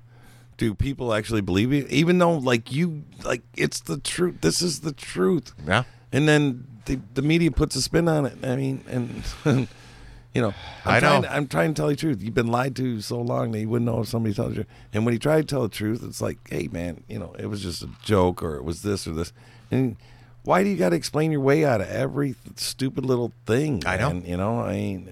Speaker 4: do people actually believe you? Even though like you like it's the truth. This is the truth.
Speaker 3: Yeah.
Speaker 4: And then the, the media puts a spin on it. I mean, and you know, I'm
Speaker 3: I know.
Speaker 4: Trying to, I'm trying to tell you the truth. You've been lied to so long that you wouldn't know if somebody tells you. And when you try to tell the truth, it's like, hey man, you know, it was just a joke or it was this or this. And why do you got to explain your way out of every stupid little thing?
Speaker 3: I know.
Speaker 4: man? You know, I mean.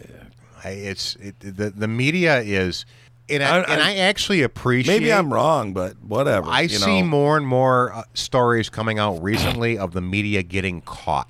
Speaker 3: I, it's it, the the media is, and I,
Speaker 4: I- I-
Speaker 3: and I actually appreciate.
Speaker 4: Maybe I'm wrong, but whatever.
Speaker 3: I
Speaker 4: you
Speaker 3: see
Speaker 4: know.
Speaker 3: more and more uh, stories coming out recently of the media getting caught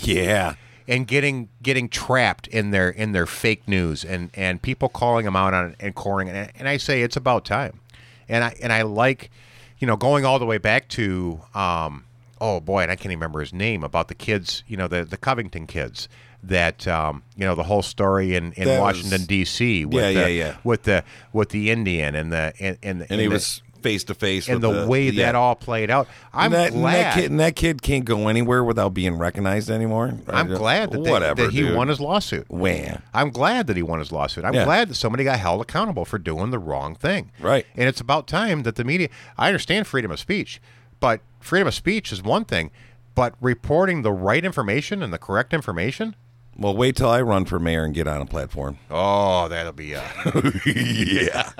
Speaker 4: Yeah.
Speaker 3: and getting getting trapped in their in their fake news and and people calling them out on it and calling it. And I say it's about time. And I and I like, you know, going all the way back to um, oh boy, and I can't even remember his name about the kids, you know, the the Covington kids that um, you know the whole story in, in
Speaker 4: That
Speaker 3: Washington
Speaker 4: was-
Speaker 3: D.C. With
Speaker 4: Yeah,
Speaker 3: the,
Speaker 4: yeah, yeah.
Speaker 3: with the with the Indian and the and and,
Speaker 4: And he
Speaker 3: the-
Speaker 4: was face to face
Speaker 3: and the, way that all played out. I'm
Speaker 4: And that, and
Speaker 3: glad.
Speaker 4: that kid, and that kid can't go anywhere without being recognized anymore.
Speaker 3: I'm
Speaker 4: Right?
Speaker 3: glad that, they-
Speaker 4: whatever
Speaker 3: that he
Speaker 4: dude.
Speaker 3: won his lawsuit.
Speaker 4: Wham.
Speaker 3: I'm glad that he won his lawsuit. I'm
Speaker 4: Yeah.
Speaker 3: glad that somebody got held accountable for doing the wrong thing.
Speaker 4: Right.
Speaker 3: And it's about time that the media. I understand freedom of speech, but freedom of speech is one thing, but reporting the right information and the correct information.
Speaker 4: Well, wait till I run for mayor and get on a platform.
Speaker 3: Oh, that'll be. Uh,
Speaker 4: yeah.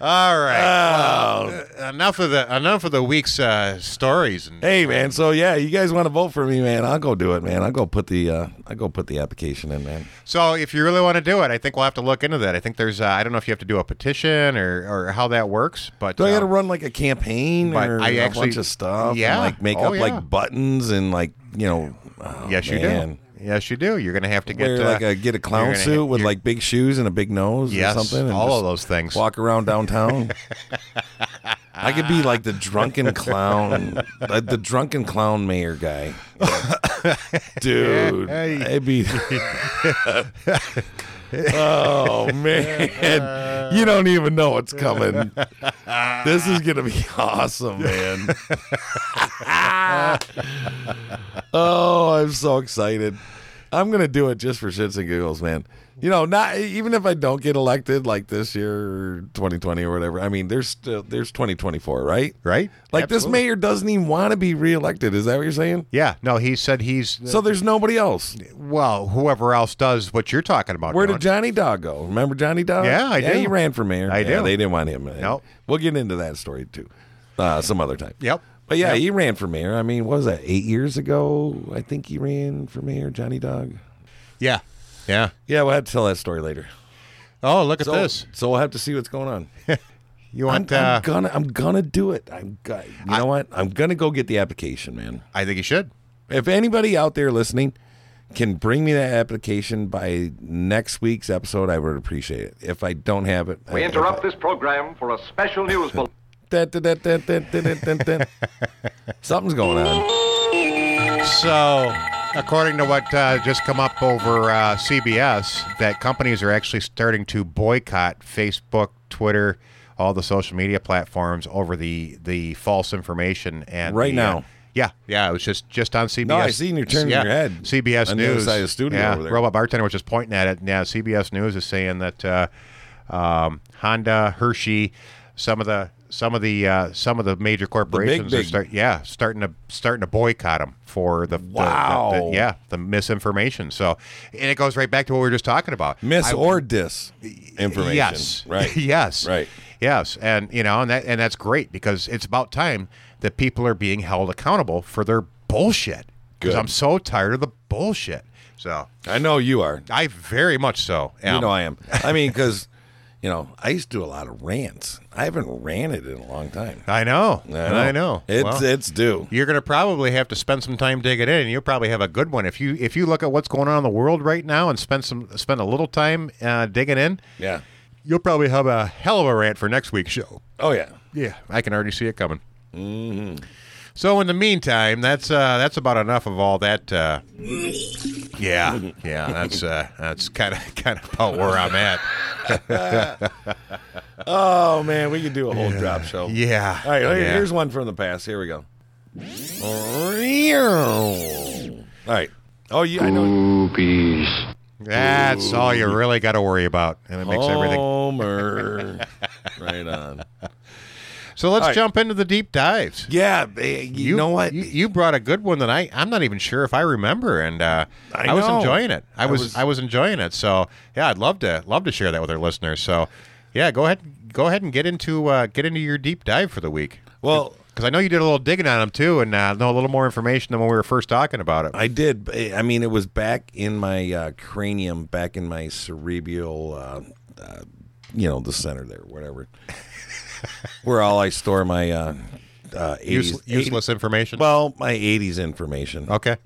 Speaker 3: all
Speaker 4: Oh.
Speaker 3: right. Well, enough of the enough of the week's uh, stories. And,
Speaker 4: Hey man, so yeah, you guys want to vote for me, man? I'll go do it, man. I'll go put the uh, I'll go put the application in, man.
Speaker 3: So if you really want to do it, I think we'll have to look into that. I think there's. Uh, I don't know if you have to do a petition or or how that works, but
Speaker 4: Do I got to
Speaker 3: uh,
Speaker 4: run like a campaign
Speaker 3: But
Speaker 4: or
Speaker 3: I
Speaker 4: a
Speaker 3: actually-
Speaker 4: bunch of stuff? and,
Speaker 3: Yeah.
Speaker 4: like make
Speaker 3: Oh,
Speaker 4: up
Speaker 3: yeah.
Speaker 4: like buttons and like you know. oh,
Speaker 3: Yes, you
Speaker 4: man.
Speaker 3: do. Yes, you do. You're going to have to get
Speaker 4: wear
Speaker 3: uh,
Speaker 4: like a get a
Speaker 3: you're
Speaker 4: clown
Speaker 3: gonna
Speaker 4: suit
Speaker 3: ha-
Speaker 4: with
Speaker 3: you're-
Speaker 4: like big shoes and a big nose
Speaker 3: Yes,
Speaker 4: or something. and
Speaker 3: all of
Speaker 4: just
Speaker 3: those things.
Speaker 4: Walk around downtown. I could be like the drunken clown, like the drunken clown mayor guy. Dude,
Speaker 3: Hey.
Speaker 4: I'd be. oh man, you don't even know what's coming. This is gonna be awesome, man. Oh, I'm so excited. I'm gonna do it just for shits and giggles, man. You know, not even if I don't get elected like this year, or 2020 or whatever. I mean, there's still there's 2024, right?
Speaker 3: right?
Speaker 4: Like this
Speaker 3: Absolutely.
Speaker 4: mayor doesn't even want to be reelected. Is that what you're saying?
Speaker 3: Yeah, no, he said he's
Speaker 4: So there's nobody else.
Speaker 3: well, whoever else does what you're talking about.
Speaker 4: Where
Speaker 3: doing.
Speaker 4: did Johnny Dog go? Remember Johnny Dog?
Speaker 3: Yeah, I
Speaker 4: yeah,
Speaker 3: do.
Speaker 4: He ran for mayor.
Speaker 3: I
Speaker 4: yeah,
Speaker 3: do.
Speaker 4: They didn't want him.
Speaker 3: Nope.
Speaker 4: We'll get into that story too, uh, some other time.
Speaker 3: Yep.
Speaker 4: But yeah,
Speaker 3: Yep.
Speaker 4: he ran for mayor. I mean, what was that? Eight years ago, I think he ran for mayor. Johnny Dog.
Speaker 3: yeah, yeah.
Speaker 4: Yeah, we'll have to tell that story later.
Speaker 3: Oh, look
Speaker 4: So,
Speaker 3: at this.
Speaker 4: so we'll have to see what's going on.
Speaker 3: You
Speaker 4: I'm,
Speaker 3: want?
Speaker 4: I'm
Speaker 3: uh,
Speaker 4: gonna, I'm gonna do it. I'm, go- you know what? I'm gonna go get the application, man.
Speaker 3: I think you should.
Speaker 4: If anybody out there listening can bring me that application by next week's episode, I would appreciate it. If I don't have it,
Speaker 10: We interrupt this program for a special news bulletin.
Speaker 4: this. Something's going on.
Speaker 3: So, according to what uh, just come up over uh, CBS, that companies are actually starting to boycott Facebook, Twitter, all the social media platforms over the the false information and
Speaker 4: Right
Speaker 3: the,
Speaker 4: now.
Speaker 3: uh, yeah, yeah, it was just just on CBS.
Speaker 4: I seen you turning
Speaker 3: yeah,
Speaker 4: your head
Speaker 3: CBS
Speaker 4: on the
Speaker 3: News
Speaker 4: other side of the studio
Speaker 3: Yeah,
Speaker 4: over there.
Speaker 3: Robot Bartender was just pointing at it. Yeah, CBS News is saying that uh, um, Honda, Hershey, some of the some of the uh, some of the major corporations are
Speaker 4: big-
Speaker 3: start, yeah starting to starting to boycott them for the the- the-
Speaker 4: Wow.
Speaker 3: the- yeah the misinformation. So and it goes right back to what we were just talking about.
Speaker 4: Miss
Speaker 3: I-
Speaker 4: or dis information.
Speaker 3: Yes.
Speaker 4: Right.
Speaker 3: yes.
Speaker 4: Right.
Speaker 3: Yes. And you know, and that and that's great because it's about time that people are being held accountable for their bullshit. Because
Speaker 4: Good.
Speaker 3: I'm so tired of the bullshit. So
Speaker 4: I know you are.
Speaker 3: I very much so. Am.
Speaker 4: You know I am. I mean, because you know I used to do a lot of rants. I haven't ranted in a long time.
Speaker 3: I know. And I know.
Speaker 4: It's
Speaker 3: Well,
Speaker 4: it's due.
Speaker 3: you're gonna probably have to spend some time digging in, and you'll probably have a good one if you if you look at what's going on in the world right now and spend some spend a little time uh, digging in.
Speaker 4: Yeah.
Speaker 3: You'll probably have a hell of a rant for next week's show.
Speaker 4: Oh yeah.
Speaker 3: Yeah, I can already see it coming. Mm-hmm. So in the meantime, that's uh, that's about enough of all that. Uh, yeah, yeah, that's uh, that's kind of kind of about where I'm at.
Speaker 4: Oh man, we could do a whole drop show.
Speaker 3: Yeah.
Speaker 4: All right. here-
Speaker 3: yeah.
Speaker 4: Here's one from the past. Here we go. All right. Oh, you. I know.
Speaker 3: that's all you really got to worry about, and it makes
Speaker 4: Oh.
Speaker 3: everything.
Speaker 4: Homer. right on.
Speaker 3: So let's
Speaker 4: all right.
Speaker 3: jump into the deep dives.
Speaker 4: Yeah. eh, You, know what?
Speaker 3: You, you brought a good one that I I'm not even sure if I remember, and uh,
Speaker 4: I
Speaker 3: I, was
Speaker 4: know.
Speaker 3: enjoying it. I
Speaker 4: I
Speaker 3: was,
Speaker 4: was-
Speaker 3: I was enjoying it. So yeah, I'd love to love to share that with our listeners. So yeah, go ahead go ahead and get into uh, get into your deep dive for the week.
Speaker 4: well,
Speaker 3: Because I know you did a little digging on them too, and uh, know a little more information than when we were first talking about it.
Speaker 4: I did. but, eh, I mean, it was back in my uh, cranium, back in my cerebral, uh, uh, you know, the center there, whatever, where all I store my uh, uh, 80s,
Speaker 3: Use, useless information.
Speaker 4: Well, my '80s information.
Speaker 3: okay.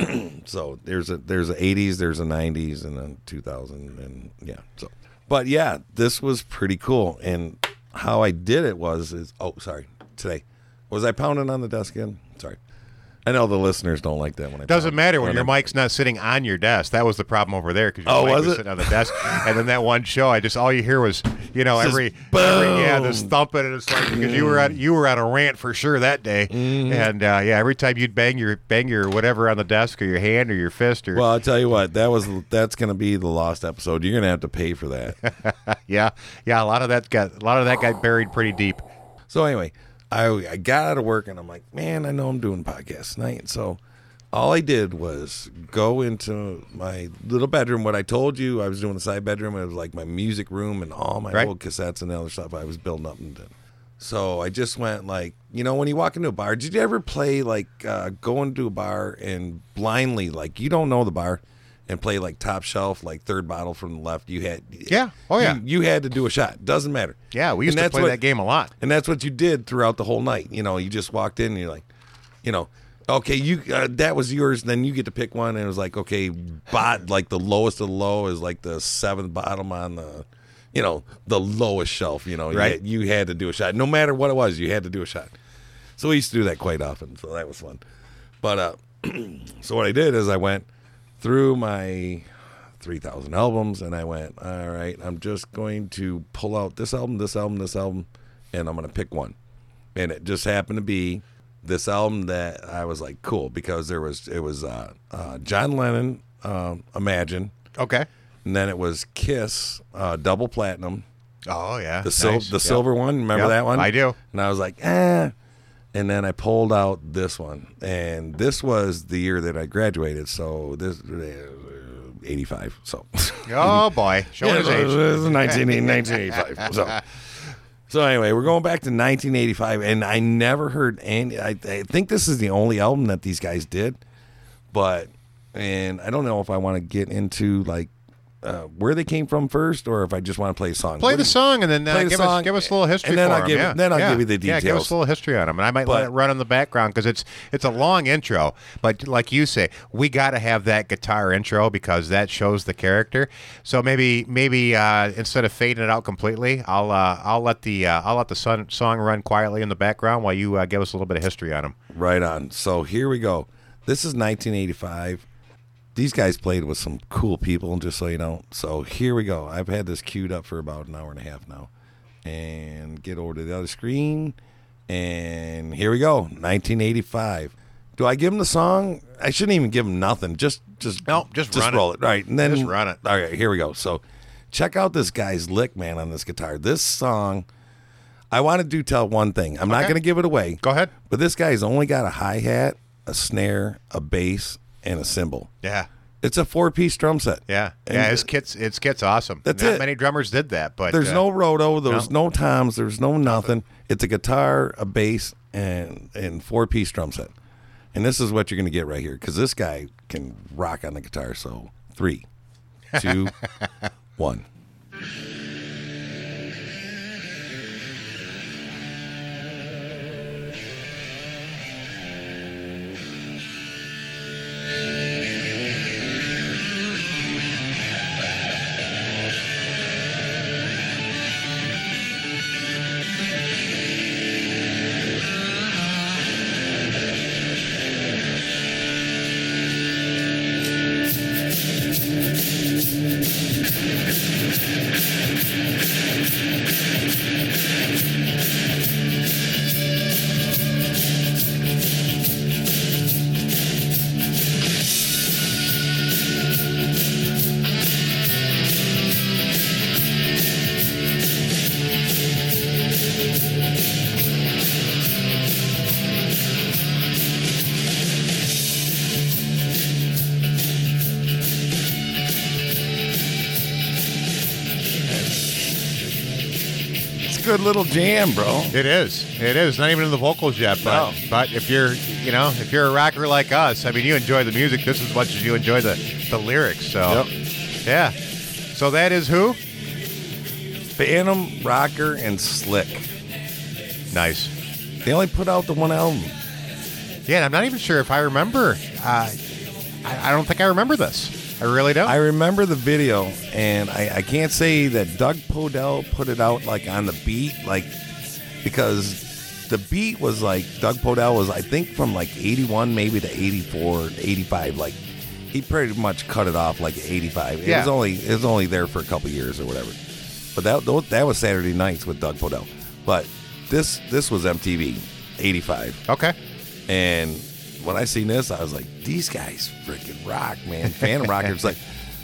Speaker 4: so there's a there's a 80s there's a 90s and a 2000 and yeah so but yeah this was pretty cool and how i did it was is oh sorry today was i pounding on the desk again sorry i know the listeners don't like that when i
Speaker 3: Doesn't
Speaker 4: pound-
Speaker 3: matter when your
Speaker 4: I-
Speaker 3: mic's not sitting on your desk. That was the problem over there because your
Speaker 4: Oh,
Speaker 3: mic
Speaker 4: was
Speaker 3: was
Speaker 4: it?
Speaker 3: sitting on the desk. and then that one show, I just all you hear was you know
Speaker 4: Just
Speaker 3: every, every- yeah
Speaker 4: boom. Mm.
Speaker 3: this thumping and it's like because you were at you were at a rant for sure that day.
Speaker 4: Mm-hmm.
Speaker 3: And uh, yeah, every time you'd bang your bang your whatever on the desk or your hand or your fist or
Speaker 4: well i'll tell you what that was that's gonna be the lost episode you're gonna have to pay for that
Speaker 3: yeah yeah a lot of that got a lot of that got buried pretty deep.
Speaker 4: So anyway, I I got out of work and I'm like, man, I know I'm doing podcast tonight. So all I did was go into my little bedroom. What I told you, I was doing a side bedroom. It was like my music room and all my
Speaker 3: Right.
Speaker 4: old cassettes and other stuff I was building up and did. So I just went like, you know, when you walk into a bar, did you ever play like uh, go into a bar and blindly like you don't know the bar and play like top shelf, like third bottle from the left? You had
Speaker 3: Yeah. Oh, yeah.
Speaker 4: you, you had to do a shot. Doesn't matter.
Speaker 3: Yeah, we
Speaker 4: And
Speaker 3: used to
Speaker 4: that's
Speaker 3: play
Speaker 4: what-
Speaker 3: that game a lot.
Speaker 4: and that's what you did throughout the whole night. You know, you just walked in and you're like, you know, okay, you uh, that was yours. Then you get to pick one, and it was like, okay, bot like the lowest of the low is like the seventh bottom on the, you know, the lowest shelf. You know, You
Speaker 3: Right.
Speaker 4: had- You, had to do a shot, no matter what it was. You had to do a shot. So we used to do that quite often. So that was fun. But uh, so what I did is I went through my 3,000 albums and I went, all right, I'm just going to pull out this album, this album, this album, and I'm going to pick one. And it just happened to be this album that I was like, cool, because there was, it was uh, uh, John Lennon, um, Imagine,
Speaker 3: Okay.
Speaker 4: and then it was Kiss, uh, Double Platinum,
Speaker 3: Oh yeah.
Speaker 4: the, sil-
Speaker 3: Nice.
Speaker 4: the
Speaker 3: Yeah.
Speaker 4: silver one. Remember
Speaker 3: Yep,
Speaker 4: that one?
Speaker 3: I do.
Speaker 4: And I was like, eh. And then I pulled out this one, and this was the year that I graduated. So this, uh, eighty-five. So
Speaker 3: Oh boy, showing
Speaker 4: Yeah,
Speaker 3: his
Speaker 4: it was-
Speaker 3: age.
Speaker 4: it was 1980 1985. So, so anyway, we're going back to 1985, and I never heard any. I, I think this is the only album that these guys did, but and I don't know if I want to get into like uh, where they came from first, or if I just want to play a song.
Speaker 3: Play
Speaker 4: What
Speaker 3: the
Speaker 4: do you-
Speaker 3: song and then uh,
Speaker 4: play the
Speaker 3: give,
Speaker 4: song,
Speaker 3: us, give us a little history
Speaker 4: and then
Speaker 3: for
Speaker 4: I'll
Speaker 3: 'em,
Speaker 4: give-
Speaker 3: yeah.
Speaker 4: then I'll
Speaker 3: Yeah.
Speaker 4: give you the
Speaker 3: Yeah, give us
Speaker 4: details.
Speaker 3: a little history on them, and I might let
Speaker 4: But-
Speaker 3: it run in the background because it's it's a long intro. But like you say, we got to have that guitar intro because that shows the character. So maybe maybe uh, instead of fading it out completely, I'll uh, I'll let the uh, I'll let the sun, song run quietly in the background while you uh, give us a little bit of history on them.
Speaker 4: Right on. So here we go. This is 1985. These guys played with some cool people, just so you know. So here we go. I've had this queued up for about an hour and a half now. And get over to the other screen. And here we go. 1985. Do I give him the song? I shouldn't even give him nothing. Just, just
Speaker 3: No, just run it.
Speaker 4: roll it. right? And then
Speaker 3: Just run it.
Speaker 4: All right, here we go. So check out this guy's lick, man, on this guitar. This song. I wanted to tell one thing. I'm not
Speaker 3: Okay.
Speaker 4: going to give it away.
Speaker 3: Go ahead.
Speaker 4: But this guy's only got a hi hat, a snare, a bass, and a cymbal.
Speaker 3: Yeah.
Speaker 4: It's a four piece drum set.
Speaker 3: Yeah,
Speaker 4: And
Speaker 3: yeah, his kit's his kit's awesome.
Speaker 4: That's
Speaker 3: Not
Speaker 4: it.
Speaker 3: many drummers did that, but
Speaker 4: There's
Speaker 3: uh,
Speaker 4: no roto. There's no, toms. There's no nothing. It's a guitar, a bass, and and four piece drum set. And this is what you're going to get right here because this guy can rock on the guitar. So three, two, one. It's a good little jam, bro.
Speaker 3: It is. It is. Not even in the vocals yet, but
Speaker 4: No.
Speaker 3: but if you're you know if you're a rocker like us, I mean, you enjoy the music just as much as you enjoy the the lyrics. So yeah. So that is who?
Speaker 4: Phantom, Rocker, and Slick.
Speaker 3: Nice.
Speaker 4: They only put out the one album.
Speaker 3: Yeah, and I'm not even sure if I remember. Uh, I, I don't think I remember this. I really don't.
Speaker 4: I remember the video, and I, I can't say that Doug Podell put it out like on the beat, like because the beat was like Doug Podell was, I think, from like 81 maybe to 84, 85. Like he pretty much cut it off like 85. It
Speaker 3: Yeah.
Speaker 4: was only it was only there for a couple years or whatever. But that tho- that was Saturday nights with Doug Podell. But this this was MTV 85.
Speaker 3: okay.
Speaker 4: And when I seen this, I was like, these guys freaking rock, man. Phantom Rockers. Like,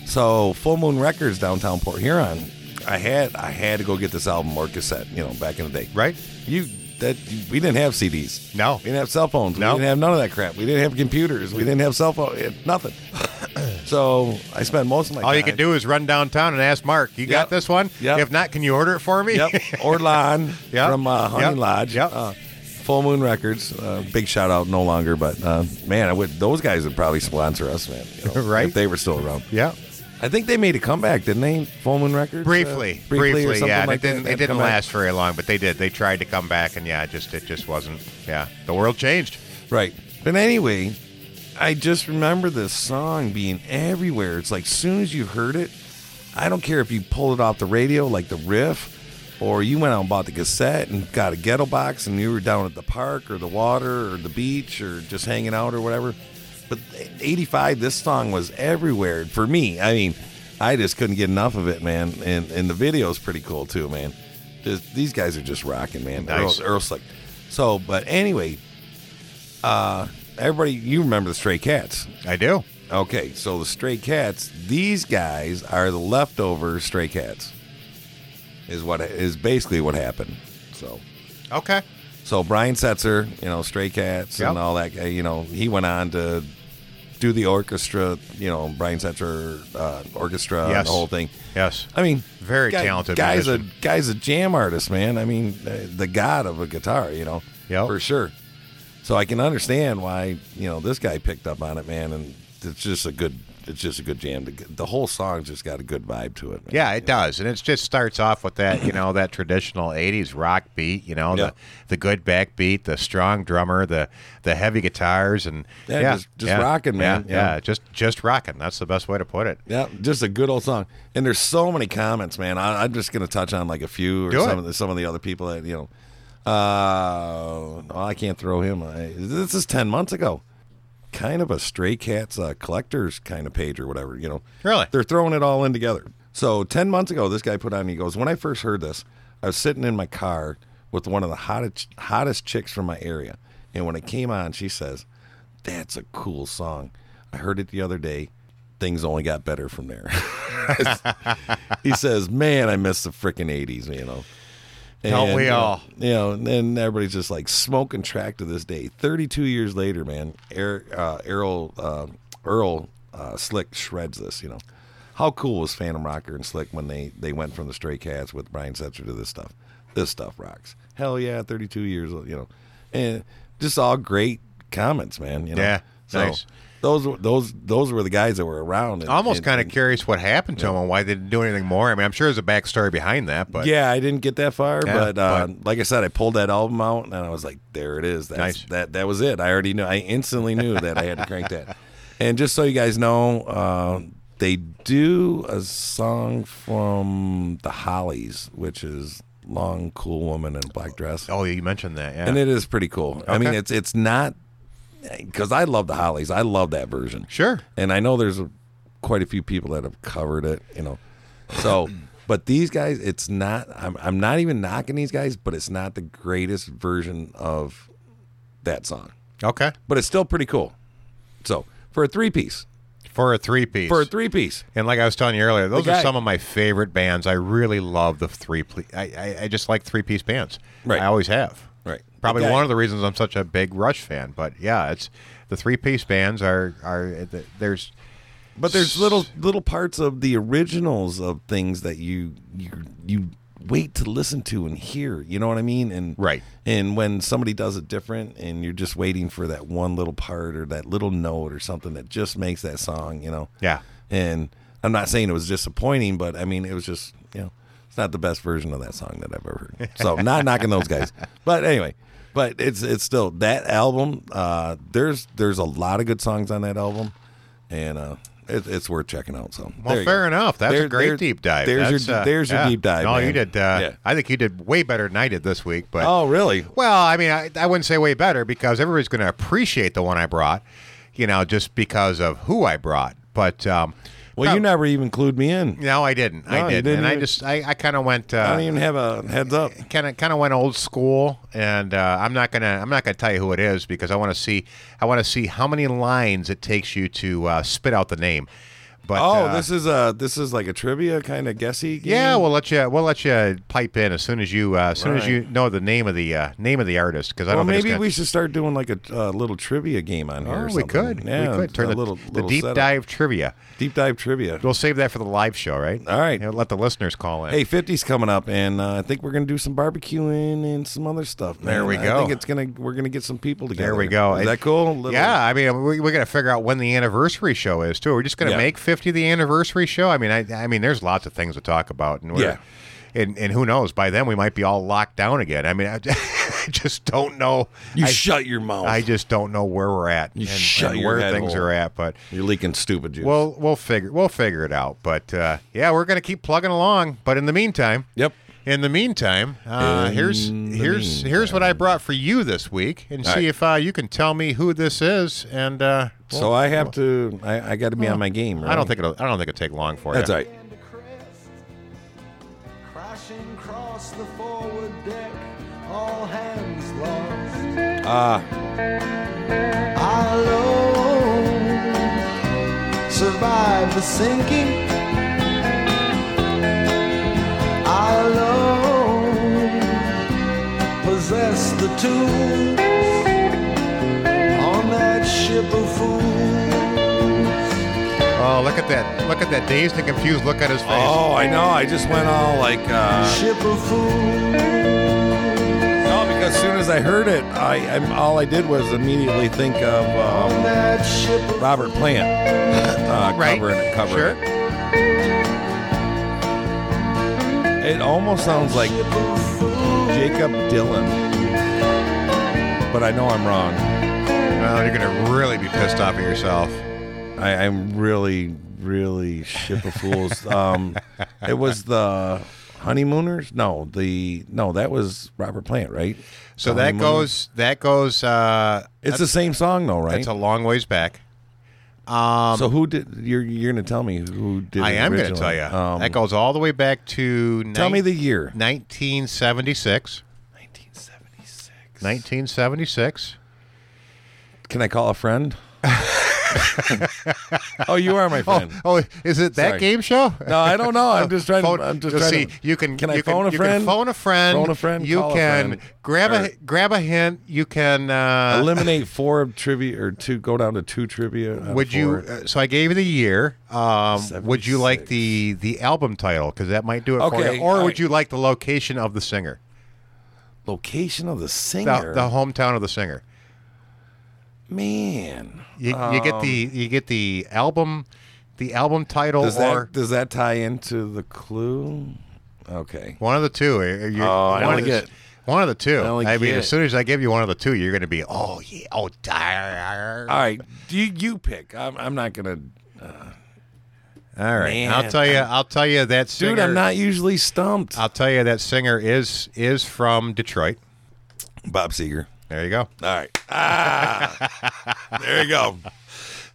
Speaker 4: so Full Moon Records downtown Port Huron. I had I had to go get this album or cassette, you know, back in the day.
Speaker 3: Right.
Speaker 4: You that you, we didn't have CDs.
Speaker 3: No.
Speaker 4: We didn't have cell phones.
Speaker 3: No.
Speaker 4: We didn't have none of that crap. We didn't have computers. We didn't have cell phone. it- nothing. so I spent most of my
Speaker 3: All
Speaker 4: time.
Speaker 3: you can do is run downtown and ask Mark. You
Speaker 4: Yep.
Speaker 3: got this one?
Speaker 4: Yep.
Speaker 3: If not, can you order it for me?
Speaker 4: Yep. Orlan
Speaker 3: Yep.
Speaker 4: from uh, Honey
Speaker 3: Yep.
Speaker 4: Lodge.
Speaker 3: Yep.
Speaker 4: Uh, Full Moon Records. Uh, big shout out, no longer, but uh, man, I would. Those guys would probably sponsor us, man. you know,
Speaker 3: Right.
Speaker 4: If they were still around.
Speaker 3: yeah.
Speaker 4: I think they made a comeback, didn't they? Full Moon Records. uh,
Speaker 3: briefly,
Speaker 4: or
Speaker 3: briefly,
Speaker 4: something
Speaker 3: yeah. and
Speaker 4: like
Speaker 3: it didn't, it
Speaker 4: that. They had a
Speaker 3: didn't
Speaker 4: comeback.
Speaker 3: last very long, but they did. They tried to come back, and yeah, it just, it just wasn't. Yeah, the world changed.
Speaker 4: Right. But anyway, I just remember this song being everywhere. It's like soon as you heard it, I don't care if you pulled it off the radio, like the riff, or you went out and bought the cassette and got a ghetto box and you were down at the park or the water or the beach or just hanging out or whatever. But 85, this song was everywhere for me. I mean, I just couldn't get enough of it, man. And and the video is pretty cool too, man. Just, these guys are just rocking, man.
Speaker 3: Nice.
Speaker 4: Earl, Earl Slick. So, but anyway, everybody, you remember the Stray Cats.
Speaker 3: I do.
Speaker 4: Okay, so the Stray Cats, these guys are the leftover Stray Cats. Is what is basically what happened. So,
Speaker 3: Okay.
Speaker 4: so Brian Setzer, you know, Stray Cats
Speaker 3: Yep.
Speaker 4: and all that, uh, you know, he went on to do the orchestra, you know, Brian Setzer uh, orchestra and
Speaker 3: Yes.
Speaker 4: the whole thing.
Speaker 3: Yes.
Speaker 4: I mean,
Speaker 3: Very talented
Speaker 4: Guy's
Speaker 3: musician.
Speaker 4: a guy's a jam artist, man. I mean, uh, the god of a guitar, you know,
Speaker 3: Yep.
Speaker 4: for sure. So I can understand why you know this guy picked up on it, man, and it's just a good It's just a good jam. To get, the whole song's just got a good vibe to it. man.
Speaker 3: Yeah, it does, and it just starts off with that, you know, that traditional '80s rock beat, you know,
Speaker 4: Yeah.
Speaker 3: the the good backbeat, the strong drummer, the the heavy guitars, and
Speaker 4: Yeah, just- just rocking, man.
Speaker 3: Yeah, yeah,
Speaker 4: Yeah.
Speaker 3: just just rocking. That's the best way to put it.
Speaker 4: Yeah, just a good old song. And there's so many comments, man. I, I'm just gonna touch on like a few or
Speaker 3: Do it.
Speaker 4: some of the some of the other people that you know. Uh, no, I can't throw him. I, this is ten months ago. Kind of a stray cats uh, collectors kind of page or whatever. You know,
Speaker 3: Really?
Speaker 4: they're throwing it all in together. So ten months ago, this guy put on. He goes, when I first heard this, I was sitting in my car with one of the hottest hottest chicks from my area, and when it came on, she says, "That's a cool song." I heard it the other day. Things only got better from there. he says, "Man, I miss the frickin' '80s," you know.
Speaker 3: Don't we
Speaker 4: uh,
Speaker 3: all?
Speaker 4: You know, and then everybody's just like smoking track to this day. Thirty-two years later, man, er, uh, Errol uh, Earl uh, Slick shreds this. You know, how cool was Phantom Rocker and Slick when they they went from the Stray Cats with Brian Setzer to this stuff? This stuff rocks. Hell yeah, thirty-two years. You know, and just all great comments, man. You know?
Speaker 3: Yeah,
Speaker 4: so
Speaker 3: nice.
Speaker 4: those were- those those were the guys that were around. and-
Speaker 3: Almost
Speaker 4: and-
Speaker 3: kind of
Speaker 4: and-
Speaker 3: curious what happened to him and why they didn't do anything more. I mean, I'm sure there's a backstory behind that, but
Speaker 4: yeah, I didn't get that far,
Speaker 3: Yeah,
Speaker 4: but, uh, like I said, I pulled that album out and I was like, "There it is. That's,
Speaker 3: Nice.
Speaker 4: That that was it. I already knew. I instantly knew that I had to crank that." And just so you guys know, uh, they do a song from the Hollies, which is "Long Cool Woman in a Black Dress."
Speaker 3: Oh, you mentioned that. Yeah.
Speaker 4: and it is pretty cool. I mean,
Speaker 3: Okay.
Speaker 4: it's it's not because I love the Hollies. I love that version.
Speaker 3: sure.
Speaker 4: And I know there's a, quite a few people that have covered it, you know. So, but these guys, it's not. I'm I'm not even knocking these guys, but it's not the greatest version of that song.
Speaker 3: Okay.
Speaker 4: But it's still pretty cool. So for a three piece,
Speaker 3: For a three piece.
Speaker 4: for a three piece,
Speaker 3: And like I was telling you earlier, those are
Speaker 4: guy-
Speaker 3: some of my favorite bands. I really love the three. Ple- I, I I just like three piece bands.
Speaker 4: Right.
Speaker 3: I always have.
Speaker 4: Right.
Speaker 3: Probably
Speaker 4: The guy-
Speaker 3: one of the reasons I'm such a big Rush fan. But yeah, it's the three piece bands are are th- there's
Speaker 4: But there's little little parts of the originals of things that you you you wait to listen to and hear. You know what I mean? And
Speaker 3: Right.
Speaker 4: And when somebody does it different, and you're just waiting for that one little part or that little note or something that just makes that song. You know?
Speaker 3: Yeah.
Speaker 4: And I'm not saying it was disappointing, but I mean it was just you know it's not the best version of that song that I've ever heard. So not knocking those guys, but anyway. But it's it's still that album. Uh, there's there's a lot of good songs on that album and uh, it, it's worth checking out. So
Speaker 3: well,
Speaker 4: there you
Speaker 3: fair
Speaker 4: go.
Speaker 3: enough. That's
Speaker 4: There-
Speaker 3: a great
Speaker 4: there-
Speaker 3: deep dive.
Speaker 4: There's
Speaker 3: That's,
Speaker 4: your
Speaker 3: uh,
Speaker 4: there's your
Speaker 3: yeah.
Speaker 4: deep dive.
Speaker 3: No, you
Speaker 4: man.
Speaker 3: did. Uh,
Speaker 4: Yeah.
Speaker 3: I think you did way better than I did this week. But
Speaker 4: Oh, really?
Speaker 3: Well, I mean, I, I wouldn't say way better because everybody's going to appreciate the one I brought, you know, just because of who I brought. But um,
Speaker 4: Well, you
Speaker 3: prob-
Speaker 4: never even clued me in.
Speaker 3: No, I didn't.
Speaker 4: No,
Speaker 3: I
Speaker 4: you
Speaker 3: didn't.
Speaker 4: didn't
Speaker 3: And I
Speaker 4: even-
Speaker 3: just, I, I kind of went,
Speaker 4: I don't
Speaker 3: uh,
Speaker 4: even have a heads up.
Speaker 3: kind of, kind of went old school. And uh, I'm not gonna, I'm not gonna tell you who it is because I want to see, I want to see how many lines it takes you to uh, spit out the name. But
Speaker 4: Oh,
Speaker 3: uh,
Speaker 4: this is a this is like a trivia kind of guessy. Game.
Speaker 3: yeah, we'll let you, we'll let you pipe in as soon as you, uh, as soon as
Speaker 4: Right.
Speaker 3: you know the name of the uh, name of the artist because I
Speaker 4: Well,
Speaker 3: don't. think it's
Speaker 4: maybe
Speaker 3: gonna-
Speaker 4: we should start doing like a uh, little trivia game on here. or
Speaker 3: Oh, we
Speaker 4: something.
Speaker 3: could.
Speaker 4: Yeah,
Speaker 3: we could turn
Speaker 4: a
Speaker 3: the,
Speaker 4: little,
Speaker 3: the
Speaker 4: little
Speaker 3: deep
Speaker 4: setup.
Speaker 3: dive trivia.
Speaker 4: deep dive trivia.
Speaker 3: We'll save that for the live show, right?
Speaker 4: All right.
Speaker 3: You know, let the listeners call in.
Speaker 4: Hey, 50's coming up, and uh, I think we're gonna do some barbecuing and some other stuff.
Speaker 3: There
Speaker 4: man.
Speaker 3: we
Speaker 4: I
Speaker 3: go.
Speaker 4: think it's gonna we're gonna get some people together.
Speaker 3: There we go.
Speaker 4: Is
Speaker 3: And-
Speaker 4: that cool? Little-
Speaker 3: yeah, I mean, we, we got to figure out when the anniversary show is too. We're just going to
Speaker 4: Yeah.
Speaker 3: make fifty the anniversary show. I mean, I, I mean, there's lots of things to talk about, and we're, and and who knows? By then, we might be all locked down again. I mean, I, just don't know.
Speaker 4: You
Speaker 3: I,
Speaker 4: shut your mouth.
Speaker 3: I just don't know where we're at and,
Speaker 4: shut
Speaker 3: and
Speaker 4: your
Speaker 3: where
Speaker 4: head
Speaker 3: things
Speaker 4: hole.
Speaker 3: are at, but.
Speaker 4: You're leaking stupid juice.
Speaker 3: We'll we'll figure we'll figure it out, but uh, yeah, we're gonna keep plugging along. But in the meantime,
Speaker 4: Yep.
Speaker 3: In the meantime, uh,
Speaker 4: In
Speaker 3: here's
Speaker 4: the
Speaker 3: here's here's what I brought for you this week, and see
Speaker 4: right.
Speaker 3: if uh, you can tell me who this is. And uh,
Speaker 4: so I have to. I, I got to be on my game. Right?
Speaker 3: I don't think it'll I don't think it'll take long for
Speaker 4: that's
Speaker 3: you.
Speaker 4: all right.
Speaker 11: Crashing across the forward deck, all hands lost.
Speaker 4: Ah,
Speaker 11: I alone survived the sinking. I alone possess the tools on that ship of fools.
Speaker 3: Oh, look at that! Look at that dazed and confused look at his face.
Speaker 4: oh, I know. I just went all like. Uh,
Speaker 11: Ship of fools.
Speaker 4: no, because as soon as I heard it, I I'm, all I did was immediately think of um,
Speaker 11: That ship of
Speaker 4: Robert Plant uh,
Speaker 3: Right.
Speaker 4: covering it. Covering
Speaker 3: Sure.
Speaker 4: it. It almost sounds like Jacob Dylan, but I know I'm wrong.
Speaker 3: Well, Oh, you're gonna really be pissed off at yourself.
Speaker 4: I, I'm really, really ship of fools. Um, it was the honeymooners. No, the no, that was Robert Plant, right?
Speaker 3: So
Speaker 4: The
Speaker 3: that
Speaker 4: Honeymooners?
Speaker 3: goes. That goes. Uh,
Speaker 4: It's the same song though, right?
Speaker 3: It's a long ways back.
Speaker 4: so who did you're you're gonna tell me who did?
Speaker 3: I
Speaker 4: it
Speaker 3: am going to
Speaker 4: originally.
Speaker 3: tell you.
Speaker 4: Um,
Speaker 3: that goes all the way back to.
Speaker 4: Tell
Speaker 3: nine-
Speaker 4: me the year.
Speaker 3: 1976.
Speaker 4: 1976.
Speaker 3: 1976.
Speaker 4: Can I call a friend? oh, you are my friend.
Speaker 3: Oh, is it that
Speaker 4: Sorry.
Speaker 3: game show?
Speaker 4: No, I don't know. I'm just trying.
Speaker 3: Phone-
Speaker 4: to, I'm just
Speaker 3: you'll
Speaker 4: trying.
Speaker 3: see,
Speaker 4: to,
Speaker 3: you can.
Speaker 4: Can I
Speaker 3: you
Speaker 4: phone a
Speaker 3: you
Speaker 4: friend?
Speaker 3: Can phone a friend.
Speaker 4: Phone a friend,
Speaker 3: You
Speaker 4: call a
Speaker 3: can
Speaker 4: friend,
Speaker 3: grab a
Speaker 4: or-
Speaker 3: grab a hint. You can. Uh,
Speaker 4: Eliminate four of trivia or two. Go down to two trivia. out of
Speaker 3: would you?
Speaker 4: four.
Speaker 3: Uh, so I gave you the year. Um, would you like the the album title? Because that might do it for
Speaker 4: Okay,
Speaker 3: you. Or
Speaker 4: all
Speaker 3: would
Speaker 4: right.
Speaker 3: you like the location of the singer?
Speaker 4: location of the
Speaker 3: The,
Speaker 4: singer?
Speaker 3: the hometown of the singer.
Speaker 4: Man,
Speaker 3: You, you get the
Speaker 4: Um,
Speaker 3: you get the album, the album title
Speaker 4: does
Speaker 3: or
Speaker 4: that does that tie into the clue? Okay.
Speaker 3: One of the two. Are you-
Speaker 4: Oh, I
Speaker 3: one
Speaker 4: only
Speaker 3: of the-
Speaker 4: get-
Speaker 3: one of the two.
Speaker 4: I
Speaker 3: I,
Speaker 4: only
Speaker 3: mean,
Speaker 4: get-
Speaker 3: as soon as I give you one of the two, you're going to be, oh yeah, oh dire.
Speaker 4: All right. You you pick. I'm I'm not gonna. uh,
Speaker 3: All right.
Speaker 4: Man,
Speaker 3: I'll tell you. I'll tell you that singer.
Speaker 4: Dude, I'm not usually stumped.
Speaker 3: I'll tell you that singer is is from Detroit.
Speaker 4: Bob Seger.
Speaker 3: There you go.
Speaker 4: All right. Ah, there you go.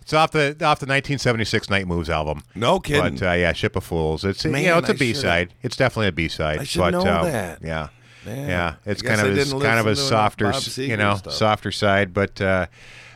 Speaker 3: It's off the off the 1976 Night Moves album.
Speaker 4: No kidding.
Speaker 3: But uh, yeah, Ship of Fools. It's
Speaker 4: Man,
Speaker 3: you know it's
Speaker 4: I
Speaker 3: a
Speaker 4: should've-
Speaker 3: B side. It's definitely a B side.
Speaker 4: I should
Speaker 3: but,
Speaker 4: know
Speaker 3: um,
Speaker 4: that.
Speaker 3: Yeah.
Speaker 4: Man,
Speaker 3: yeah,
Speaker 4: I
Speaker 3: it's
Speaker 4: guess
Speaker 3: kind of
Speaker 4: I
Speaker 3: his
Speaker 4: didn't
Speaker 3: kind of
Speaker 4: listen
Speaker 3: his
Speaker 4: to enough
Speaker 3: softer,
Speaker 4: Bob
Speaker 3: s-
Speaker 4: Seger
Speaker 3: you know,
Speaker 4: stuff.
Speaker 3: softer side. But uh,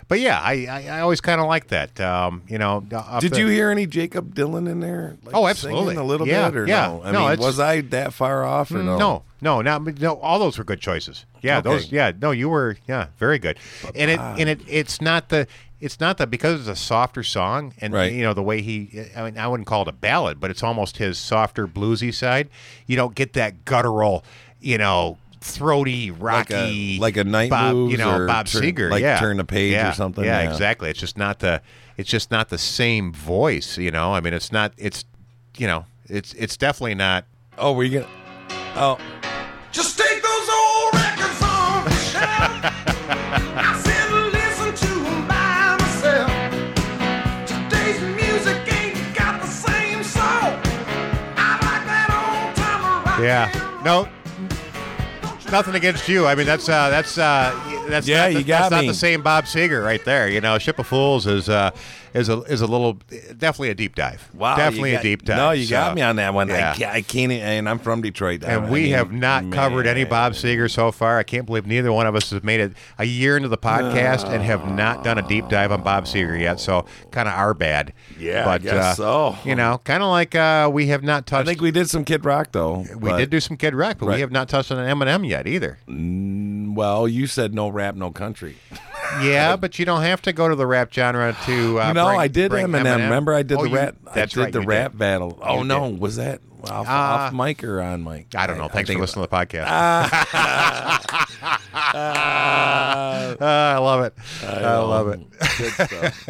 Speaker 3: but yeah, I I, I always kind of like that. Um, you know, up
Speaker 4: Did
Speaker 3: the-
Speaker 4: you hear any Jacob Dylan in there? like,
Speaker 3: Oh, absolutely.
Speaker 4: singing A little
Speaker 3: Yeah,
Speaker 4: bit, or
Speaker 3: yeah.
Speaker 4: no? I
Speaker 3: No,
Speaker 4: mean,
Speaker 3: it's-
Speaker 4: was I that far off or no?
Speaker 3: Mm, No, no, not no. All those were good choices. Yeah,
Speaker 4: Okay.
Speaker 3: those. Yeah, no, you were. Yeah, very good. And it and it it's not the it's not the because it's a softer song and
Speaker 4: Right.
Speaker 3: you know the way he. I mean, I wouldn't call it a ballad, but it's almost his softer bluesy side. You don't get that guttural, you know, throaty,
Speaker 4: Like
Speaker 3: rocky,
Speaker 4: a- like a Night
Speaker 3: Bob, you
Speaker 4: Moves
Speaker 3: know,
Speaker 4: or
Speaker 3: Bob
Speaker 4: Turn-
Speaker 3: Seger,
Speaker 4: like
Speaker 3: yeah.
Speaker 4: Turn the Page or
Speaker 3: Yeah,
Speaker 4: something,
Speaker 3: Yeah,
Speaker 4: yeah.
Speaker 3: exactly. It's just not the it's just not the same voice. You know, I mean, it's not. It's you know, it's it's definitely not.
Speaker 4: Oh, were you gonna? Oh,
Speaker 11: Just take those old records on the shelf. I said, listen to 'em by myself. Today's music ain't got the same soul. I like that old timer rock
Speaker 3: Yeah.
Speaker 11: and roll.
Speaker 3: No. Nothing against you. I mean, that's uh, that's uh, y- that's
Speaker 4: Yeah,
Speaker 3: not the,
Speaker 4: you got
Speaker 3: that's not
Speaker 4: me.
Speaker 3: the same Bob Seger right there. You know, Ship of Fools is uh, is a is a little definitely a deep dive.
Speaker 4: wow! you
Speaker 3: definitely
Speaker 4: got-
Speaker 3: a deep dive.
Speaker 4: No, you
Speaker 3: So-
Speaker 4: got me on that one.
Speaker 3: yeah.
Speaker 4: I, can't, I can't. e- And I'm from Detroit. I-
Speaker 3: And
Speaker 4: I
Speaker 3: we
Speaker 4: mean,
Speaker 3: have not covered any
Speaker 4: man.
Speaker 3: Bob Seger so far. I can't believe neither one of us has made it a year into the podcast and have not done a deep dive on Bob Seger yet. So kind of our bad.
Speaker 4: Yeah, I
Speaker 3: but
Speaker 4: guess
Speaker 3: uh,
Speaker 4: so.
Speaker 3: you know, kind of like uh, we have not
Speaker 4: I
Speaker 3: touched.
Speaker 4: think we did some Kid Rock though.
Speaker 3: we did do some Kid Rock, but
Speaker 4: Right.
Speaker 3: we have not touched on an Eminem yet either.
Speaker 4: Well, you said no rap, no country.
Speaker 3: Yeah, but you don't have to go to the rap genre to. Uh,
Speaker 4: no,
Speaker 3: bring-
Speaker 4: I did
Speaker 3: bring
Speaker 4: Eminem. Remember, I did
Speaker 3: Oh,
Speaker 4: the
Speaker 3: you-
Speaker 4: rap.
Speaker 3: That's
Speaker 4: I did
Speaker 3: right,
Speaker 4: the
Speaker 3: you
Speaker 4: rap battle. Oh
Speaker 3: You Uh,
Speaker 4: no, was that off, off mic or on mic?
Speaker 3: I don't know. Thanks for
Speaker 4: think- Ah.
Speaker 3: listening to the podcast. Uh, I love it.
Speaker 4: uh,
Speaker 3: I, love it.
Speaker 4: Good stuff.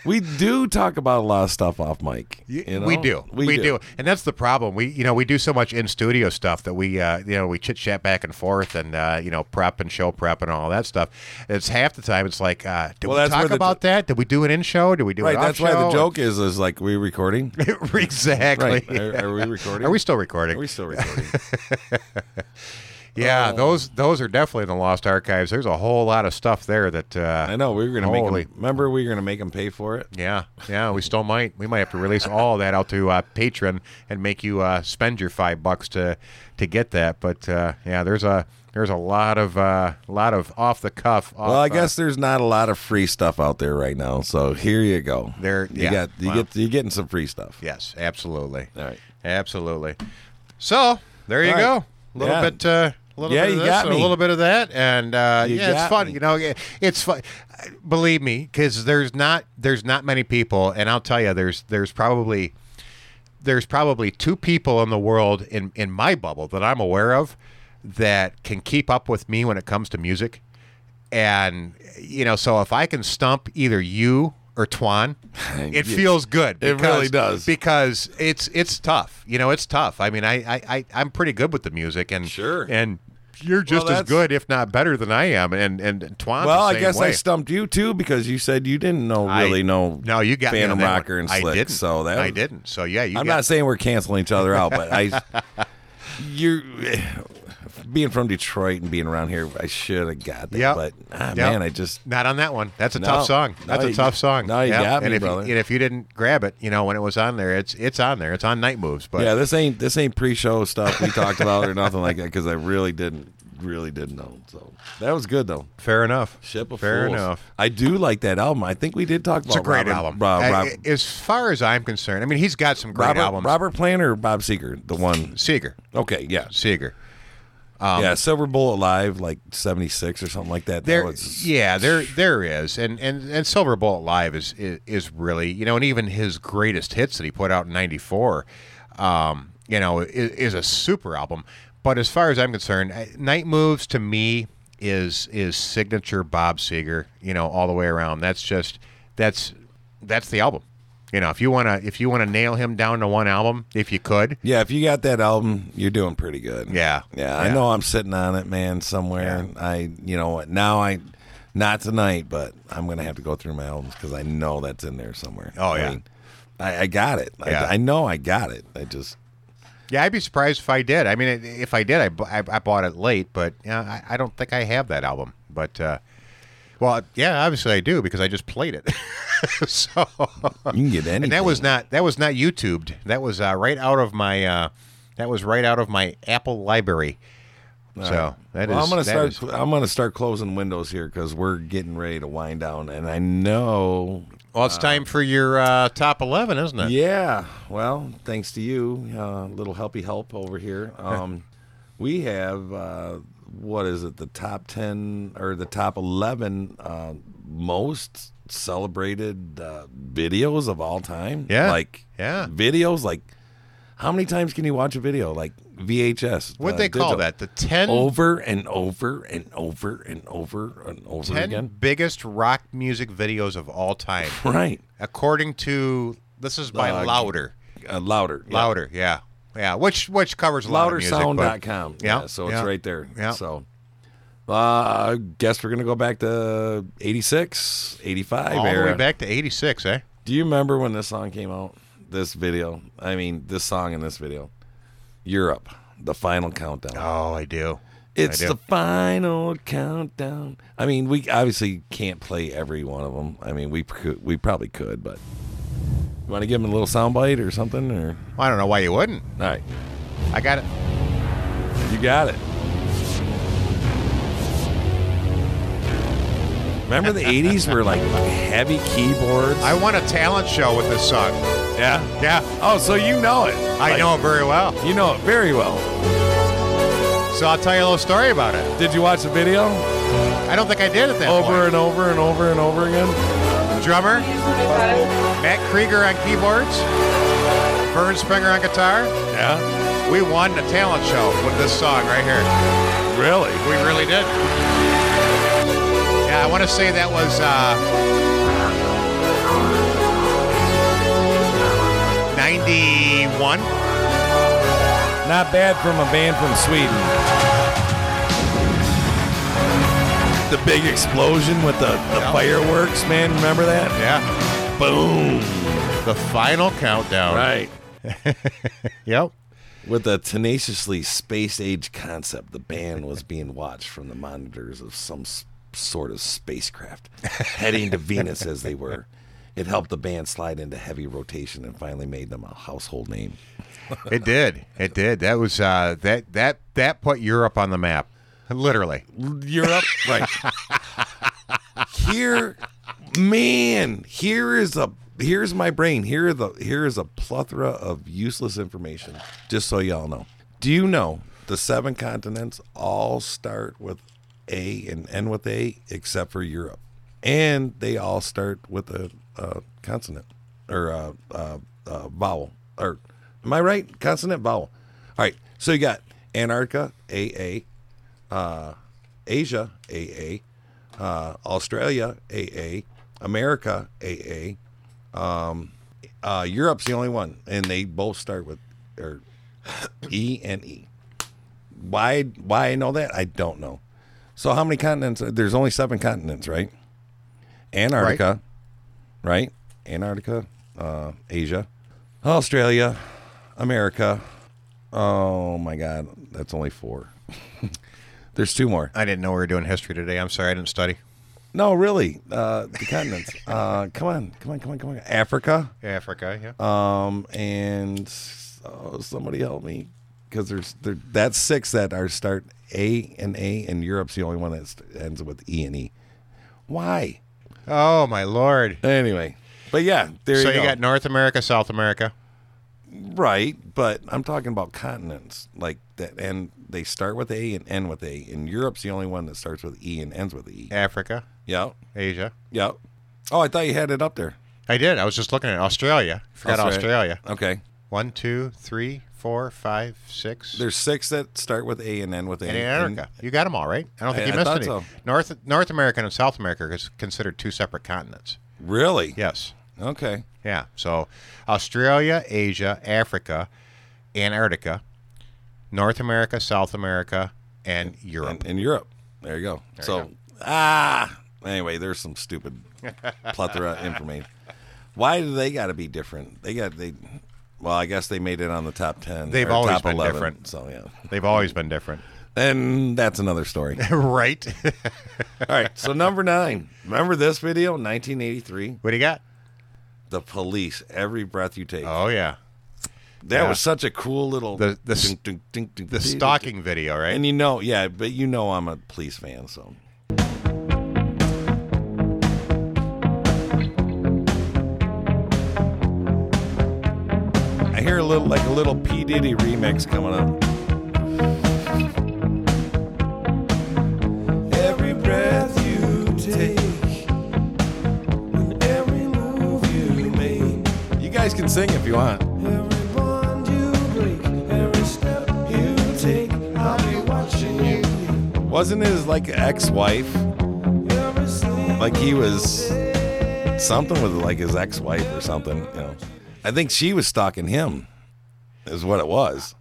Speaker 4: we do talk about a lot of stuff off mic. you
Speaker 3: we
Speaker 4: know?
Speaker 3: do, we, do. and that's the problem. We, you know, we do so much in studio stuff that we, uh, you know, we chit chat back and forth, and uh, you know, prep and show prep and all that stuff. It's half the time. It's like, uh, did
Speaker 4: Well,
Speaker 3: we
Speaker 4: that's where
Speaker 3: talk
Speaker 4: the-
Speaker 3: about that? Did we do an in show? Did we do
Speaker 4: Right.
Speaker 3: An off
Speaker 4: That's why the
Speaker 3: show?
Speaker 4: joke is is like we recording.
Speaker 3: exactly.
Speaker 4: Right. Are, are we recording?
Speaker 3: Are we still recording?
Speaker 4: Are we still recording? Oh.
Speaker 3: Yeah, those those are definitely in the lost archives. There's a whole lot of stuff there that uh,
Speaker 4: I know we were gonna
Speaker 3: Holy-
Speaker 4: make. 'em- remember, we were gonna make them pay for it.
Speaker 3: Yeah, yeah, we still might. We might have to release all that out to uh, Patreon and make you uh, spend your five bucks to to get that. But uh, yeah, there's a there's a lot of uh, lot of off the cuff. Off,
Speaker 4: Well, I
Speaker 3: uh,
Speaker 4: guess there's not a lot of free stuff out there right now. So here you go.
Speaker 3: There-
Speaker 4: you
Speaker 3: yeah,
Speaker 4: got you
Speaker 3: wow.
Speaker 4: get you're getting some free stuff.
Speaker 3: yes, absolutely.
Speaker 4: All right.
Speaker 3: absolutely. So there you
Speaker 4: All
Speaker 3: go.
Speaker 4: right.
Speaker 3: A little
Speaker 4: Yeah.
Speaker 3: bit. Uh, a little
Speaker 4: Yeah,
Speaker 3: bit of
Speaker 4: you
Speaker 3: this
Speaker 4: got
Speaker 3: and a
Speaker 4: me.
Speaker 3: little bit of that, and uh,
Speaker 4: You
Speaker 3: yeah, it's
Speaker 4: got
Speaker 3: fun.
Speaker 4: me.
Speaker 3: You know, it- it's fun. Believe me, because there's not there's not many people, and I'll tell you, there's there's probably there's probably two people in the world in in my bubble that I'm aware of that can keep up with me when it comes to music. And you know, so if I can stump either you or Twan, it
Speaker 4: Yeah.
Speaker 3: feels good.
Speaker 4: It really does.
Speaker 3: because it's it's tough. You know, it's tough. I mean, I I, I I'm pretty good with the music, and
Speaker 4: Sure.
Speaker 3: and you're just as
Speaker 4: that's-
Speaker 3: good, if not better, than I am. And and Twan's
Speaker 4: Well,
Speaker 3: the
Speaker 4: I
Speaker 3: same
Speaker 4: guess I
Speaker 3: way.
Speaker 4: stumped you too because you said you didn't know
Speaker 3: I-
Speaker 4: really know.
Speaker 3: No, you got me
Speaker 4: Phantom
Speaker 3: on that one.
Speaker 4: Rocker and Slick.
Speaker 3: I didn't.
Speaker 4: So that
Speaker 3: I didn't. So yeah, you
Speaker 4: I'm
Speaker 3: got
Speaker 4: not saying we're canceling each other out, but I, you're being from Detroit and being around here, I should have got that.
Speaker 3: Yep.
Speaker 4: But ah,
Speaker 3: Yep.
Speaker 4: man, I just
Speaker 3: Not on that one. That's a
Speaker 4: No.
Speaker 3: tough song.
Speaker 4: No,
Speaker 3: That's a
Speaker 4: you-
Speaker 3: tough song.
Speaker 4: no, you got
Speaker 3: and
Speaker 4: me,
Speaker 3: if
Speaker 4: brother.
Speaker 3: You, and if you didn't grab it, you know, when it was on there, it's it's on there. It's on Night Moves. But
Speaker 4: yeah, this ain't this ain't pre-show stuff we talked about or nothing like that because I really didn't really didn't know. So that was good though.
Speaker 3: fair enough.
Speaker 4: Ship of
Speaker 3: fair
Speaker 4: Fools.
Speaker 3: enough.
Speaker 4: I do like that album. I think we did talk about
Speaker 3: It's a great
Speaker 4: Robert-
Speaker 3: album.
Speaker 4: Rob,
Speaker 3: Uh,
Speaker 4: Rob,
Speaker 3: as far as I'm concerned, I mean, he's got some great
Speaker 4: Robert,
Speaker 3: albums.
Speaker 4: Robert Plant or Bob Seeger, the one.
Speaker 3: Seeger,
Speaker 4: Okay, yeah,
Speaker 3: Seeger. Um,
Speaker 4: yeah. Silver Bullet Live, like '76 or something like that.
Speaker 3: There,
Speaker 4: that was,
Speaker 3: yeah, there, there is, and and and Silver Bullet Live is, is is really, you know, and even his greatest hits that he put out in '94, um, you know, is, is a super album. But as far as I'm concerned, I- Night Moves to me is is signature Bob Seger, you know, all the way around. That's just that's that's the album. You know, if you wanna if you wanna nail him down to one album, if you could,
Speaker 4: Yeah, if you got that album, you're doing pretty good.
Speaker 3: Yeah.
Speaker 4: Yeah, I
Speaker 3: Yeah.
Speaker 4: know I'm sitting on it, man, somewhere. I, you know what? Now I, not tonight, but I'm going to have to go through my albums because I know that's in there somewhere.
Speaker 3: Oh,
Speaker 4: I
Speaker 3: yeah.
Speaker 4: mean, I, I got it. I,
Speaker 3: Yeah.
Speaker 4: I know I got it. I just,
Speaker 3: Yeah, I'd be surprised if I did. I mean, it- if I did, I, bu- I, I bought it late, but you know, I, I don't think I have that album. But uh, well, yeah, obviously I do because I just played it. so
Speaker 4: you can get anything.
Speaker 3: and that was not that was not YouTubed. That was uh, right out of my uh, that was right out of my Apple library. So that
Speaker 4: Well,
Speaker 3: is-
Speaker 4: I'm gonna
Speaker 3: that
Speaker 4: start.
Speaker 3: is-
Speaker 4: I'm gonna start closing windows here because we're getting ready to wind down, and I know.
Speaker 3: well, it's time for your uh, top eleven, isn't it?
Speaker 4: Yeah. Well, thanks to you, uh, little helpy help over here. Um, we have uh, what is it? The top ten or the top eleven uh, most celebrated uh, videos of all time.
Speaker 3: Yeah.
Speaker 4: Like
Speaker 3: Yeah.
Speaker 4: videos like. How many times can you watch a video like VHS?
Speaker 3: What'd
Speaker 4: uh,
Speaker 3: they call
Speaker 4: digital?
Speaker 3: that? The 10
Speaker 4: over and over and over and over and over
Speaker 3: 10
Speaker 4: again.
Speaker 3: biggest rock music videos of all time,
Speaker 4: Right.
Speaker 3: according to this is by
Speaker 4: Uh,
Speaker 3: Louder.
Speaker 4: Uh, louder. yeah.
Speaker 3: Louder, yeah. Yeah, which which covers a lot of music. but-
Speaker 4: Loudersound.com. Yeah, so it's
Speaker 3: yeah,
Speaker 4: right there.
Speaker 3: Yeah.
Speaker 4: So uh, I guess we're going to go back to 86, 85
Speaker 3: all the
Speaker 4: era.
Speaker 3: way back to 86, eh?
Speaker 4: Do you remember when this song came out? This video. I mean, this song in this video. Europe, the final countdown.
Speaker 3: Oh, I do.
Speaker 4: It's
Speaker 3: I do.
Speaker 4: the final countdown. I mean, we obviously can't play every one of them. I mean, we could, we probably could, but you want to give them a little soundbite or something, or
Speaker 3: I don't know why you wouldn't.
Speaker 4: all right,
Speaker 3: I got it.
Speaker 4: you got it. Remember the '80s were like heavy keyboards.
Speaker 3: I won a talent show with this song.
Speaker 4: yeah.
Speaker 3: Yeah,
Speaker 4: Oh, so you know it?
Speaker 3: I
Speaker 4: Like,
Speaker 3: know it very well.
Speaker 4: You know it very well.
Speaker 3: So I'll tell you a little story about it.
Speaker 4: Did you watch the video
Speaker 3: I don't think I did at that
Speaker 4: over
Speaker 3: point.
Speaker 4: and over and over and over again?
Speaker 3: Drummer, Matt Krieger on keyboards, Vern Springer on guitar.
Speaker 4: Yeah.
Speaker 3: We won the talent show with this song right here.
Speaker 4: Really?
Speaker 3: We really did. Yeah, I want to say that was uh, 91.
Speaker 4: Not bad from a band from Sweden. The big explosion with the, the
Speaker 3: Yeah.
Speaker 4: fireworks, man. Remember that?
Speaker 3: Yeah.
Speaker 4: Boom.
Speaker 3: The final countdown.
Speaker 4: Right.
Speaker 3: Yep.
Speaker 4: With a tenaciously space age concept, the band was being watched from the monitors of some s- sort of spacecraft, heading to Venus as they were. It helped the band slide into heavy rotation and finally made them a household name.
Speaker 3: It did. It did. That was uh, that that that put Europe on the map. Literally.
Speaker 4: Europe, right? here, man, here is a here's my brain. Here are the here is a plethora of useless information. Just so y'all know. Do you know the seven continents all start with A and end with A, except for Europe, and they all start with a, a consonant or a, a, a vowel. Or am I right? Consonant vowel. All right. So you got Antarctica, AA, uh, Asia AA, uh, Australia AA, America AA. Um, uh, Europe's the only one, and they both start with or E and E. Why? Why I know that I don't know. So how many continents? There's only seven continents, right? Antarctica, right? Antarctica, uh, Asia, Australia, America. Oh my God, that's only four. There's two more.
Speaker 3: I didn't know we were doing history today. I'm sorry, I didn't study.
Speaker 4: No, really, uh, the continents. Uh, come on, come on, come on, come on. Africa,
Speaker 3: Africa, yeah.
Speaker 4: um, and oh, somebody help me because there's there, that's six that are start A and A, and Europe's the only one that st- ends with E and E. Why?
Speaker 3: Oh my lord!
Speaker 4: Anyway, but yeah, there
Speaker 3: so
Speaker 4: you,
Speaker 3: you,
Speaker 4: go.
Speaker 3: got North America, South America.
Speaker 4: Right, but I'm talking about continents like that, and they start with A and end with A. And Europe's the only one that starts with E and ends with E.
Speaker 3: Africa,
Speaker 4: Yep,
Speaker 3: Asia.
Speaker 4: yep. Oh, I thought you had it up there.
Speaker 3: I did. I was just looking at Australia. Forgot Australia.
Speaker 4: Okay,
Speaker 3: One, two, three, four, five, six.
Speaker 4: there's six that start with A and end with A.
Speaker 3: and Antarctica. you got them all right. I don't think
Speaker 4: I-
Speaker 3: you
Speaker 4: I
Speaker 3: missed
Speaker 4: thought
Speaker 3: any.
Speaker 4: so.
Speaker 3: North North America and South America is considered two separate continents.
Speaker 4: really?
Speaker 3: Yes.
Speaker 4: Okay.
Speaker 3: Yeah. So Australia, Asia, Africa, Antarctica, North America, South America, and Europe.
Speaker 4: in, in Europe. There you go. so ah, anyway, there's some stupid plethora of information. Why do they got to be different? They got they. Well, I guess they made it on the top ten.
Speaker 3: They've
Speaker 4: or
Speaker 3: always
Speaker 4: top
Speaker 3: been
Speaker 4: 11,
Speaker 3: different.
Speaker 4: So yeah,
Speaker 3: They've always been different.
Speaker 4: and that's another story.
Speaker 3: right.
Speaker 4: All right, so number nine. Remember this video, 1983.
Speaker 3: what do you got?
Speaker 4: The police, every breath you take.
Speaker 3: Oh yeah.
Speaker 4: that
Speaker 3: yeah.
Speaker 4: was such a cool little
Speaker 3: The- the s-
Speaker 4: ding, ding,
Speaker 3: The
Speaker 4: ding, ding, ding.
Speaker 3: stalking video, right?
Speaker 4: And you know, yeah, but you know I'm a police fan, so I hear a little like a little P Diddy remix coming up. Every breath you take, with every move you make. You guys can sing if you want. Every bond you break, every step you take, I'll be watching you. Wasn't his like ex-wife? Like he was something with like his ex-wife or something. You know, I think she was stalking him, is what it was.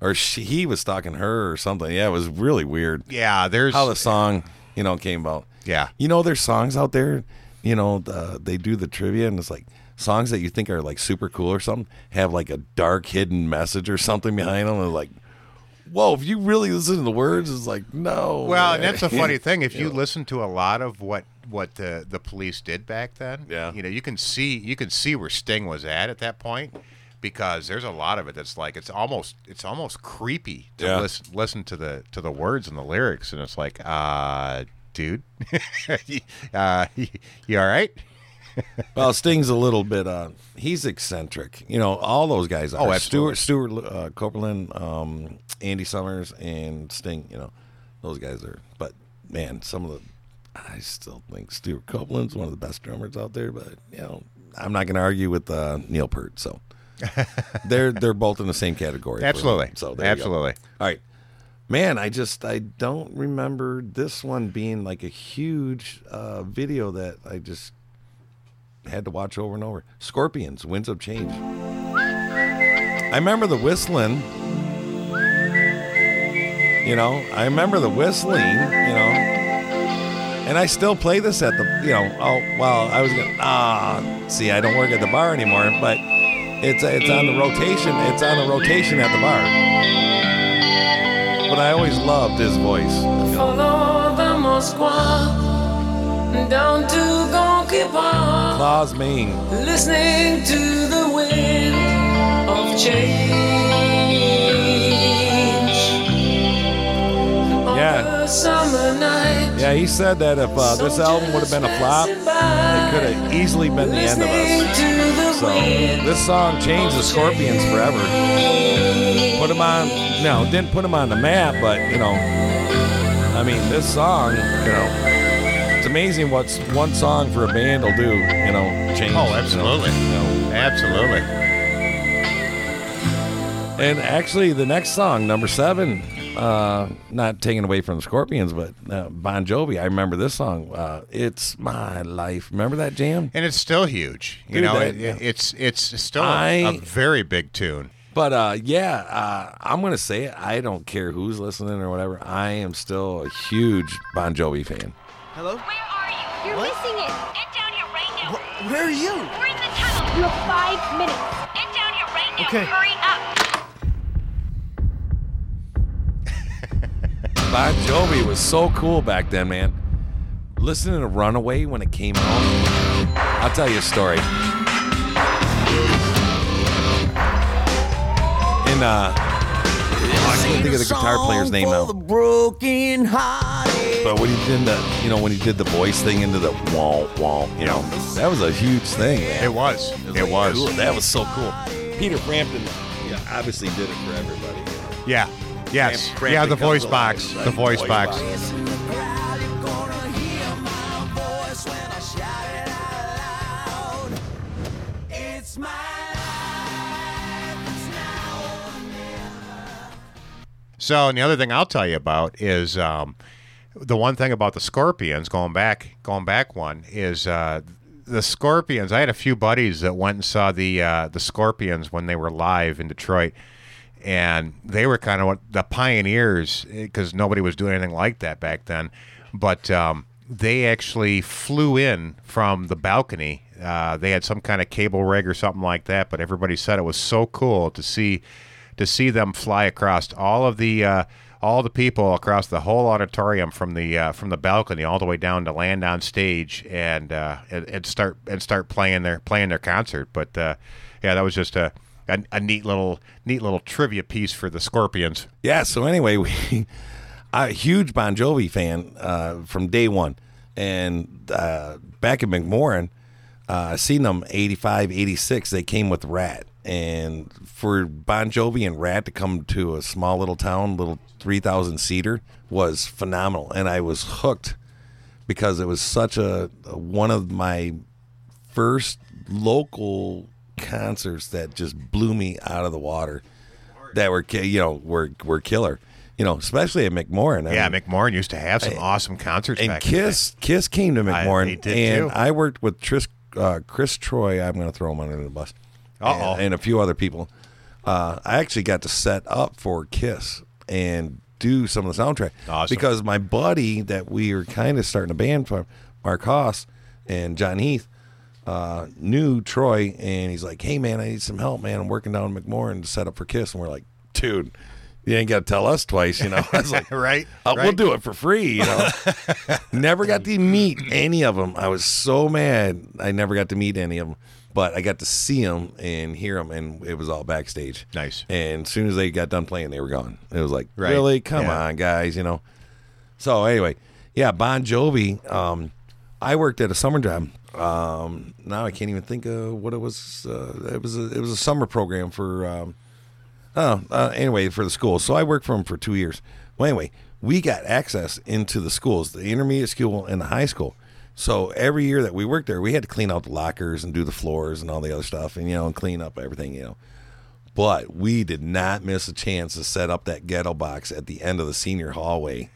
Speaker 4: Or she, he was stalking her or something. Yeah, it was really weird
Speaker 3: yeah, there's
Speaker 4: how the song you know came about.
Speaker 3: Yeah.
Speaker 4: you know there's songs out there. You know the, they do the trivia and it's like songs that you think are like super cool or something have like a dark hidden message or something behind them. And like, whoa, if you really listen to the words, it's like no.
Speaker 3: Well,
Speaker 4: man."
Speaker 3: and that's a funny thing. If you listen to a lot of what what the the police did back then,
Speaker 4: Yeah.
Speaker 3: you know, you can see you can see where Sting was at at that point because there's a lot of it that's like it's almost it's almost creepy to
Speaker 4: Yeah.
Speaker 3: listen listen to the to the words and the lyrics, and it's like, uh, dude, uh, you all right?
Speaker 4: Well, Sting's a little bit. Uh, he's eccentric. You know, all those guys are.
Speaker 3: Oh, absolutely.
Speaker 4: Stuart, Stuart uh, Copeland, um, Andy Summers, and Sting. You know, those guys are. But man, some of the. I still think Stuart Copeland's one of the best drummers out there. But you know, I'm not going to argue with uh, Neil Peart. So they're they're both in the same category. for me.
Speaker 3: Absolutely.
Speaker 4: So there you go.
Speaker 3: absolutely.
Speaker 4: All right. Man, I just I don't remember this one being like a huge uh, video that I just had to watch over and over. Scorpions, Winds of Change. I remember the whistling. You know, I remember the whistling, you know. And I still play this at the, you know, oh, well, I was going to, ah, see, I don't work at the bar anymore, but it's it's on the rotation. It's on a rotation at the bar. But I always loved his voice.
Speaker 11: Down to Gonkibon,
Speaker 4: Claus Main.
Speaker 11: listening to the wind of change.
Speaker 4: Yeah.
Speaker 11: A summer night,
Speaker 4: Yeah, he said that if uh, this album would have been a flop, it could have easily been the end of us.
Speaker 11: to the
Speaker 4: So this song changed the Scorpions forever. Put them on. No, didn't put them on the map, but you know, I mean, this song, you know, it's amazing what one song for a band will do. You know, change.
Speaker 3: Oh,
Speaker 4: you know,
Speaker 3: absolutely. Absolutely.
Speaker 4: And actually, the next song, number seven, uh, not taken away from the Scorpions, but uh, Bon Jovi. I remember this song. Uh, it's my life. Remember that jam?
Speaker 3: and it's still huge. You
Speaker 4: Dude,
Speaker 3: know,
Speaker 4: that-
Speaker 3: it, it- it's it's still a
Speaker 4: I-
Speaker 3: very big tune.
Speaker 4: But uh, yeah, uh, I'm gonna say it. I don't care who's listening or whatever. I am still a huge Bon Jovi fan.
Speaker 12: Hello? Where are you? You're missing it. Get down here right now.
Speaker 11: where are you?
Speaker 12: We're in the tunnel. You have five minutes. Get down here right now.
Speaker 11: Okay.
Speaker 12: Hurry up.
Speaker 4: Bon Jovi was so cool back then, man. Listening to Runaway when it came out, I'll tell you a story. And uh, I can't think of the guitar player's name now.
Speaker 11: broken hearted.
Speaker 4: But when he did the, you know, when he did the voice thing into the womp womp, you know, that was a huge thing. Man.
Speaker 3: It was. It
Speaker 4: like,
Speaker 3: was.
Speaker 4: cool. That was so cool. Peter Frampton, yeah, obviously did it for everybody. you know.
Speaker 3: Yeah. Yes.
Speaker 4: Fran- Fran
Speaker 3: yeah. The
Speaker 4: becomes
Speaker 3: voice
Speaker 4: alive,
Speaker 3: box.
Speaker 4: right?
Speaker 3: The voice
Speaker 4: Voice
Speaker 3: box.
Speaker 4: box.
Speaker 3: So, and the other thing I'll tell you about is um, the one thing about the Scorpions going back, going back one is uh, the Scorpions. I had a few buddies that went and saw the uh, the Scorpions when they were live in Detroit, and they were kind of the pioneers because nobody was doing anything like that back then. But um, they actually flew in from the balcony. Uh, they had some kind of cable rig or something like that, but everybody said it was so cool to see to see them fly across all of the uh, all the people across the whole auditorium from the uh, from the balcony all the way down to land on stage and uh, and, and start and start playing their playing their concert. But uh, yeah, that was just a, a a neat little neat little trivia piece for the Scorpions.
Speaker 4: Yeah. So anyway, we a huge Bon Jovi fan uh, from day one, and uh, back in McMoran, uh, I seen them 85, 86. They came with Rat, and for Bon Jovi and Rat to come to a small little town, little three thousand seater, was phenomenal, and I was hooked because it was such a one of my first local concerts that just blew me out of the water that were ki- you know were were killer you know especially at mcmorrin I
Speaker 3: yeah,
Speaker 4: mean,
Speaker 3: McMorrin used to have some awesome concerts.
Speaker 4: and
Speaker 3: back in the day.
Speaker 4: kiss kiss came to mcmorrin
Speaker 3: they did
Speaker 4: and
Speaker 3: too.
Speaker 4: i worked with Tris, uh, chris troy i'm going to throw him under the bus
Speaker 3: Uh-oh.
Speaker 4: and, and a few other people uh, i actually got to set up for kiss and do some of the soundtrack
Speaker 3: Awesome.
Speaker 4: because my buddy that we were kind of starting a band from mark haas and john heath uh, knew Troy, and he's like, "Hey man, I need some help, man. I'm working down in McMorrin to set up for Kiss." And we're like, "Dude, you ain't got to tell us twice, you know." I was like,
Speaker 3: Right,
Speaker 4: Uh, We'll
Speaker 3: right.
Speaker 4: do it for free, you know." never got to meet any of them. I was so mad. I never got to meet any of them, but I got to see them and hear them, and it was all backstage.
Speaker 3: Nice.
Speaker 4: And as soon as they got done playing, they were gone. It was like,
Speaker 3: Right.
Speaker 4: really? Come
Speaker 3: Yeah.
Speaker 4: on, guys, you know. So anyway, yeah, Bon Jovi. Um, I worked at a summer job. Um, now I can't even think of what it was. Uh, it was a, it was a summer program for. Um, oh, uh, anyway, for the school. So I worked for them for two years. Well, anyway, we got access into the schools, the intermediate school and the high school. So every year that we worked there, we had to clean out the lockers and do the floors and all the other stuff, and you know, and clean up everything, you know. But we did not miss a chance to set up that ghetto box at the end of the senior hallway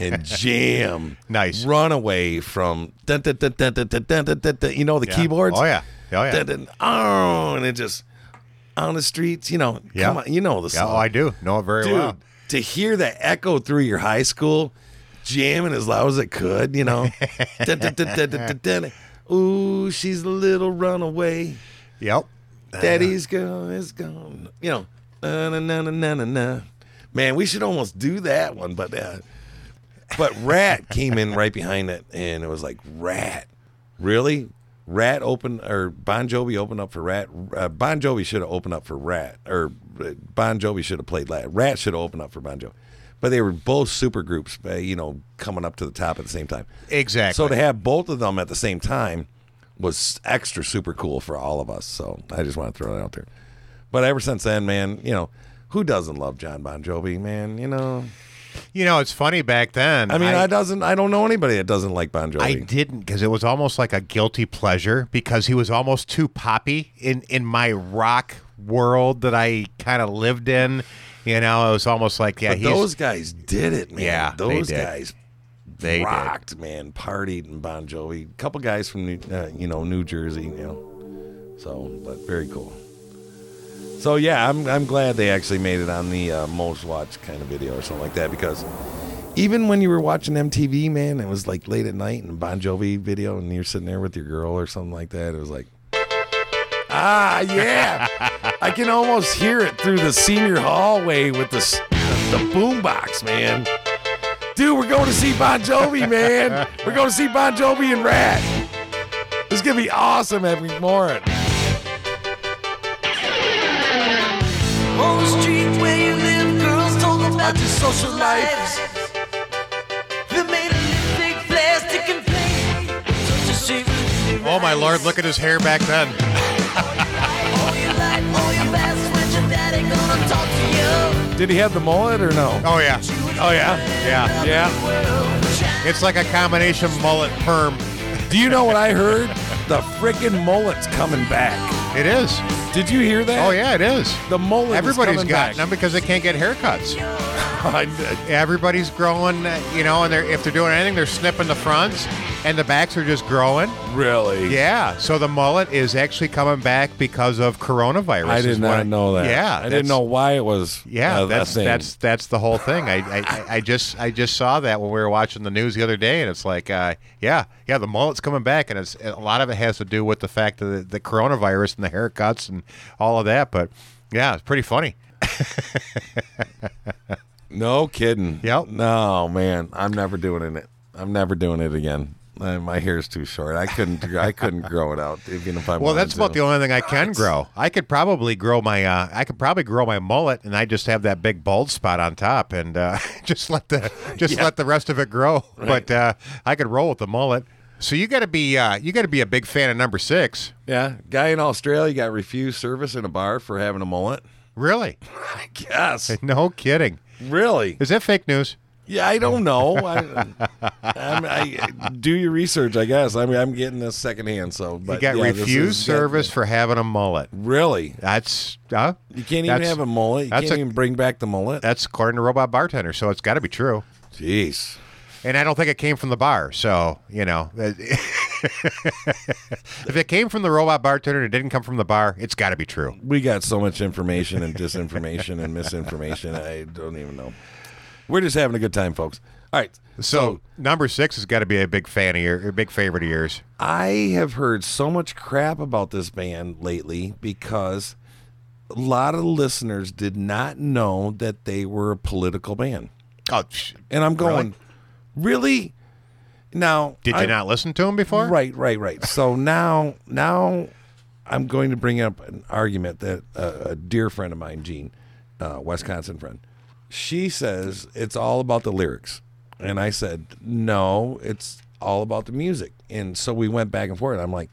Speaker 4: and jam.
Speaker 3: Nice.
Speaker 4: Runaway from dun, dun, dun, dun, dun, dun, dun, dun, dun, dun, you know the
Speaker 3: Yeah.
Speaker 4: keyboards.
Speaker 3: Oh, yeah. Oh, yeah.
Speaker 4: Dun, dun, oh, and it just on the streets. You know.
Speaker 3: Yeah.
Speaker 4: Come on, you know the
Speaker 3: Yeah,
Speaker 4: song.
Speaker 3: oh, I do know it very
Speaker 4: Dude,
Speaker 3: well.
Speaker 4: to hear that echo through your high school, jamming as loud as it could. You know. Dun, dun, dun, dun, dun, dun, dun. Ooh, she's a little runaway.
Speaker 3: Yep.
Speaker 4: Daddy's girl is gone. You know, na na na na na na. na. Man, we should almost do that one, but uh, but Rat came in right behind it, and it was like Rat, really? Rat opened or Bon Jovi opened up for Rat. Uh, bon Jovi should have opened up for Rat, or uh, Bon Jovi should have played Rat. Rat should have opened up for Bon Jovi, but they were both super groups, uh, you know, coming up to the top at the same time.
Speaker 3: Exactly.
Speaker 4: So to have both of them at the same time was extra super cool for all of us. So I just want to throw that out there. But ever since then, man, you know, who doesn't love John Bon Jovi, man? You know,
Speaker 3: you know, it's funny back then.
Speaker 4: I mean, I, doesn't, I don't know anybody that doesn't like Bon Jovi.
Speaker 3: I didn't because it was almost like a guilty pleasure because he was almost too poppy in in my rock world that I kind of lived in. You know, it was almost like yeah,
Speaker 4: But
Speaker 3: he's,
Speaker 4: those guys did it, man.
Speaker 3: Yeah, they
Speaker 4: those
Speaker 3: did.
Speaker 4: guys
Speaker 3: They did.
Speaker 4: rocked, man. Partied in Bon Jovi. couple guys from New, uh, you know New Jersey, you know. So, but very cool. So yeah, I'm I'm glad they actually made it on the uh, most watched kind of video or something like that because even when you were watching MTV, man, it was like late at night and Bon Jovi video, and you're sitting there with your girl or something like that. It was like, ah, yeah, I can almost hear it through the senior hallway with the s- the boombox, man. Dude, we're going to see Bon Jovi, man. We're going to see Bon Jovi and Rat. It's gonna be awesome every morning.
Speaker 11: On the street where you live, girls talk about your social lives. They made a big plastic and play. Such a secret.
Speaker 3: Oh my lord, look at his hair back then.
Speaker 11: All your life, all your past, when your daddy gonna talk to you.
Speaker 4: Did he have the mullet or no?
Speaker 3: Oh yeah,
Speaker 4: Oh yeah.
Speaker 3: yeah.
Speaker 4: Yeah.
Speaker 3: It's like a combination mullet perm.
Speaker 4: Do you know what I heard? The frickin' mullet's coming back.
Speaker 3: It is.
Speaker 4: Did you hear that?
Speaker 3: Oh yeah, it is.
Speaker 4: The mullet. is
Speaker 3: Everybody's
Speaker 4: coming
Speaker 3: got them
Speaker 4: back.
Speaker 3: because they can't get haircuts.
Speaker 4: I did.
Speaker 3: Everybody's growing, uh, you know, and they're if they're doing anything, they're snipping the fronts, and the backs are just growing.
Speaker 4: Really?
Speaker 3: Yeah, so the mullet is actually coming back because of coronavirus.
Speaker 4: I
Speaker 3: is
Speaker 4: did
Speaker 3: what
Speaker 4: not know that.
Speaker 3: Yeah,
Speaker 4: I
Speaker 3: that's-
Speaker 4: didn't know why it was.
Speaker 3: Yeah,
Speaker 4: uh, a
Speaker 3: that's
Speaker 4: thing.
Speaker 3: that's that's the whole thing. I, I- I I just I just saw that when we were watching the news the other day, and it's like, uh, yeah, yeah, the mullet's coming back, and it's a lot of it has to do with the fact that the, the coronavirus and the haircuts and all of that. But yeah, it's pretty funny.
Speaker 4: no kidding.
Speaker 3: Yep.
Speaker 4: No man, I'm never doing it. I'm never doing it again. Uh, My hair's too short. I couldn't. I couldn't grow it out even if I.
Speaker 3: Well, that's about the only thing I can grow. I could probably grow my uh, I could probably grow my mullet, and I just have that big bald spot on top, and uh, just let the just let the rest of it grow. But uh, I could roll with the mullet. So you got to be uh, you got to be a big fan of number six.
Speaker 4: Yeah, guy in Australia got refused service in a bar for having a mullet.
Speaker 3: Really?
Speaker 4: I guess.
Speaker 3: No kidding.
Speaker 4: Really?
Speaker 3: Is that fake news?
Speaker 4: Yeah, I don't know. I, I'm, I do your research, I guess. I mean, I'm getting this secondhand. So,
Speaker 3: You
Speaker 4: but
Speaker 3: got
Speaker 4: yeah, this
Speaker 3: refused
Speaker 4: is-
Speaker 3: service for having a mullet.
Speaker 4: Really?
Speaker 3: That's uh,
Speaker 4: You can't even
Speaker 3: That's-
Speaker 4: have a mullet. You
Speaker 3: that's
Speaker 4: can't
Speaker 3: a-
Speaker 4: even bring back the mullet.
Speaker 3: that's according to Robot Bartender, so it's got to be true.
Speaker 4: Jeez.
Speaker 3: And I don't think it came from the bar, so you know, if it came from the Robot Bartender and it didn't come from the bar, it's got to be true.
Speaker 4: We got so much information and disinformation and misinformation. I don't even know. We're just having a good time, folks. All right.
Speaker 3: So number six has got to be a big fan of your, a big favorite of yours.
Speaker 4: I have heard so much crap about this band lately because a lot of listeners did not know that they were a political band.
Speaker 3: Oh, psh,
Speaker 4: And I'm going, really? Now,
Speaker 3: did you
Speaker 4: I-
Speaker 3: not listen to him before?
Speaker 4: Right, right, right. So now, now I'm going to bring up an argument that uh, a dear friend of mine, Jean, uh, Wisconsin friend, she says it's all about the lyrics, and I said no, it's all about the music. And so we went back and forth. I'm like,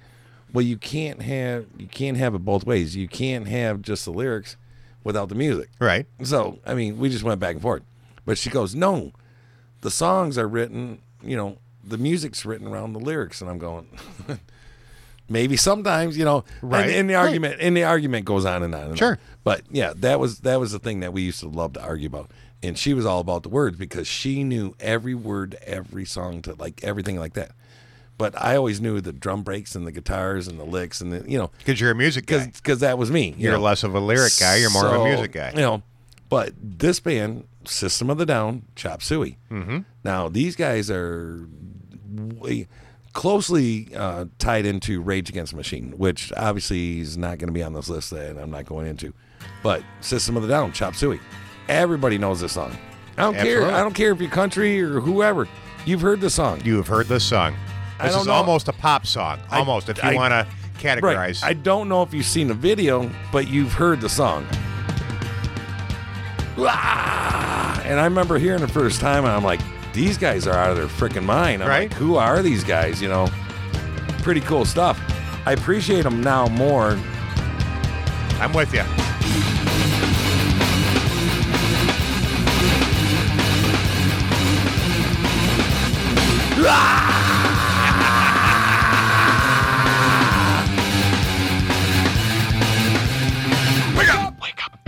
Speaker 4: well, you can't have you can't have it both ways. You can't have just the lyrics without the music.
Speaker 3: right.
Speaker 4: So, I mean, we just went back and forth. But she goes, No, the songs are written, you know, the music's written around the lyrics. And I'm going, Maybe sometimes, you know, and-
Speaker 3: Right.
Speaker 4: And, the
Speaker 3: Right.
Speaker 4: argument, and the argument goes on and on. And
Speaker 3: Sure.
Speaker 4: On. But yeah, that was that was the thing that we used to love to argue about. And she was all about the words because she knew every word, to every song to like everything like that. But I always knew the drum breaks and the guitars and the licks and the you know
Speaker 3: Because you're a music guy.
Speaker 4: because that was me. you
Speaker 3: You're
Speaker 4: know.
Speaker 3: less of a lyric guy. You're more of
Speaker 4: So,
Speaker 3: a music guy.
Speaker 4: You know, but this band, System of the Down, Chop Suey. Mm-hmm. Now these guys are way, closely uh, tied into Rage Against the Machine, which obviously is not going to be on this list, and I'm not going into. But System of the Down, Chop Suey. Everybody knows this song. I don't care.
Speaker 3: Absolutely.
Speaker 4: I don't care if you're country or whoever. You've heard the song.
Speaker 3: You have heard this song.
Speaker 4: I
Speaker 3: This
Speaker 4: don't
Speaker 3: is
Speaker 4: know.
Speaker 3: almost a pop song.
Speaker 4: I-
Speaker 3: Almost, if you
Speaker 4: I-
Speaker 3: want to categorize.
Speaker 4: Right. I don't know if you've seen the video, but you've heard the song. Wah! Ah! And I remember hearing the first time, and I'm like, these guys are out of their freaking mind. I'm
Speaker 3: Right.
Speaker 4: like, who are these guys? You know, pretty cool stuff. I appreciate them now more.
Speaker 3: I'm with you.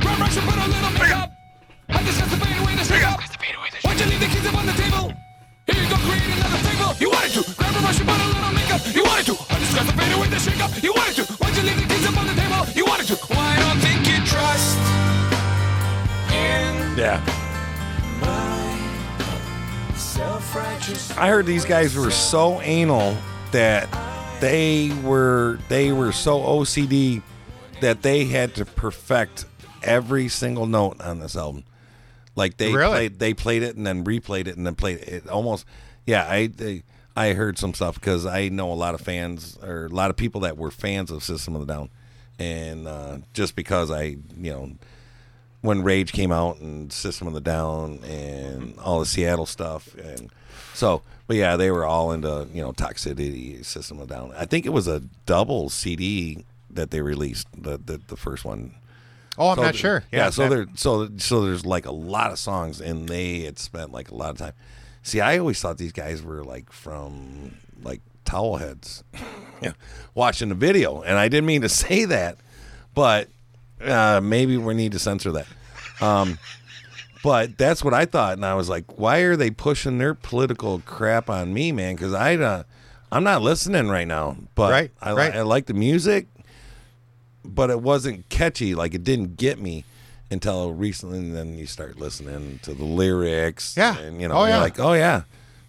Speaker 4: Wake Yeah. I heard these guys were so anal that they were they were so OCD that they had to perfect every single note on this album. Like they
Speaker 3: Really?
Speaker 4: played they played it and then replayed it and then played it. it almost yeah, I they, I heard some stuff cuz I know a lot of fans or a lot of people that were fans of System of the Down and uh, just because I, you know, when Rage came out and System of the Down and all the Seattle stuff and so but yeah, they were all into, you know, Toxicity, System of a Down. I think it was a double CD that they released, the the, the first one.
Speaker 3: Oh, I'm
Speaker 4: So
Speaker 3: not
Speaker 4: the-
Speaker 3: sure.
Speaker 4: Yeah, so
Speaker 3: that-
Speaker 4: there so so there's like a lot of songs and they had spent like a lot of time. See, I always thought these guys were like from like towel heads watching the video. And I didn't mean to say that, but uh, maybe we need to censor that. Um, but that's what I thought, and I was like, "Why are they pushing their political crap on me, man? Because I, uh, I'm not listening right now. But
Speaker 3: Right,
Speaker 4: I, li-
Speaker 3: right.
Speaker 4: I like the music, but it wasn't catchy. Like it didn't get me until recently. And then you start listening to the lyrics,
Speaker 3: Yeah.
Speaker 4: and you know,
Speaker 3: Oh,
Speaker 4: you're
Speaker 3: yeah.
Speaker 4: like, oh yeah,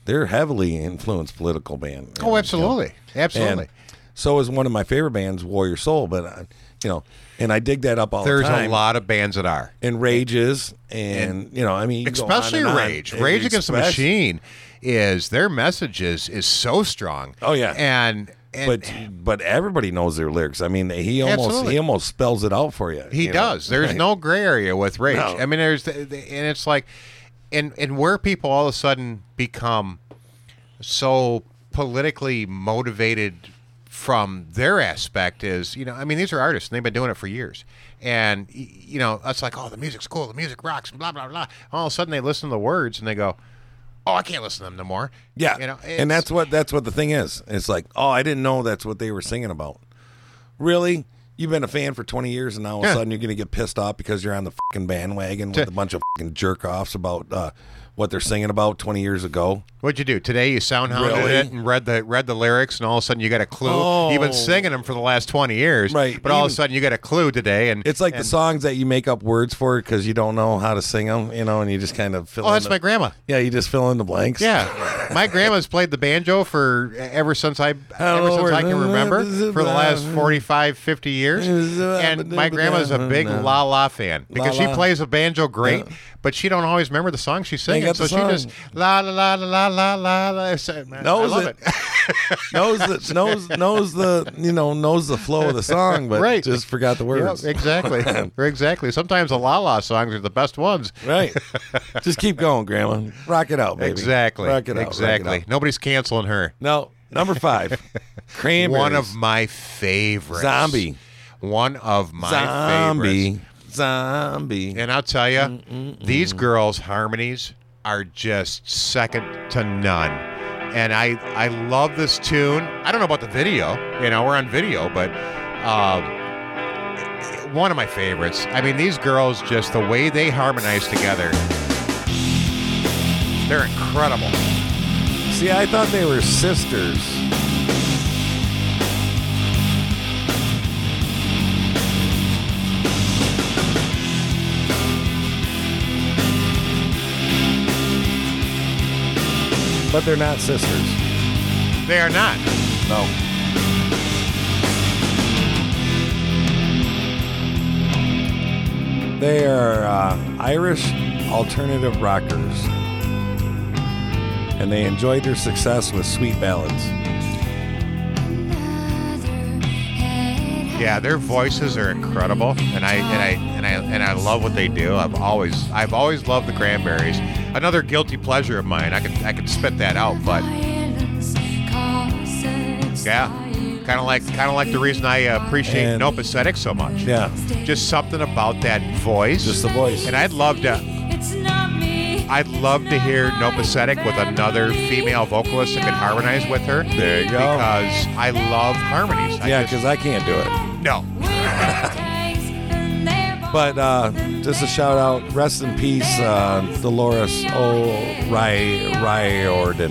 Speaker 4: they're heavily influenced political band. you
Speaker 3: Oh,
Speaker 4: know.
Speaker 3: absolutely, absolutely.
Speaker 4: And so is one of my favorite bands, Warrior Soul. But I, you know, and I dig that up all
Speaker 3: There's
Speaker 4: the time.
Speaker 3: a lot of bands that are.
Speaker 4: and Rages, and, you know, I mean, you go on
Speaker 3: especially
Speaker 4: and on.
Speaker 3: Rage. Rage Against the
Speaker 4: Especially-
Speaker 3: Machine is their message is, is so strong.
Speaker 4: Oh yeah,
Speaker 3: and, and
Speaker 4: but but everybody knows their lyrics. I mean, he almost
Speaker 3: Absolutely.
Speaker 4: he almost spells it out for you.
Speaker 3: He
Speaker 4: you know?
Speaker 3: does. There's
Speaker 4: Right.
Speaker 3: no gray area with rage.
Speaker 4: No.
Speaker 3: I mean, there's, the, the, and it's like, and and where people all of a sudden become so politically motivated from their aspect is, you know, I mean, these are artists and they've been doing it for years, and y- you know, it's like, oh, the music's cool, the music rocks, blah blah blah. All of a sudden, they listen to the words and they go, oh, I can't listen to them no more.
Speaker 4: Yeah,
Speaker 3: you know,
Speaker 4: and
Speaker 3: it's-
Speaker 4: that's what that's what the thing is. It's like, oh, I didn't know that's what they were singing about. Really, you've been a fan for twenty years, and now all of
Speaker 3: Yeah.
Speaker 4: a sudden you're gonna get pissed off because you're on the fucking bandwagon with
Speaker 3: Yeah.
Speaker 4: a bunch of fucking jerk offs about uh, what they're singing about twenty years ago.
Speaker 3: What'd you do today? You sound hounded
Speaker 4: Really?
Speaker 3: it and read the read the lyrics, and all of a sudden you got a clue. You've been
Speaker 4: Oh.
Speaker 3: singing them for the last twenty years,
Speaker 4: Right.
Speaker 3: But all of a
Speaker 4: Even-
Speaker 3: sudden you got a clue today, and
Speaker 4: It's like the
Speaker 3: and-
Speaker 4: songs that you make up words for because you don't know how to sing them, you know, and you just kind of fill.
Speaker 3: Oh,
Speaker 4: in
Speaker 3: that's
Speaker 4: the-
Speaker 3: my grandma.
Speaker 4: Yeah, you just fill in the blanks.
Speaker 3: Yeah, my grandma's played the banjo for ever since I ever
Speaker 4: know
Speaker 3: since I
Speaker 4: where-
Speaker 3: can remember for the last 45, 50 years. And my grandma's a big La La fan because she
Speaker 4: La La.
Speaker 3: plays the banjo great,
Speaker 4: Yeah.
Speaker 3: but she don't always remember the song she's singing.
Speaker 4: got
Speaker 3: So
Speaker 4: the
Speaker 3: she just
Speaker 4: song.
Speaker 3: la la la la la la la. It's, uh, I
Speaker 4: Knows
Speaker 3: love
Speaker 4: it. knows the knows knows the you know knows the flow of the song, but
Speaker 3: Right.
Speaker 4: just forgot the
Speaker 3: Yep,
Speaker 4: words.
Speaker 3: exactly. exactly. Sometimes the La La songs are the best ones.
Speaker 4: right. Just keep going, Grandma. Rock it out, baby.
Speaker 3: Exactly.
Speaker 4: Rock it out. rock it
Speaker 3: exactly.
Speaker 4: out.
Speaker 3: Nobody's canceling her.
Speaker 4: No, number five, cranberries.
Speaker 3: One of my favorites.
Speaker 4: Zombie.
Speaker 3: One of my
Speaker 4: zombie.
Speaker 3: favorites.
Speaker 4: Zombie.
Speaker 3: And I'll tell you, these girls' harmonies are just second to none. And I, I love this tune. I don't know about the video. You know, we're on video, but um, one of my favorites. I mean, these girls just the way they harmonize together. They're incredible.
Speaker 4: See, I thought they were sisters. But they're not sisters.
Speaker 3: They are not.
Speaker 4: No. They are uh, Irish alternative rockers. And they enjoyed their success with sweet ballads.
Speaker 3: Yeah, their voices are incredible, and I and I and I and I love what they do. I've always I've always loved the Cranberries. Another guilty pleasure of mine. I could I could spit that out, but yeah, kind of like kind of like the reason I uh, appreciate
Speaker 4: And-
Speaker 3: No Pathetic so much.
Speaker 4: Yeah.
Speaker 3: just something about that voice.
Speaker 4: Just the voice.
Speaker 3: and I'd love to I'd love to hear No Pathetic with another female vocalist that could harmonize with her.
Speaker 4: There you go.
Speaker 3: Because I love harmonies. I
Speaker 4: yeah,
Speaker 3: just-
Speaker 4: because I can't do it.
Speaker 3: no.
Speaker 4: But uh, just a shout out, rest in peace, uh, Dolores O'Riordan.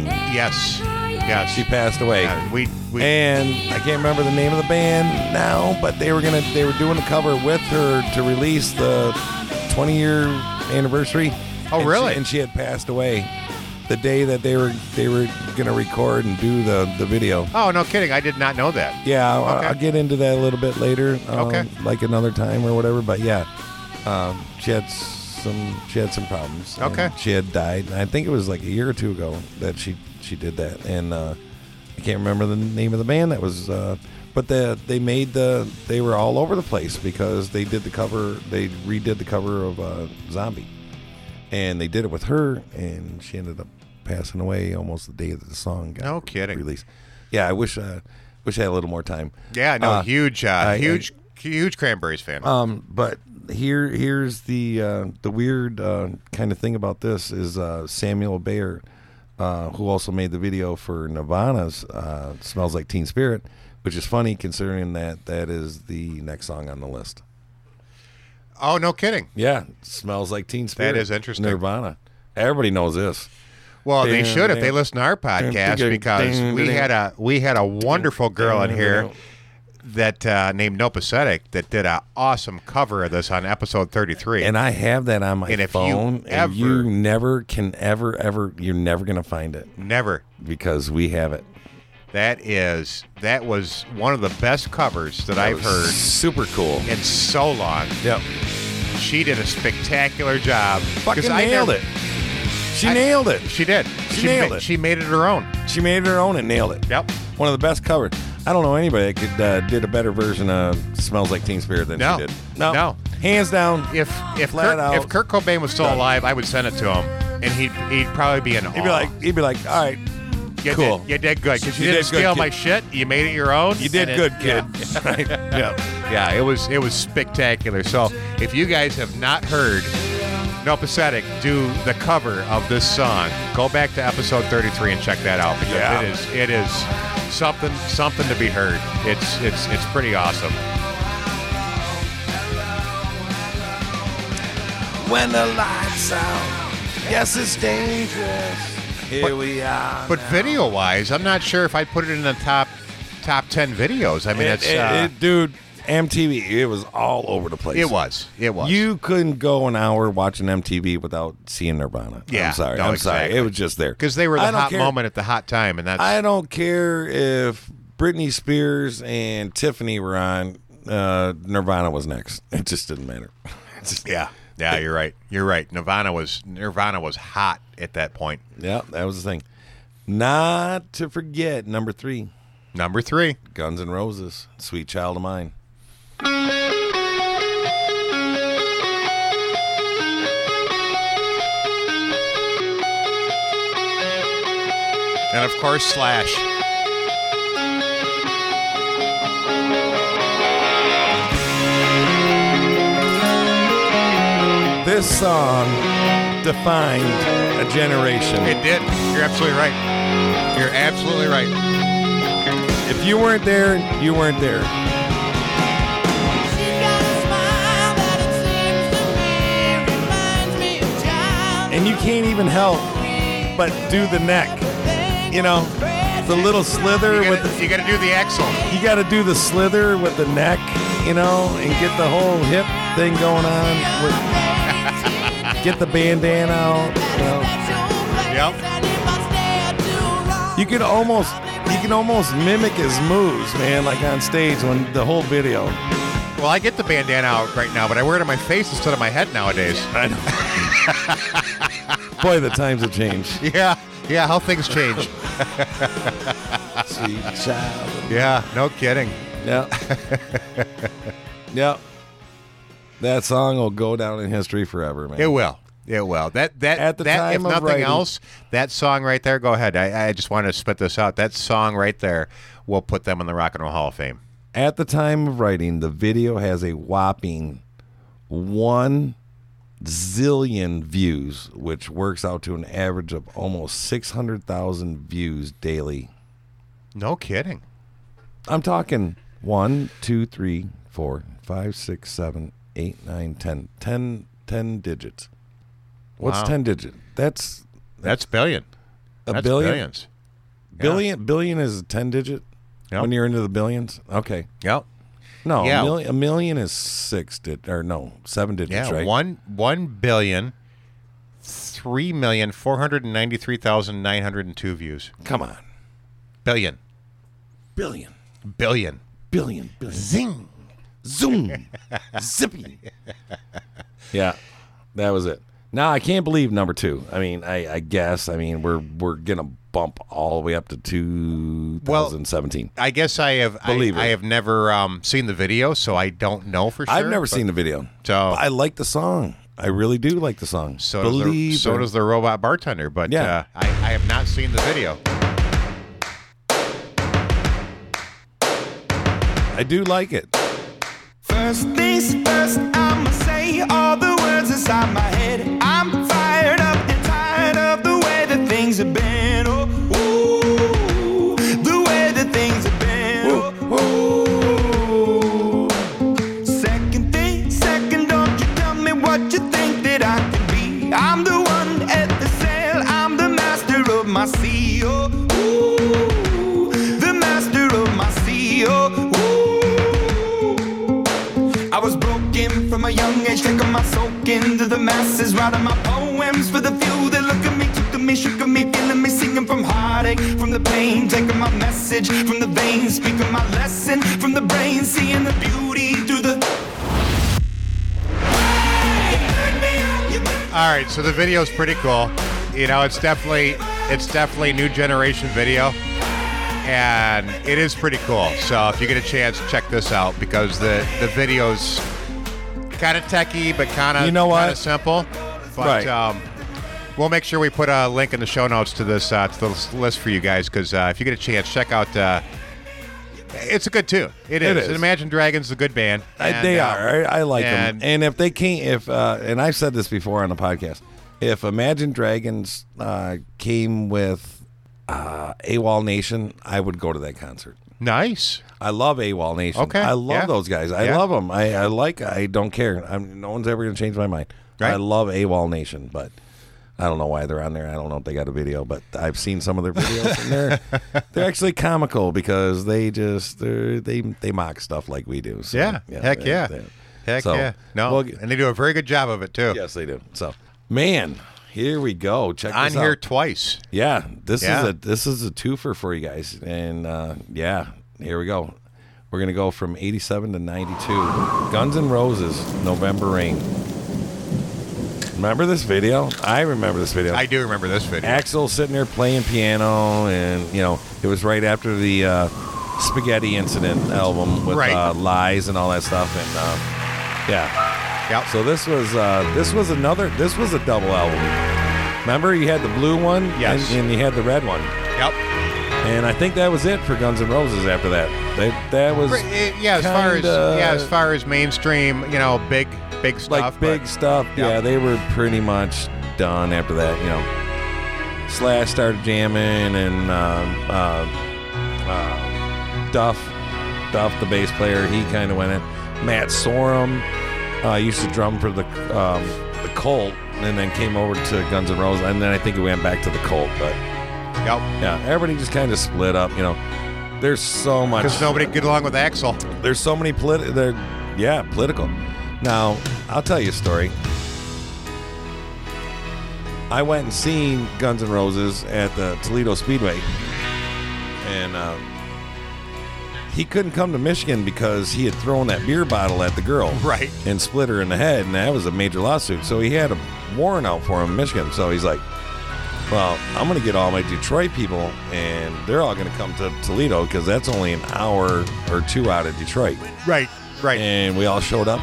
Speaker 3: Yes. Yes.
Speaker 4: She passed away.
Speaker 3: Yeah, we we
Speaker 4: and I can't remember the name of the band now, but they were gonna they were doing a cover with her to release the 20 year anniversary.
Speaker 3: Oh,
Speaker 4: And she-
Speaker 3: really?
Speaker 4: and she had passed away the day that they were they were going to record and do the the video.
Speaker 3: Oh, no kidding. I did not know that.
Speaker 4: Yeah, I'll,
Speaker 3: Okay.
Speaker 4: I'll get into that a little bit later. um,
Speaker 3: Okay.
Speaker 4: Like another time or whatever. But yeah, um, she had some she had some problems. and
Speaker 3: Okay.
Speaker 4: She had died. And I think it was like a year or two ago that she she did that. And uh, I can't remember the name of the band that was. Uh, but the, they made the they were all over the place because they did the cover. They redid the cover of uh, Zombie, and they did it with her, and she ended up passing away almost the day that the song got
Speaker 3: No kidding.
Speaker 4: released. Yeah, I wish uh, wish I had a little more time.
Speaker 3: Yeah, no,
Speaker 4: Uh,
Speaker 3: huge, uh,
Speaker 4: I- I-
Speaker 3: huge, huge Cranberries fan.
Speaker 4: um, but here here's the uh, the weird uh, kind of thing about this is uh, Samuel Bayer, uh, who also made the video for Nirvana's uh, "Smells Like Teen Spirit," which is funny considering that that is the next song on the list.
Speaker 3: oh, no kidding.
Speaker 4: Yeah, "Smells Like Teen Spirit."
Speaker 3: is interesting.
Speaker 4: Nirvana. Everybody knows this.
Speaker 3: Well, they
Speaker 4: Dun,
Speaker 3: should if they
Speaker 4: dun,
Speaker 3: listen to our podcast
Speaker 4: dun,
Speaker 3: because
Speaker 4: dun,
Speaker 3: we
Speaker 4: dun,
Speaker 3: had a we had a wonderful girl in
Speaker 4: dun,
Speaker 3: here
Speaker 4: dun.
Speaker 3: that uh, named Nopacetic that did an awesome cover of this on episode thirty three.
Speaker 4: And I have that on my
Speaker 3: And if you
Speaker 4: phone,
Speaker 3: ever-
Speaker 4: and you never can ever ever you're never gonna find it
Speaker 3: Never.
Speaker 4: because we have it.
Speaker 3: That is that was one of the best covers that, I've
Speaker 4: was
Speaker 3: heard
Speaker 4: Super cool.
Speaker 3: in so long.
Speaker 4: Yep.
Speaker 3: She did a spectacular job. 'Cause
Speaker 4: Fucking
Speaker 3: I
Speaker 4: nailed
Speaker 3: never-
Speaker 4: it. She
Speaker 3: I-
Speaker 4: nailed it.
Speaker 3: She did.
Speaker 4: She nailed
Speaker 3: ma-
Speaker 4: it.
Speaker 3: She made it her own.
Speaker 4: She made it her own and nailed it.
Speaker 3: Yep.
Speaker 4: One of the best covers. I don't know anybody that could uh, did a better version of "Smells Like Teen Spirit" than
Speaker 3: No.
Speaker 4: she did.
Speaker 3: No.
Speaker 4: hands down.
Speaker 3: If if
Speaker 4: Flat
Speaker 3: Kurt,
Speaker 4: out.
Speaker 3: if Kurt Cobain was still
Speaker 4: Done.
Speaker 3: alive, I would send it to him, and he'd he'd probably be in awe.
Speaker 4: He'd be like, he'd be like, all right,
Speaker 3: you
Speaker 4: cool.
Speaker 3: Did, you did good because you,
Speaker 4: You
Speaker 3: didn't
Speaker 4: did good,
Speaker 3: steal my
Speaker 4: kid.
Speaker 3: shit. You made it your own.
Speaker 4: You did
Speaker 3: and it-
Speaker 4: good,
Speaker 3: yeah.
Speaker 4: kid. Right? Yeah.
Speaker 3: Yeah, it was it was spectacular. So if you guys have not heard No Pathetic do the cover of this song, go back to episode 33 and check that out because
Speaker 4: Yeah.
Speaker 3: it is it is something something to be heard. It's it's it's pretty awesome.
Speaker 4: When the lights out, yes, it's dangerous. Here
Speaker 3: But-
Speaker 4: we are.
Speaker 3: But video wise, I'm not sure if I put it in the top top 10 videos. I mean,
Speaker 4: It-
Speaker 3: it's
Speaker 4: it-
Speaker 3: uh,
Speaker 4: it- dude, MTV, it was all over the place.
Speaker 3: it was it was
Speaker 4: You couldn't go an hour watching MTV without seeing Nirvana.
Speaker 3: Yeah,
Speaker 4: I'm sorry.
Speaker 3: no,
Speaker 4: I'm
Speaker 3: exactly.
Speaker 4: sorry. It was just there.
Speaker 3: because they were
Speaker 4: I
Speaker 3: the
Speaker 4: don't
Speaker 3: hot
Speaker 4: care.
Speaker 3: moment at the hot time, and that's
Speaker 4: I don't care if Britney Spears and Tiffany were on. Uh, Nirvana was next. It just didn't matter. It just-
Speaker 3: Yeah. Yeah, you're right. You're right. Nirvana was Nirvana was hot at that point.
Speaker 4: yeah, that was the thing. Not to forget number three,
Speaker 3: Number three.
Speaker 4: Guns N' Roses, "Sweet Child of Mine."
Speaker 3: And of course Slash.
Speaker 4: This song defined a generation.
Speaker 3: It did. You're absolutely right. You're absolutely right.
Speaker 4: If you weren't there, you weren't there. And you can't even help but do the neck. You know, the little slither
Speaker 3: You
Speaker 4: with the
Speaker 3: gotta, you gotta do the axle.
Speaker 4: You got to do the slither with the neck, you know, and get the whole hip thing going on. With, get the bandana out. You, know.
Speaker 3: Yep.
Speaker 4: you can almost, you can almost mimic his moves, man, like on stage when the whole video.
Speaker 3: Well, I get the bandana out right now, but I wear it on my face instead of my head nowadays.
Speaker 4: I know. Boy, the times have changed.
Speaker 3: Yeah. Yeah, how things change.
Speaker 4: Sweet child.
Speaker 3: yeah, no kidding.
Speaker 4: Yep. yep. That song will go down in history forever, man.
Speaker 3: It will. It will. That that
Speaker 4: At the
Speaker 3: that if
Speaker 4: time of
Speaker 3: nothing
Speaker 4: writing-
Speaker 3: else, that song right there, go ahead. I, I just wanted to spit this out. That song right there will put them in the Rock and Roll Hall of Fame.
Speaker 4: At the time of writing, the video has a whopping one zillion views, which works out to an average of almost 600,000 views daily.
Speaker 3: No kidding.
Speaker 4: I'm talking one, two, three, four, five, six, seven, eight, nine, ten, ten, ten digits. What's
Speaker 3: Wow.
Speaker 4: 10 digit? That's
Speaker 3: That's billion.
Speaker 4: a
Speaker 3: That's
Speaker 4: billion.
Speaker 3: Billions.
Speaker 4: Billion, billion is a 10 digit
Speaker 3: Yep.
Speaker 4: when you're into the billions. Okay.
Speaker 3: Yep.
Speaker 4: No,
Speaker 3: Yeah.
Speaker 4: a, million, a million is six digits, or no, seven digits,
Speaker 3: Yeah,
Speaker 4: right?
Speaker 3: one one billion three million four hundred and ninety three thousand nine hundred and two views.
Speaker 4: Come on.
Speaker 3: Billion.
Speaker 4: Billion.
Speaker 3: Billion.
Speaker 4: Billion. Billion.
Speaker 3: Zing.
Speaker 4: Zoom. Zippy. Yeah, that was it. Now I can't believe number two. I mean, I, I guess I mean we're we're gonna bump all the way up to 2017.
Speaker 3: I guess I have I,
Speaker 4: Believe it.
Speaker 3: I have never um, seen the video, so I don't know for sure.
Speaker 4: I've never
Speaker 3: but-
Speaker 4: seen the video.
Speaker 3: So-
Speaker 4: But I like the song. I really do like the song.
Speaker 3: So
Speaker 4: believe
Speaker 3: does the, so
Speaker 4: it.
Speaker 3: does the robot bartender, but
Speaker 4: Yeah.
Speaker 3: uh, I, I have not seen the video.
Speaker 4: I do like it.
Speaker 11: First things first, I'ma say all the words inside my head. I'm fired up and tired of the way that things have been. Oh, ooh, the way that things have been. Oh, ooh. Second thing, second, don't you tell me what you think that I can be. I'm the one at the sail, I'm the master of my sea. Oh, ooh, the master of my sea. Oh, ooh. I was broken from a young age, taking my soak into the masses, writing my poems for the few that look at me, took to me, shook at me, feeling me, singing from heartache, from the pain, taking my message from the veins, speaking my lesson from the brain, seeing the beauty through the.
Speaker 3: All right, so the video's pretty cool. You know, it's definitely it's definitely new generation video, and it is pretty cool. So if you get a chance, check this out because the the video's kind of techy, but kind of
Speaker 4: You know what?
Speaker 3: kind of simple. But
Speaker 4: Right.
Speaker 3: um, we'll make sure we put a link in the show notes to this uh, to the list for you guys because uh, if you get a chance, check out. Uh, it's a good tune. It is.
Speaker 4: It is.
Speaker 3: Imagine Dragons is a good band.
Speaker 4: I,
Speaker 3: And,
Speaker 4: they
Speaker 3: um,
Speaker 4: are. I, I like
Speaker 3: and-
Speaker 4: them. And if they can't, if uh, and I've said this before on the podcast, if Imagine Dragons uh, came with uh, AWOL Nation, I would go to that concert.
Speaker 3: Nice.
Speaker 4: I love AWOL Nation.
Speaker 3: Okay,
Speaker 4: I love
Speaker 3: yeah.
Speaker 4: those guys. I
Speaker 3: Yeah.
Speaker 4: love them. I, I like. I don't care. I'm, no one's ever going to change my mind.
Speaker 3: Right.
Speaker 4: I love AWOL Nation, but I don't know why they're on there. I don't know if they got a video, but I've seen some of their videos, and they're they're actually comical because they just they they they mock stuff like we do. So,
Speaker 3: Yeah. Heck
Speaker 4: they-
Speaker 3: yeah.
Speaker 4: they-
Speaker 3: Heck
Speaker 4: so,
Speaker 3: yeah. No.
Speaker 4: we'll-
Speaker 3: and they do a very good job of it too.
Speaker 4: yes, they do. So, man, here we go. Check
Speaker 3: On
Speaker 4: this out.
Speaker 3: here twice.
Speaker 4: Yeah, this
Speaker 3: Yeah.
Speaker 4: is a this is a twofer for you guys, and uh, yeah, here we go. We're gonna go from '87 to '92. Guns N' Roses, November Rain. Remember this video? I remember this video.
Speaker 3: I do remember this video.
Speaker 4: Axel sitting there playing piano, and you know it was right after the uh, Spaghetti Incident album with
Speaker 3: Right.
Speaker 4: uh, lies and all that stuff, and uh, yeah.
Speaker 3: Yep.
Speaker 4: So this was uh, this was another this was a double album. Remember, you had the blue one,
Speaker 3: Yes.
Speaker 4: and, and you had the red one,
Speaker 3: Yep.
Speaker 4: and I think that was it for Guns N' Roses. After that, they, that was
Speaker 3: Right, eh, Yeah, as far as
Speaker 4: kinda
Speaker 3: yeah, as far as mainstream, you know, big big stuff.
Speaker 4: like big
Speaker 3: but-
Speaker 4: stuff.
Speaker 3: yeah.
Speaker 4: Yeah, they were pretty much done after that. You know, Slash started jamming, and um, uh, uh, Duff, Duff, the bass player, he kind of went in. Matt Sorum uh, used to drum for the um, the Cult, and then came over to Guns N' Roses, and then I think he went back to the Cult. But
Speaker 3: Yep.
Speaker 4: yeah, everybody just kind of split up. You know, there's so much
Speaker 3: Because nobody could get along with Axel.
Speaker 4: there's so many polit. There, yeah, political. Now I'll tell you a story. I went and seen Guns N' Roses at the Toledo Speedway, and uh, he couldn't come to Michigan because he had thrown that beer bottle at the girl,
Speaker 3: Right.
Speaker 4: and split her in the head, and that was a major lawsuit. So he had a warrant out for him in Michigan. So he's like, well, I'm going to get all my Detroit people, and they're all going to come to Toledo because that's only an hour or two out of Detroit.
Speaker 3: Right. Right.
Speaker 4: And we all showed up,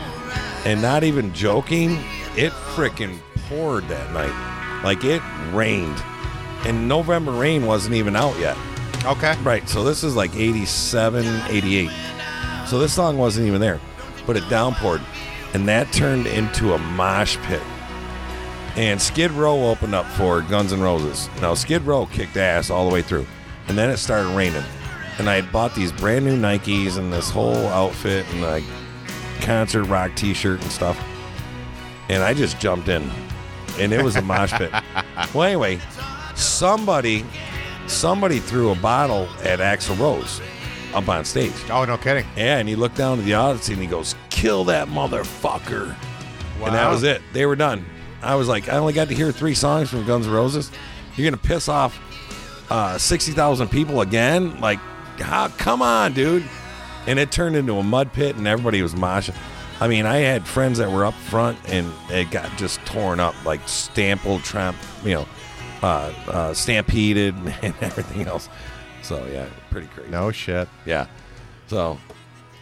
Speaker 4: and not even joking, it freaking poured that night. Like it rained, and November rain wasn't even out yet.
Speaker 3: okay.
Speaker 4: Right. So this is like 87, 88. So this song wasn't even there, but it downpoured, and that turned into a mosh pit. And Skid Row opened up for Guns N' Roses. Now Skid Row kicked ass all the way through, and then it started raining. And I had bought these brand new Nikes and this whole outfit and like concert rock T-shirt and stuff. And I just jumped in, and it was a mosh pit. well, anyway, somebody somebody threw a bottle at Axl Rose, up on stage.
Speaker 3: Oh, no kidding.
Speaker 4: Yeah, and he looked down at the audience and he goes, "Kill that motherfucker," and that
Speaker 3: Wow.
Speaker 4: was it. They were done. I was like, I only got to hear three songs from Guns N' Roses. You're gonna piss off uh, sixty thousand people again? Like, how, come on, dude! And it turned into a mud pit, and everybody was moshing. I mean, I had friends that were up front, and it got just torn up, like stampled, tramp, you know, uh, uh, stampeded, and everything else. So yeah, pretty crazy.
Speaker 3: No shit.
Speaker 4: Yeah. So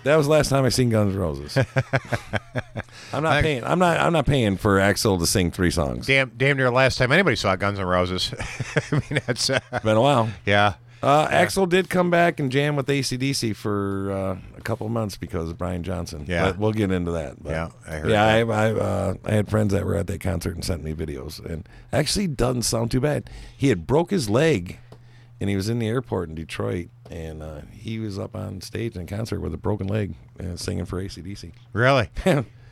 Speaker 4: that was the last time I seen Guns N' Roses. I'm not
Speaker 3: Thanks.
Speaker 4: paying. I'm not. I'm not paying for Axel to sing three songs.
Speaker 3: Damn, damn near last time anybody saw Guns N' Roses. I mean, that's uh,
Speaker 4: Been a while.
Speaker 3: yeah.
Speaker 4: Uh, Axel did come back and jam with ACDC for uh, a couple of months because of Brian Johnson.
Speaker 3: Yeah.
Speaker 4: But we'll get into that. But-
Speaker 3: Yeah, I heard
Speaker 4: yeah, I, I, uh, I had friends that were at that concert and sent me videos, and actually doesn't sound too bad. He had broke his leg, and he was in the airport in Detroit, and uh, he was up on stage in a concert with a broken leg and singing for ACDC.
Speaker 3: Really?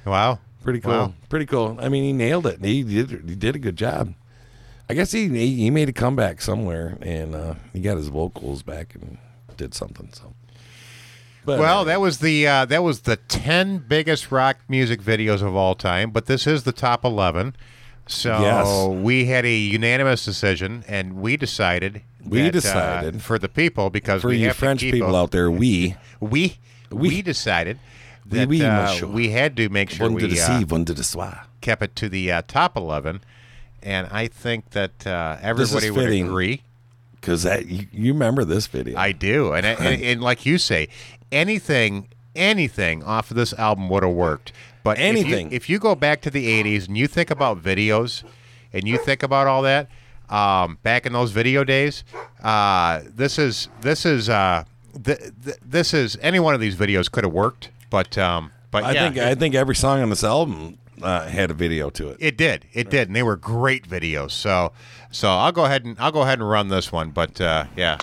Speaker 3: wow.
Speaker 4: Pretty cool.
Speaker 3: Wow.
Speaker 4: Pretty cool. I mean, he nailed it. He did. He did a good job. I guess he he, he made a comeback somewhere, and uh, he got his vocals back and did something. So, but,
Speaker 3: Well, that was the uh, that was the ten biggest rock music videos of all time, but this is the top eleven. So
Speaker 4: Yes.
Speaker 3: we had a unanimous decision, and we decided
Speaker 4: We
Speaker 3: that, uh,
Speaker 4: decided.
Speaker 3: for the people because
Speaker 4: for
Speaker 3: we
Speaker 4: you
Speaker 3: have to
Speaker 4: French
Speaker 3: keep
Speaker 4: people
Speaker 3: a-
Speaker 4: out there, we
Speaker 3: we we,
Speaker 4: We-
Speaker 3: decided
Speaker 4: We-
Speaker 3: that
Speaker 4: we,
Speaker 3: uh,
Speaker 4: monsieur.
Speaker 3: we had to make sure
Speaker 4: one to
Speaker 3: we
Speaker 4: the
Speaker 3: uh,
Speaker 4: sea, one to the soir.
Speaker 3: kept it to the uh, top eleven, and I think that uh,
Speaker 4: This is
Speaker 3: everybody would
Speaker 4: fitting.
Speaker 3: agree.
Speaker 4: Because that you, you remember this video?
Speaker 3: I do, and, I, and and like you say, anything anything off of this album would have worked. But if you-
Speaker 4: Anything.
Speaker 3: if you, go back to the '80s and you think about videos, and you think about all that um, back in those video days, uh, this is this is uh, th- th- this is any one of these videos could have worked. But um, but
Speaker 4: I
Speaker 3: yeah,
Speaker 4: think
Speaker 3: it,
Speaker 4: I think every song on this album uh, had a video to it.
Speaker 3: it did it did, and they were great videos. So so I'll go ahead and I'll go ahead and run this one. But uh, yeah.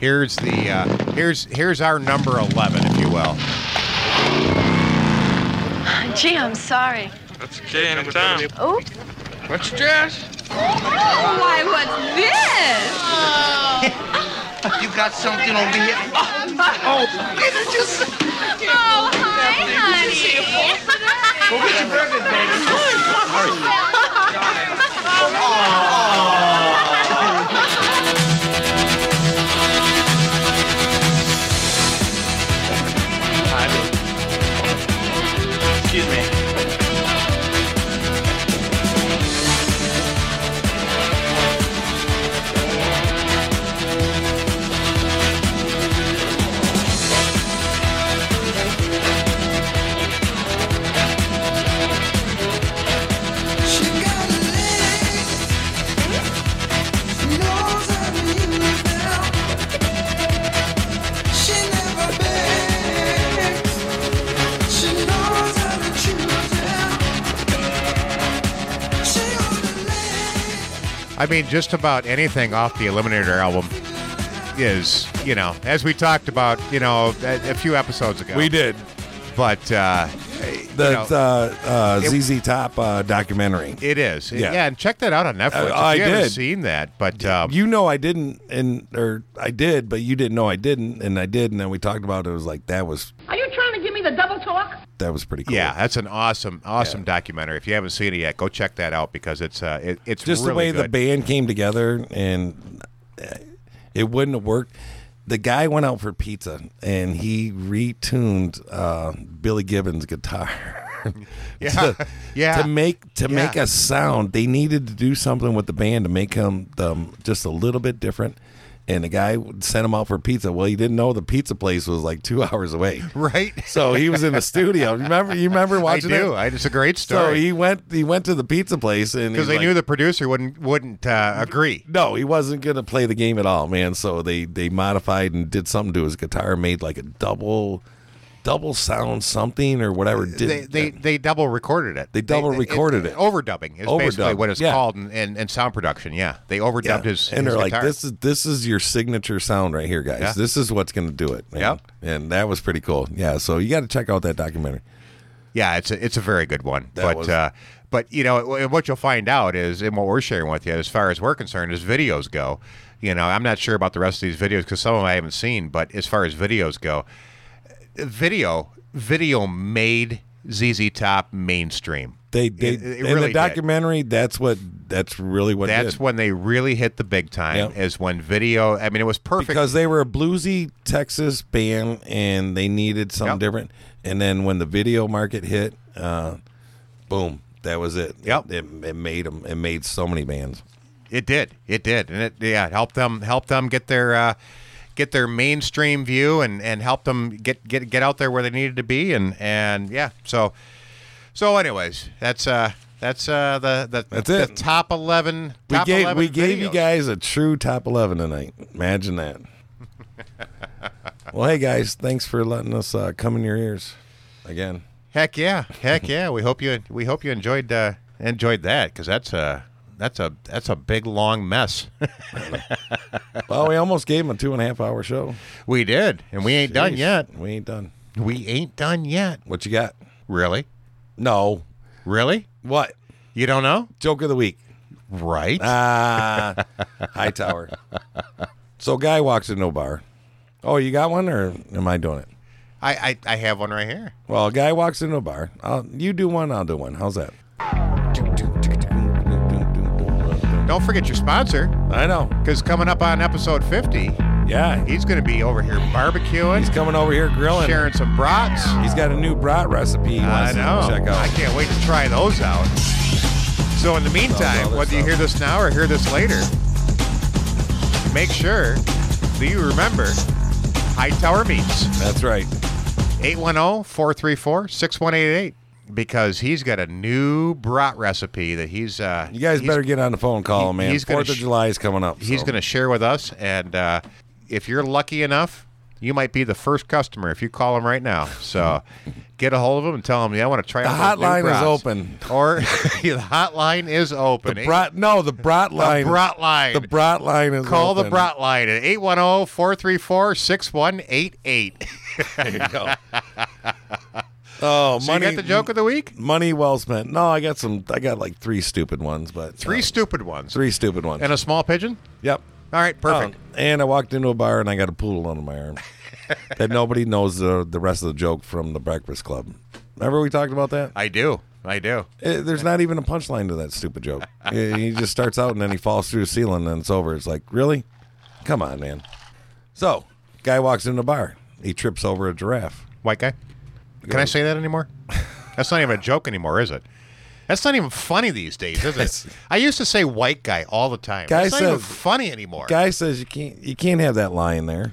Speaker 3: Here's the uh, here's here's our number eleven, if you will.
Speaker 12: Gee, I'm sorry.
Speaker 11: That's okay, anytime.
Speaker 12: Oh,
Speaker 11: What's your dress?
Speaker 12: why, what's this?
Speaker 11: You got something over here? Oh, oh, it's just.
Speaker 12: Oh, hi, honey.
Speaker 11: Go get your burger, baby. Excuse me.
Speaker 3: I mean, just about anything off the Eliminator album is, you know, as we talked about, you know, a, a few episodes ago.
Speaker 4: We did
Speaker 3: but uh,
Speaker 4: the
Speaker 3: you know,
Speaker 4: uh, uh,
Speaker 3: it-
Speaker 4: ZZ Top uh, documentary.
Speaker 3: it is,
Speaker 4: Yeah. Uh,
Speaker 3: yeah. and check that out on Netflix. if
Speaker 4: I
Speaker 3: you haven't
Speaker 4: did.
Speaker 3: seen that, but um,
Speaker 4: you know I didn't, and or I did, but you didn't know I didn't, and I did, and then we talked about it. It was like that was
Speaker 12: Are you trying to give me the double talk?
Speaker 4: that was pretty cool.
Speaker 3: yeah, that's an awesome, awesome documentary. If you haven't seen it yet, go check that out because it's uh, it, it's
Speaker 4: just the
Speaker 3: really
Speaker 4: way the
Speaker 3: good.
Speaker 4: band came together, and uh, it wouldn't have worked. The guy went out for pizza, and he retuned uh, Billy Gibbons' guitar.
Speaker 3: Yeah.
Speaker 4: to,
Speaker 3: Yeah.
Speaker 4: to make to
Speaker 3: Yeah.
Speaker 4: make a sound they needed to do something with the band to make him um, just a little bit different and the guy sent him out for pizza well he didn't know the pizza place was like two hours away
Speaker 3: right?
Speaker 4: So he was in the studio. Remember? You remember
Speaker 3: I
Speaker 4: watching
Speaker 3: do.
Speaker 4: it?
Speaker 3: I, it's a great
Speaker 4: So
Speaker 3: story
Speaker 4: he went. He went to the pizza place and
Speaker 3: because
Speaker 4: he's
Speaker 3: they knew
Speaker 4: like,
Speaker 3: the producer wouldn't wouldn't uh, agree.
Speaker 4: no, he wasn't gonna play the game at all, man. So they they modified and did something to his guitar, made like a double, double sound something or whatever. Did
Speaker 3: they, they they double recorded it.
Speaker 4: They double recorded it.
Speaker 3: Overdubbing is basically
Speaker 4: Overdubbed,
Speaker 3: what it's
Speaker 4: yeah.
Speaker 3: called in, in, in sound production. Yeah, they overdubbed his. his
Speaker 4: and they're like,
Speaker 3: guitar.
Speaker 4: this is this is your signature sound right here, guys.
Speaker 3: Yeah.
Speaker 4: This is what's gonna do it. man."
Speaker 3: Yep.
Speaker 4: And that was pretty cool. Yeah. So you got to check out that documentary.
Speaker 3: Yeah, it's a, it's a very good one.
Speaker 4: That
Speaker 3: but
Speaker 4: was-
Speaker 3: uh, but you know and what you'll find out is, and what we're sharing with you, as far as we're concerned, as videos go, You know, I'm not sure about the rest of these videos because some of them I haven't seen. But as far as videos go, video video made ZZ Top mainstream.
Speaker 4: They, they
Speaker 3: It- it
Speaker 4: in
Speaker 3: really
Speaker 4: the
Speaker 3: did.
Speaker 4: documentary. That's what. That's really what.
Speaker 3: That's
Speaker 4: did.
Speaker 3: when they really hit the big time.
Speaker 4: Yep.
Speaker 3: Is when video. I mean, it was perfect.
Speaker 4: because they were a bluesy Texas band and they needed something
Speaker 3: Yep.
Speaker 4: different. And then when the video market hit, uh, boom, that was it.
Speaker 3: Yep.
Speaker 4: it, it made them. It made so many bands.
Speaker 3: It did. It did, and it yeah it helped them help them get their uh, get their mainstream view and and help them get get get out there where they needed to be and and yeah so so anyways that's uh that's uh the the
Speaker 4: That's
Speaker 3: the
Speaker 4: it.
Speaker 3: top eleven
Speaker 4: We
Speaker 3: top
Speaker 4: gave
Speaker 3: 11
Speaker 4: we gave you
Speaker 3: videos.
Speaker 4: guys a true top eleven tonight. Imagine that. well, hey guys, thanks for letting us uh, come in your ears again.
Speaker 3: heck yeah heck yeah we hope you we hope you enjoyed uh, enjoyed that because that's a that's a that's a big long mess
Speaker 4: Well, we almost gave them a two and a half hour show.
Speaker 3: we did and we ain't done
Speaker 4: Jeez,
Speaker 3: yet
Speaker 4: We ain't done.
Speaker 3: we ain't done yet
Speaker 4: What you got?
Speaker 3: really
Speaker 4: No.
Speaker 3: really
Speaker 4: What?
Speaker 3: you don't know
Speaker 4: Joke of the week.
Speaker 3: right
Speaker 4: Ah, high tower. So, guy walks into a bar. Oh, you got one, or am I doing it?
Speaker 3: I, I I have one right here.
Speaker 4: Well, a guy walks into a bar. I'll, you do one, I'll do one. How's that?
Speaker 3: Don't forget your sponsor,
Speaker 4: I know.
Speaker 3: because coming up on episode 50,
Speaker 4: Yeah,
Speaker 3: he's going to be over here barbecuing,
Speaker 4: he's coming over here grilling.
Speaker 3: sharing some brats.
Speaker 4: He's got a new brat recipe. He
Speaker 3: I
Speaker 4: wants
Speaker 3: know.
Speaker 4: To check out.
Speaker 3: I can't wait to try those out. So in the meantime,
Speaker 4: other
Speaker 3: whether you
Speaker 4: stuff.
Speaker 3: hear this now or hear this later, make sure that you remember Hightower Meats.
Speaker 4: That's right.
Speaker 3: 810-434-6188 because he's got a new brat recipe that he's uh
Speaker 4: You guys
Speaker 3: he's-
Speaker 4: better get on the phone call,
Speaker 3: he-
Speaker 4: man.
Speaker 3: he's gonna
Speaker 4: Fourth of
Speaker 3: sh-
Speaker 4: July is coming up.
Speaker 3: He's
Speaker 4: so.
Speaker 3: going to share with us, and uh, if you're lucky enough, you might be the first customer if you call him right now. So get a hold of him and tell him, "Yeah, I want to try."
Speaker 4: The
Speaker 3: out those new
Speaker 4: hotline is
Speaker 3: brats."
Speaker 4: open.
Speaker 3: or the hotline is open.
Speaker 4: The brat, no, the brat line.
Speaker 3: brat line.
Speaker 4: The brat line is
Speaker 3: Call the
Speaker 4: open.
Speaker 3: Brat line at oh, 810 434 6188.
Speaker 4: Oh,
Speaker 3: So you
Speaker 4: money.
Speaker 3: got the joke of the week?
Speaker 4: Money well spent. No, I got some. I got like three stupid ones, but
Speaker 3: Three
Speaker 4: uh,
Speaker 3: stupid ones.
Speaker 4: three stupid ones.
Speaker 3: And a small pigeon?
Speaker 4: yep.
Speaker 3: All right, perfect.
Speaker 4: Oh, and I walked into a bar and I got a poodle under my arm. that nobody knows the the rest of the joke from the Breakfast Club. Remember we talked about that?
Speaker 3: I do. I do.
Speaker 4: Eh, there's not even a punchline to that stupid joke. Eh, he just starts out and then he falls through the ceiling and it's over. It's like really, come on, man. So guy walks into a bar. He trips over a giraffe.
Speaker 3: White guy? Can I say that anymore? That's not even a joke anymore, is it? That's not even funny these days, is
Speaker 4: Guys-
Speaker 3: it? I used to say white guy all the time.
Speaker 4: Guy
Speaker 3: That's not even
Speaker 4: says-
Speaker 3: funny anymore.
Speaker 4: Guy says you can't you can't have that lion there.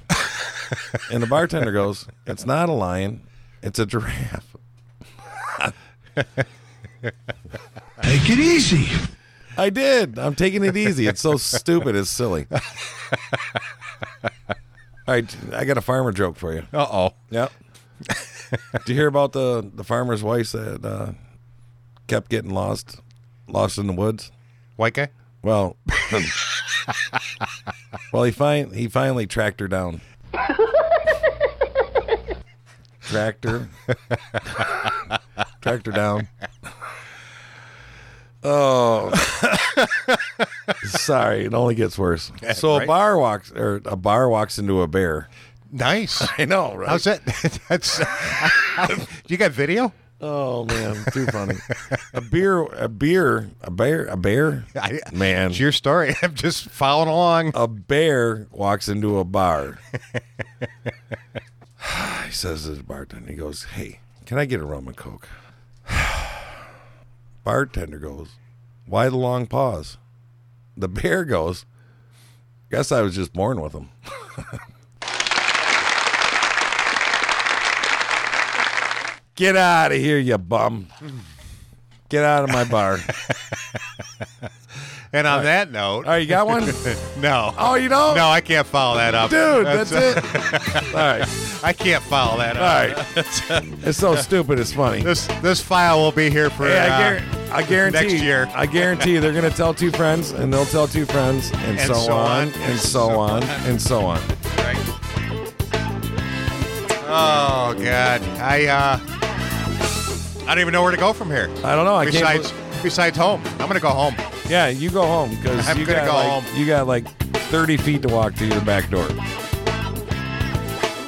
Speaker 4: and the bartender goes, "It's not a lion, it's a giraffe."
Speaker 10: Take it easy.
Speaker 4: I did. I'm taking it easy. It's so stupid. It's silly. All right, I got a farmer joke for you.
Speaker 3: uh oh.
Speaker 4: Yep. Did you hear about the the farmer's wife that uh, kept getting lost, lost in the woods?
Speaker 3: White guy?
Speaker 4: Well, well, he fin- he finally tracked her down. tracked her, tracked her down. Oh, sorry, it only gets worse. So a
Speaker 3: right.
Speaker 4: bar walks, or a bar walks into a bear.
Speaker 3: Nice.
Speaker 4: I know, right?
Speaker 3: How's that? That's. you got video?
Speaker 4: Oh man, too funny. a beer, a beer, a bear, a bear.
Speaker 3: I-
Speaker 4: Man,
Speaker 3: It's your story. I'm just following along.
Speaker 4: a bear walks into a bar. he says to the bartender, he goes, Hey, can I get a rum and coke? bartender goes, Why the long pause? The bear goes, Guess I was just born with him. get out of here, you bum. Get out of my bar.
Speaker 3: And on that note,
Speaker 4: Oh, you got one?
Speaker 3: no.
Speaker 4: Oh, you don't?
Speaker 3: No, I can't follow that up.
Speaker 4: Dude, that's it. All right.
Speaker 3: it. I can't follow that up.
Speaker 4: All right. it's so stupid. It's funny.
Speaker 3: This this file will be here for.
Speaker 4: Hey, I,
Speaker 3: uh,
Speaker 4: guar- I guarantee.
Speaker 3: next year.
Speaker 4: I guarantee they're going to tell two friends, and they'll tell two friends, and, so, on, and so, on, and so on.
Speaker 3: Right. Oh God, I uh, I don't even know where to go from here.
Speaker 4: I don't know. I
Speaker 3: besides,
Speaker 4: can't.
Speaker 3: besides home, I'm gonna go home.
Speaker 4: bel- yeah, you go home because
Speaker 3: I'm
Speaker 4: you
Speaker 3: gonna
Speaker 4: got
Speaker 3: go
Speaker 4: like,
Speaker 3: home.
Speaker 4: you got like 30 feet to walk to your back door.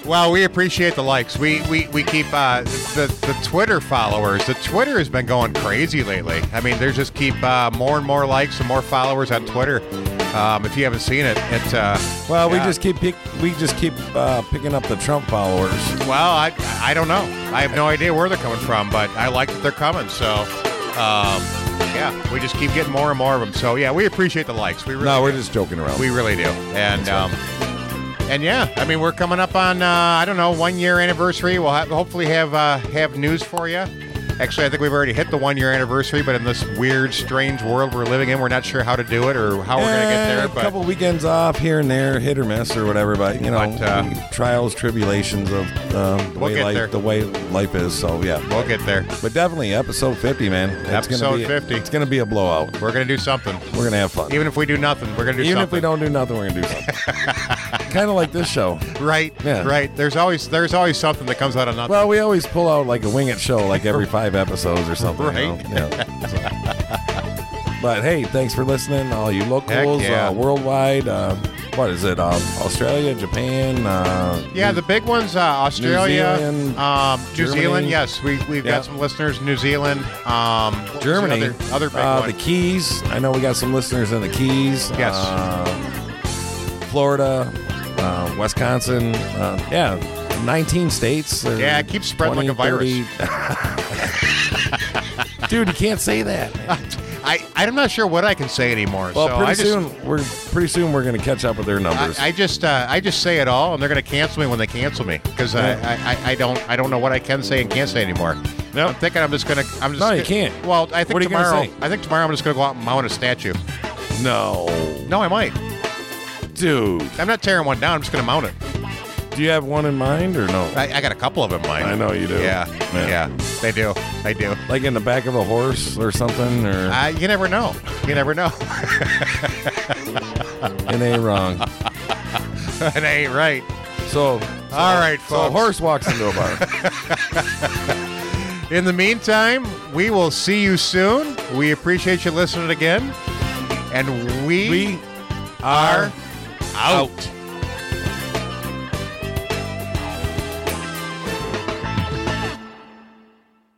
Speaker 3: Well, we appreciate the likes. We we, we keep uh, the the Twitter followers. The Twitter has been going crazy lately. I mean, they just keep uh, more and more likes and more followers on Twitter. Um, if you haven't seen it, it uh,
Speaker 4: Well, we
Speaker 3: yeah.
Speaker 4: just keep pick, we just keep uh, picking up the Trump followers.
Speaker 3: well, I I don't know. I have no idea where they're coming from, but I like that they're coming. So, um, yeah, we just keep getting more and more of them. So yeah, we appreciate the likes. We really
Speaker 4: No, we're
Speaker 3: do.
Speaker 4: just joking around.
Speaker 3: We really do. And um, and yeah, I mean, we're coming up on uh, I don't know one year anniversary. We'll have, hopefully have uh, have news for you. Actually, I think we've already hit the one year anniversary, but in this weird, strange world we're living in, we're not sure how to do it or how Oh, we're going to get
Speaker 4: Eh,
Speaker 3: there.
Speaker 4: A couple
Speaker 3: But
Speaker 4: weekends off here and there, hit or miss or whatever. But you know,
Speaker 3: But, uh,
Speaker 4: we- trials, tribulations of uh, the
Speaker 3: We'll
Speaker 4: way
Speaker 3: get
Speaker 4: life,
Speaker 3: there.
Speaker 4: the way life is. So yeah,
Speaker 3: we'll get there.
Speaker 4: but definitely episode 50, man. It's gonna
Speaker 3: Episode
Speaker 4: be,
Speaker 3: 50.
Speaker 4: It's gonna be a blowout.
Speaker 3: We're going to do something.
Speaker 4: We're gonna have fun.
Speaker 3: Even if we do nothing, we're going to do
Speaker 4: Even if we
Speaker 3: something.
Speaker 4: don't do nothing, we're gonna do something. kind of like this show.
Speaker 3: right,
Speaker 4: Yeah.
Speaker 3: right. There's always there's always something that comes out of nothing.
Speaker 4: Well, we always pull out like a wing it show, like every five episodes or something. you
Speaker 3: Right.
Speaker 4: know? Yeah. So. But hey, thanks for listening, all you locals,
Speaker 3: Heck yeah.
Speaker 4: uh, worldwide. Uh, what is it? Um, Australia, Japan. Uh,
Speaker 3: Yeah, the big ones: uh, Australia,
Speaker 4: Zealand,
Speaker 3: um, New
Speaker 4: Germany.
Speaker 3: Zealand. Yes, we we've
Speaker 4: Yeah.
Speaker 3: got some listeners. New Zealand, um, what was the
Speaker 4: Germany,
Speaker 3: other, other big
Speaker 4: uh,
Speaker 3: one.
Speaker 4: the Keys. I know we got some listeners in the Keys.
Speaker 3: Yes.
Speaker 4: Uh, Florida, uh, Wisconsin. Uh, yeah, 19 states. or
Speaker 3: Yeah, it keeps spreading like a virus.
Speaker 4: 30. Dude, you can't say that. man.
Speaker 3: I I'm not sure what I can say anymore.
Speaker 4: Well,
Speaker 3: so
Speaker 4: pretty
Speaker 3: I just,
Speaker 4: soon we're pretty soon we're gonna catch up with their
Speaker 3: I,
Speaker 4: numbers.
Speaker 3: I just uh, I just say it all, and they're going to cancel me when they cancel me because I, I, I don't I don't know what I can say and can't say anymore. No, I'm thinking I'm just going to I'm just
Speaker 4: No, you
Speaker 3: gonna-
Speaker 4: can't.
Speaker 3: Well, I think
Speaker 4: What are you gonna
Speaker 3: tomorrow
Speaker 4: say?
Speaker 3: I think tomorrow I'm just going to go out and mount a statue.
Speaker 4: no,
Speaker 3: No, I might.
Speaker 4: dude,
Speaker 3: I'm not tearing one down. I'm just going to mount it.
Speaker 4: do you have one in mind or no?
Speaker 3: I, I got a couple of them. Mine.
Speaker 4: I know you do.
Speaker 3: Yeah,
Speaker 4: Man.
Speaker 3: yeah, they do. They do.
Speaker 4: Like in the back of a horse or something, or
Speaker 3: Uh, you never know. You never know.
Speaker 4: it ain't wrong.
Speaker 3: it ain't right.
Speaker 4: So,
Speaker 3: All right,
Speaker 4: so a
Speaker 3: folks.
Speaker 4: horse walks into a bar.
Speaker 3: In the meantime, we will see you soon. We appreciate you listening again. And we,
Speaker 4: we
Speaker 3: are
Speaker 4: are
Speaker 3: out.
Speaker 4: out.